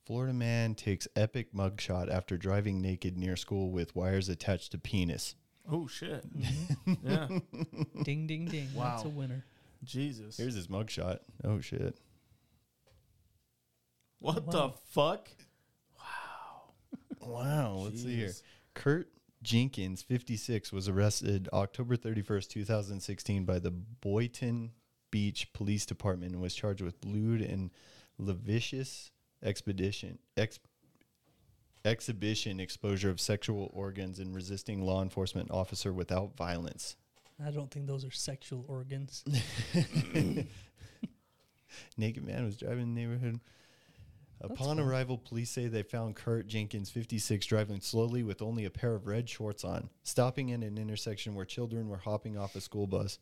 D: Florida man takes epic mugshot after driving naked near school with wires attached to penis.
C: Oh shit.
D: Mm-hmm.
C: yeah.
B: ding, ding, ding. That's a
C: Wow.
B: winner.
C: Jesus.
D: Here's his mugshot. Oh shit.
C: what
B: Wow.
C: the fuck?
D: Wow. Let's see here.
C: Jeez.
D: Kurt Jenkins, 56, was arrested October 31st, 2016, by the Boynton Beach Police Department and was charged with lewd and lascivious expedition ex, exhibition exposure of sexual organs and resisting law enforcement officer without violence.
B: I don't think those are sexual organs.
D: Naked man was driving in the neighborhood. Upon arrival, police say they found Kurt Jenkins, 56, driving slowly with only a pair of red shorts on, stopping at an intersection where children were hopping off a school bus.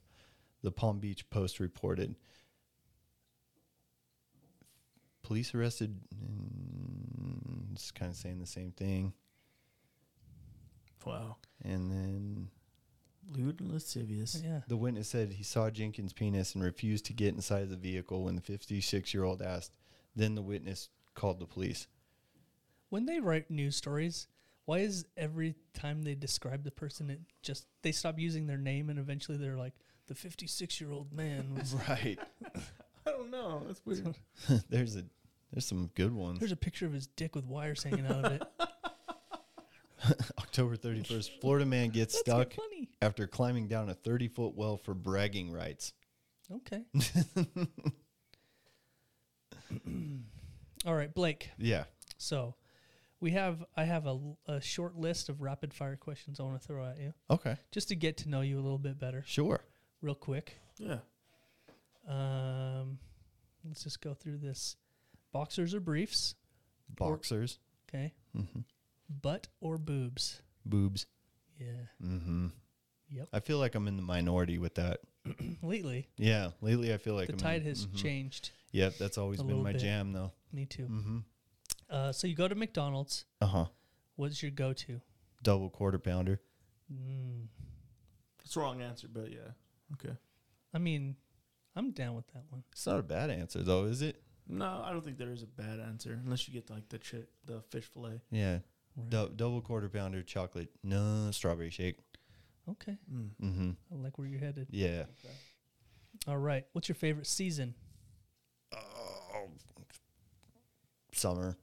D: The Palm Beach Post reported. Police arrested. mm, It's kind of saying the same thing.
C: Wow.
D: And then
C: Lewd and lascivious.
B: yeah.
D: The witness said he saw Jenkins' penis and refused to get inside the vehicle when the 56 year old asked. Then the witness called the police.
B: When they write news stories, why is every time they describe the person, it just they stop using their name and eventually they're like the 56 year old man was.
D: Right.
C: I don't know. That's weird.
D: There's a There's some good ones.
B: There's a picture of his dick with wires hanging out of it.
D: October 31st, Florida man gets
B: That's
D: stuck
B: funny.
D: after climbing down a 30 foot well for bragging rights.
B: Okay. All right, Blake.
D: Yeah.
B: So we have I have a, l- a short list of rapid fire questions I want to throw at you
D: Okay.
B: just to get to know you a little bit better,
D: Sure.
B: real quick.
C: Yeah.
B: Um, let's just go through this: boxers or briefs?
D: Boxers, Mm-hmm.
B: Okay. Butt or boobs?
D: boobs. Mm-hmm.
B: Yeah.
D: I feel like I'm in the minority with that.
B: Lately,
D: Yeah. Lately, I feel like
B: the
D: I'm in- mm-hmm.
B: tide has changed.
D: Yep. That's always
B: a
D: been
B: little
D: my
B: bit.
D: jam, though. Mm-hmm.
B: Me too. Uh, so you go to McDonald's.
D: Uh huh.
B: What's your go-to? Mm.
D: Double quarter pounder.
C: It's the wrong answer, but yeah. Okay.
B: I mean, I'm down with that one.
D: It's not a bad answer, though, is it?
C: No, I don't think there is a bad answer unless you get like the chi- the fish fillet.
D: Yeah. Dou- double quarter pounder, chocolate, no strawberry shake. Mm-hmm.
B: Okay.
D: Hmm.
B: I like where you're headed.
D: Yeah.
B: All right. What's your favorite season?
C: Oh.
D: Summer.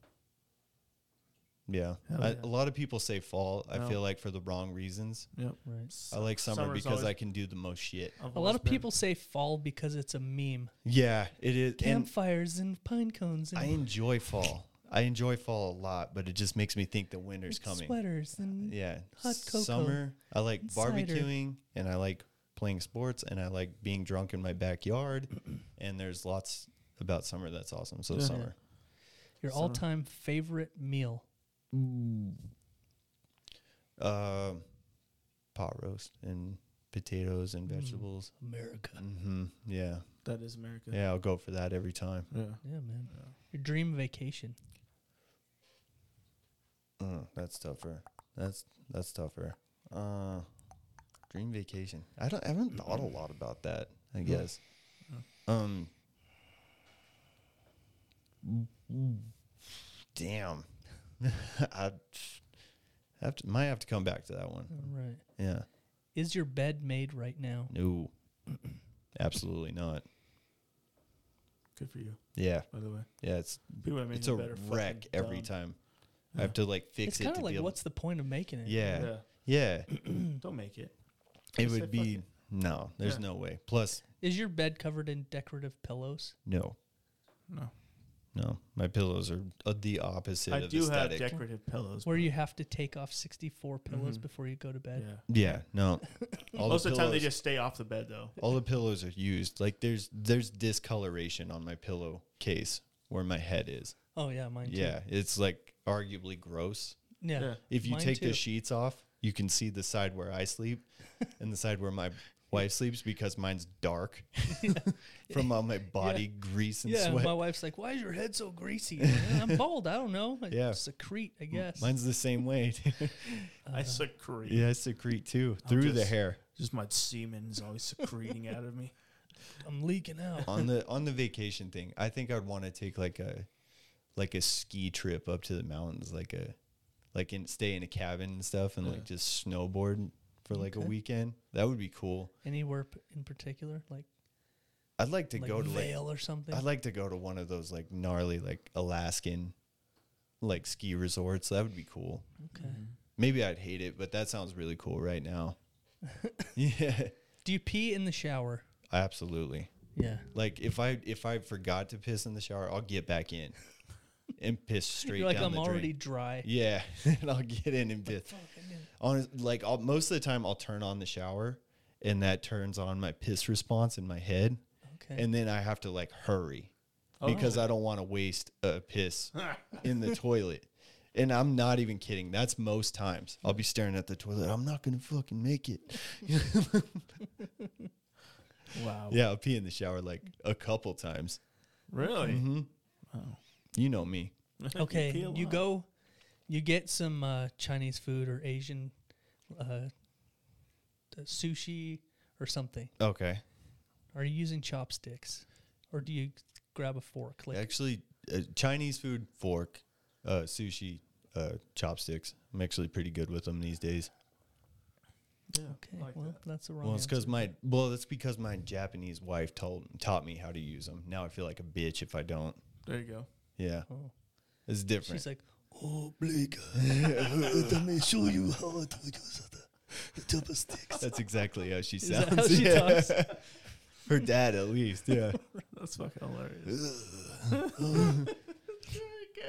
D: Yeah.
C: Hell
D: I,
C: yeah.
D: a lot of people say fall. I
C: No.
D: feel like for the wrong reasons.
C: Yep.
B: Right.
D: I like summer
C: Summer's
D: because
C: always-
D: I can do the most shit.
C: I've
B: A
C: always
B: lot of
C: been-
B: people say fall because it's a meme.
D: Yeah, it is. And
B: Campfires and pine cones and
D: I enjoy fall. I enjoy fall a lot, but it just makes me think the winter's coming.
B: sweaters and
D: Yeah.
B: Hot cocoa.
D: Summer. I like
B: and cider.
D: barbecuing and I like playing sports and I like being drunk in my backyard. and there's lots about summer that's awesome. So summer.
B: your all-time favorite meal.
D: Um pot roast and potatoes and vegetables.
B: America.
D: hmm Yeah.
C: That is America.
D: Yeah, I'll go for that every time.
C: Yeah.
B: Yeah, man. Your dream vacation.
D: Mm, that's tougher. That's that's tougher. Uh, dream vacation. I don't. I haven't thought a lot about that. I guess. Um. Damn. I have to. Might have to come back to that one.
B: All right.
D: Yeah.
B: Is your bed made right now?
D: No. Absolutely not.
C: Good for you,
D: Yeah.
C: by the way.
D: Yeah. It's
C: People that make
D: it's
C: it
D: a
C: better fucking
D: wreck every
C: dumb.
D: time. I have to like fix
B: It's
D: it.
B: kind
D: to
B: of
D: be
B: like,
D: able-
B: what's the point of making it?
D: Yeah. Hmm. Yeah.
C: Yeah. Don't make it.
D: It
C: Just say fuck
D: would be
C: it.
D: no. There's
C: Yeah.
D: no way. Plus,
B: Is your bed covered in decorative pillows?
D: no,
C: No.
D: no. My pillows are uh, the opposite.
C: I
D: of
C: do
D: aesthetic.
C: have decorative pillows.
B: Where
C: but-
B: you have to take off 64 pillows before you go to bed?
C: Yeah.
D: Mm-hmm. Yeah, no. All
C: Most
D: the
C: of the time they
D: pillows-
C: just stay off the bed though.
D: all the pillows are used. Like there's there's discoloration on my pillow case where my head is.
B: Oh, yeah, mine too.
D: Yeah, it's like arguably gross.
B: Yeah.
C: Yeah.
D: If you
B: Mine
D: take
B: too.
D: the sheets off, you can see the side where I sleep and the side where my wife sleeps because mine's dark from all my body grease and
B: Yeah,
D: sweat.
B: my wife's like, "Why is your head so greasy?" And I'm bald. I don't know. I
D: Yeah. Mm,
B: secrete. I guess.
D: Mine's the same way.
G: Uh,
C: I secrete.
D: yeah, I secrete too through the
C: just-
D: hair.
C: Just my semen is always secreting out of me.
B: I'm leaking out.
D: on the on the vacation thing, I think I'd want to take like a like a ski trip up to the mountains, like a like in stay in a cabin and stuff, and like just snowboard for like a weekend. That would be cool.
B: Anywhere p- in particular, like
D: I'd like to
B: like
D: go to
B: Vail
D: like
B: or something.
D: I'd like to go to one of those like gnarly like Alaskan like ski resorts. That would be cool.
B: okay.
D: Maybe I'd hate it, but that sounds really cool right now. yeah,
B: Do you pee in the shower?
D: absolutely.
B: Yeah.
D: Like if I if I forgot to piss in the shower, I'll get back in and piss straight
B: You're like
D: down
B: I'm
D: the
B: already dry.
D: drain. Yeah, and I'll get in and piss. Honest, like I'll, most of the time, I'll turn on the shower, and that turns on my piss response in my head,
B: Okay.
D: and then I have to like hurry
B: Oh.
D: because I don't want to waste a piss in the toilet. And I'm not even kidding. That's most times. I'll be staring at the toilet. I'm not gonna fucking make it.
C: Wow.
D: Yeah, I'll pee in the shower like a couple times.
C: Really?
G: Mm-hmm.
D: You know me.
B: okay.
C: pee a
B: You
C: lot.
B: go. You get some uh, Chinese food or Asian uh, sushi or something.
D: Okay.
B: Are you using chopsticks, or do you grab a fork? Like
D: Actually, uh, Chinese food, fork, uh, sushi, uh, chopsticks. I'm actually pretty good with them these days.
C: Yeah.
B: okay,
C: I like
B: well,
C: that.
B: that's the wrong.
D: Well, it's because
B: answer.
D: my well, that's because my Japanese wife told taught me how to use them. Now I feel like a bitch if I don't.
C: There you go.
D: Yeah. It's
B: Oh.
D: different.
B: She's like,
G: Oh, Blake, let me show you how to use the chopsticks.
D: That's exactly how she
B: is that how
D: sounds.
B: she
D: Yeah.
B: talks?
D: Her dad, at least. Yeah.
C: That's fucking hilarious.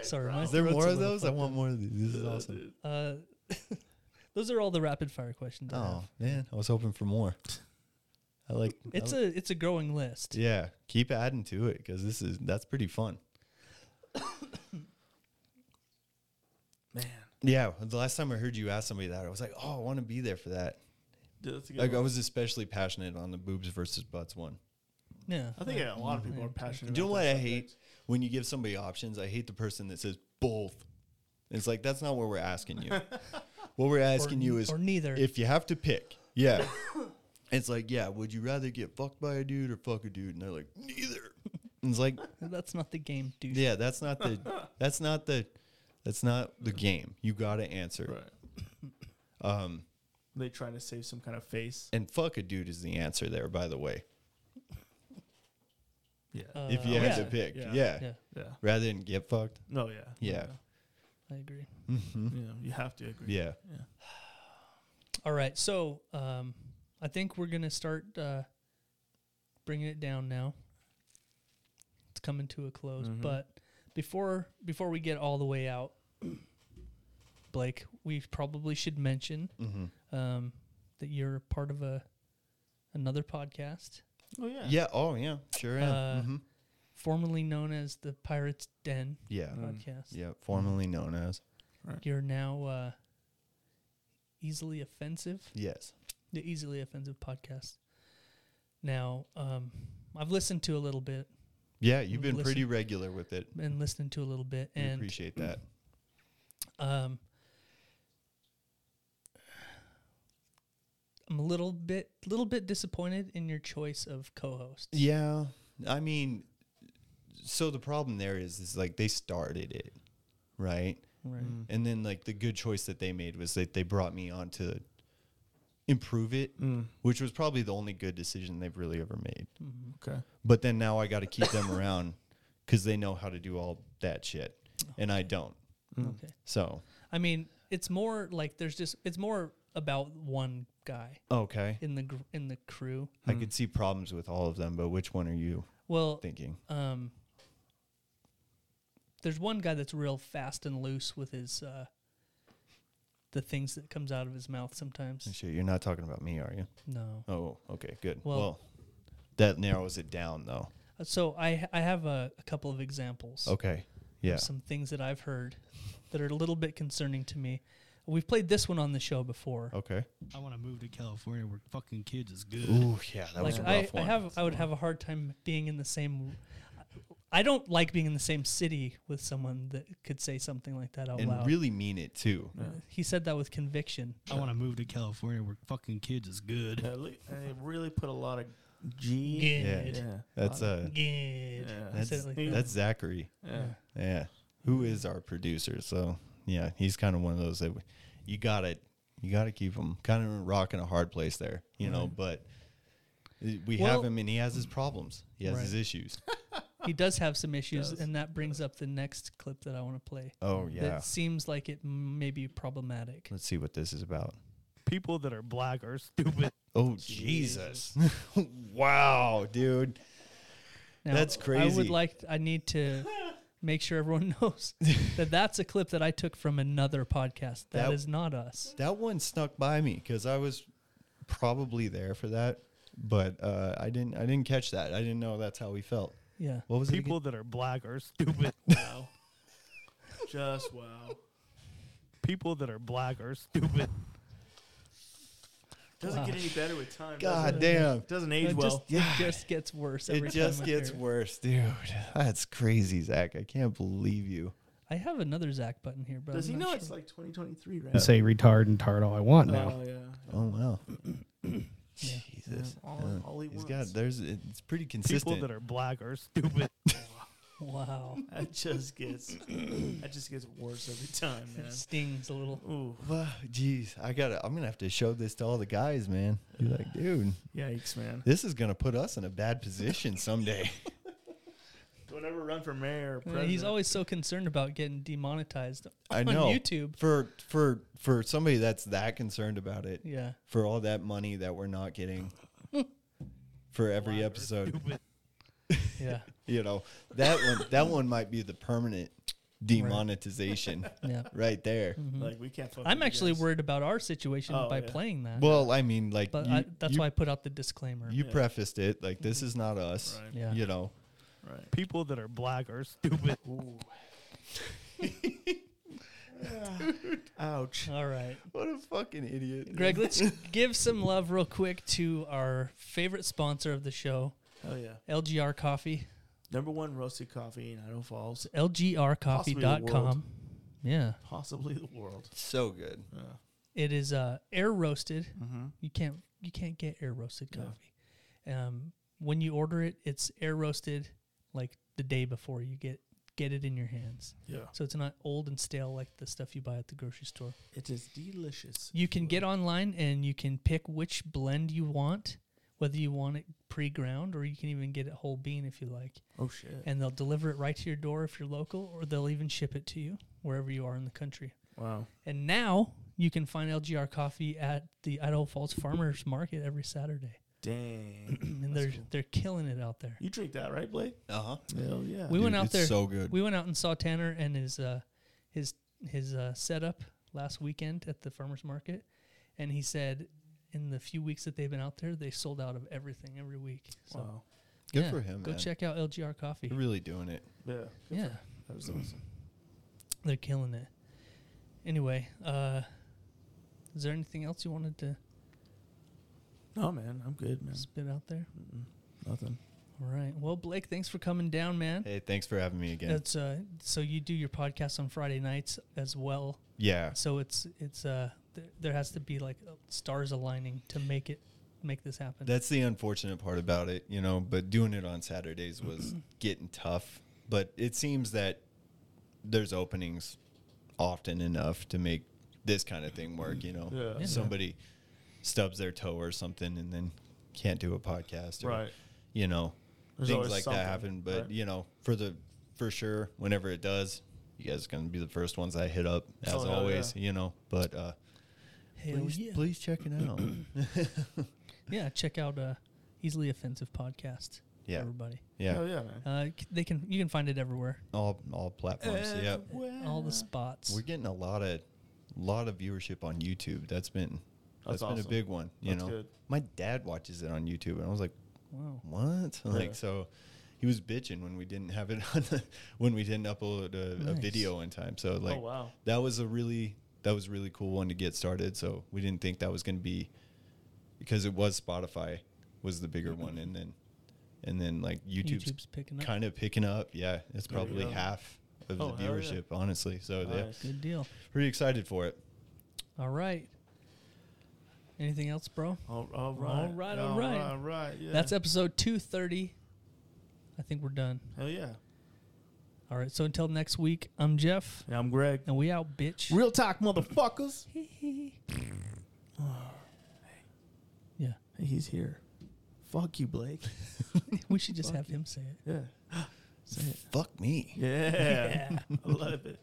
B: Sorry, my
D: Is there
B: throat's
D: more
B: a
D: of
B: little
D: those? I
B: fucked
D: want more of these. This is awesome.
B: up. Uh, those are all the rapid fire questions. I
D: Oh
B: have.
D: man, I was hoping for more. I like.
B: It's a it's a growing list.
D: yeah. Keep adding to it because this is that's pretty fun.
C: Man,
D: Yeah. The last time I heard you ask somebody that, I was like, oh, I want to be there for that.
C: dude, that's a good
D: Like I
C: one.
D: was especially passionate on the boobs versus butts one.
B: Yeah.
C: I think yeah, a lot of
G: Mm-hmm.
C: people are passionate.
D: Do you know
C: about
D: what
C: that
D: I
C: subject.
D: hate when you give somebody options? I hate the person that says both. It's like that's not what we're asking you. what we're asking you is
B: or neither.
D: If you have to pick, yeah. it's like, yeah, would you rather get fucked by a dude or fuck a dude? And they're like, neither. And it's like,
B: That's not the game, douche.
D: yeah, that's not the that's not the that's not the game. You got to answer.
C: Right. Um, they trying to save some kind of face.
D: And fuck a dude is the answer there, by the way.
C: Yeah.
D: if you
B: Uh,
D: had
B: yeah.
D: to pick, yeah.
C: Yeah.
B: Yeah,
C: yeah.
D: Rather than get fucked,
C: No. Yeah.
D: yeah,
B: I agree.
C: You, know, you have to agree.
D: yeah.
B: All right, so um, I think we're gonna start uh, bringing it down now. It's coming to a close,
D: Mm-hmm.
B: but before before we get all the way out, Blake, we probably should mention
D: Mm-hmm.
B: um, that you're part of a another podcast,
C: Oh yeah.
D: Yeah. Oh yeah. Sure am.
B: Uh,
D: Mhm.
B: formerly known as the Pirates Den
D: Yeah.
B: podcast.
D: Um, Yeah. Formerly known as.
B: You're now uh, easily offensive.
D: Yes.
B: the easily offensive podcast. Now, um, I've listened to a little bit,
D: Yeah, you've
B: We've
D: been pretty regular with it.
B: been listening to a little bit,
D: We
B: and
D: appreciate that.
B: um, I'm a little bit, little bit disappointed in your choice of co-host.
D: Yeah. I mean, so the problem there is, is like they started it, right?
B: Right.
D: Mm. And then like the good choice that they made was that they brought me on to improve it,
B: Mm.
D: which was probably the only good decision they've really ever made.
B: Mm-hmm,
C: Okay.
D: But then now I got to keep them around because they know how to do all that shit, and I don't. Mm-hmm.
B: Okay.
D: So
B: I mean, it's more like there's just it's more about one guy
D: okay,
B: in the gr- in the crew.
D: I could see problems with all of them, but which one are you
B: Well,
D: thinking?
B: um, there's one guy that's real fast and loose with his uh, the things that comes out of his mouth sometimes.
D: Shit, you're not talking about me, are you?
B: No,
D: Oh, okay, good.
B: Well-
D: Well, that narrows it down, though.
B: so I I have a, a couple of examples
D: Okay, yeah,
B: of some things that I've heard that are a little bit concerning to me. We've played this one on the show before.
D: okay.
G: I want to move to California where fucking kids is good.
D: Ooh, yeah, that
B: Like
D: was a rough
B: I, I
D: one.
B: have I would have a hard time being in the same. I don't like being in the same city with someone that could say something like that out
D: and
B: loud.
D: really mean it too.
B: he said that with conviction.
G: I want to move to California where fucking kids is good.
C: Yeah, look, I really put a lot of G.
B: Yeah.
C: Yeah.
D: That's
C: lot
D: uh,
B: Good.
C: Yeah.
B: I said it
D: that's
B: like that.
D: that's Zachary.
C: of- yeah.
D: Yeah, who is our producer? So yeah, he's kind of one of those that we, you got to you got to keep him kind of rocking a hard place there, you know. But i- we
B: Well-
D: have him, and he has his problems. He has his
B: Right.
D: issues.
B: he does have some issues, and that brings up the next clip that I want to play.
D: Oh yeah.
B: That seems like it m- may be problematic.
D: Let's see what this is about.
G: People that are black are stupid.
D: Oh Jesus! wow, dude.
B: Now,
D: That's
B: I would
D: crazy.
B: like. I need to make sure everyone knows that that's a clip that I took from another podcast. that
D: That-
B: is not us.
D: That one snuck by me because I was probably there for that, but uh, I didn't. I didn't catch that. I didn't know that's how he felt.
B: Yeah.
D: What was
G: People
D: it?
G: that are black are stupid.
C: Wow. Just wow.
G: People that are black are stupid.
C: Doesn't get any better with time.
D: again?
C: does
D: God
C: it?
D: damn!
C: Doesn't
B: It
C: age
B: just,
C: well.
B: it just gets worse. Every
D: It just
B: time I
D: gets
B: hear it.
D: worse, dude. That's crazy, Zach. I can't believe you.
B: I have another Zach button here, but
C: Does
B: I'm
C: he
B: not
C: know
B: sure.
C: it's like 2023 right
G: I say retard and tard all I want
H: Uh,
G: now.
C: Oh yeah.
D: Oh wow,
B: Yeah.
D: Jesus.
C: All, all he
D: He's
C: wants.
D: got there's it's pretty
G: People
D: consistent.
G: that are black are stupid.
B: Wow,
C: That just gets. that just gets worse every time,
B: it
C: man.
B: stings a little.
C: Ooh.
D: Wow, jeez, I gotta. I'm gonna have to show this to all the guys, man. You're like, dude,
C: Yikes, man.
D: this is gonna put us in a bad position someday.
C: Do whenever run for mayor, or
B: I mean,
C: president,
B: he's always so concerned about getting demonetized
D: I
B: on
D: know
B: YouTube.
D: for for for somebody that's that concerned about it.
B: Yeah.
D: For all that money that we're not getting for every episode,
B: Yeah.
D: you know that one that one might be the permanent demonetization
B: Yeah. Mm-hmm.
D: right there.
C: like we can't. Fuck
B: I'm
C: with you
B: actually
C: guys.
B: worried about our situation
C: Oh,
B: by
C: yeah.
B: playing that.
D: Well, I mean, like
B: but
D: you,
B: I, that's
D: you,
B: why I put out the disclaimer.
D: you prefaced it like this is not us.
C: Right.
B: Yeah.
D: You know,
C: Right.
H: People that are black are stupid.
C: Ouch.
B: All right.
D: what a fucking idiot.
B: Greg, let's give some love real quick to our favorite sponsor of the show,
C: Oh yeah.
B: LGR Coffee.
C: Number one roasted coffee in Idaho Falls, Possibly the
B: LGRcoffee.com.
C: world.
B: Yeah.
C: possibly the world.
D: So good.
B: It is uh, air roasted.
C: Mm-hmm.
B: You can't you can't get air roasted coffee. Um, when you order it, it's air roasted like the day before you get get it in your hands.
C: Yeah.
B: So it's not old and stale like the stuff you buy at the grocery store.
C: It is delicious.
B: You can get online and you can pick which blend you want, whether you want it pre-ground or you can even get it whole bean if you like.
C: Oh shit.
B: And they'll deliver it right to your door if you're local or they'll even ship it to you wherever you are in the country.
C: Wow.
B: And now you can find LGR coffee at the Idaho Falls Farmers Market every Saturday.
C: Dang.
B: And they're they're killing it out there.
C: you drink that, right, Blake?
D: Uh huh.
C: Hell yeah.
B: We went
D: Dude,
B: out
D: it's
B: there
D: so good.
B: We went out and saw Tanner and his uh his his uh setup last weekend at the farmers market and he said in the few weeks that they've been out there they sold out of everything every week. So
C: wow.
D: Good
B: yeah,
D: for him.
B: Go
D: man.
B: check out LGR coffee.
D: You're really doing it.
C: Yeah.
B: yeah.
C: That was awesome.
B: They're killing it. Anyway, uh is there anything else you wanted to
C: No man, I'm good, man.
B: spit out there?
C: Nothing.
B: All right. Well, Blake, thanks for coming down, man.
D: Hey, thanks for having me again.
B: That's uh, so you do your podcast on Friday nights as well.
D: yeah.
B: So it's it's uh, th- there has to be like uh, stars aligning to make it make this happen.
D: That's the unfortunate part about it, you know, but doing it on Saturdays was getting tough. But it seems that there's openings often enough to make this kind of thing work, you know.
C: Yeah. Yeah.
D: Somebody stubs their toe or something and then can't do a podcast or
C: Right.
D: you know,
C: There's
D: things
C: always
D: like
C: something,
D: that happen. But
C: right?
D: you know, for the for sure, whenever it does, you guys are gonna be the first ones I hit up as
C: Oh, hell
D: always,
C: yeah. Oh,
D: you know. But uh
B: Hell
D: please,
B: yeah!
D: please check it out.
B: Yeah, check out uh, easily offensive podcast.
D: Yeah.
B: everybody.
D: yeah.
C: Hell Oh, yeah, man.
B: Uh, c- they can you can find it everywhere,
D: All all platforms.
C: Eh,
D: yeah.
B: all the spots.
D: We're getting a lot of lot of viewership on YouTube. That's been
C: That's
D: that's been
C: awesome.
D: a big one. You
C: That's
D: know,
C: good.
D: my dad watches it on YouTube, and I was like,
B: wow.
D: "What?"
C: Yeah.
D: Like so, he was bitching when we didn't have it on the, when we didn't upload a, a
B: Nice.
D: video in time. So like,
C: Oh, wow.
D: that was a really that was a really cool one to get started. So we didn't think that was going to be because it was Spotify was the bigger one, and then and then like YouTube's,
B: YouTube's picking up.
D: kind of picking up. Yeah, it's
C: There you
D: probably
C: go.
D: half of
C: Oh,
D: the
C: hell yeah.
D: viewership, honestly. So yeah,
C: Nice.
B: Good deal.
D: pretty excited for it.
B: All right. Anything else, bro?
C: All, all right.
B: right, all right.
C: All right. Yeah.
B: That's episode two thirty. I think we're done.
C: Hell yeah.
B: All right. So until next week, I'm Jeff,
C: Yeah, I'm Greg.
B: and we out, bitch.
C: Real talk, motherfuckers.
B: Yeah.
C: He's here. Fuck you, Blake.
B: We should just have him say it.
C: Yeah. Say it.
D: Fuck me.
C: Yeah. I love it.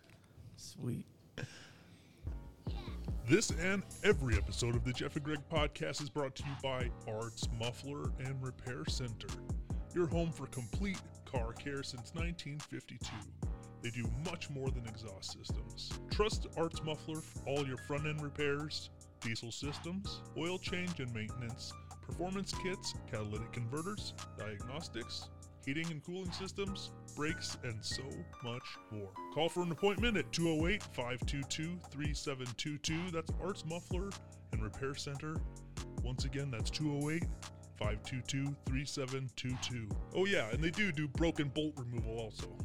C: Sweet.
I: This and every episode of the Jeff and Greg podcast is brought to you by Arts Muffler and Repair Center, your home for complete car care since 1952. They do much more than exhaust systems. Trust Arts Muffler for all your front end repairs, diesel systems, oil change and maintenance, performance kits, catalytic converters, diagnostics, heating and cooling systems, brakes, and so much more. Call for an appointment at 208 522 3722. That's Arts Muffler and Repair Center. Once again, that's 208 Oh, 522 3722. Oh, yeah, and they do do broken bolt removal also.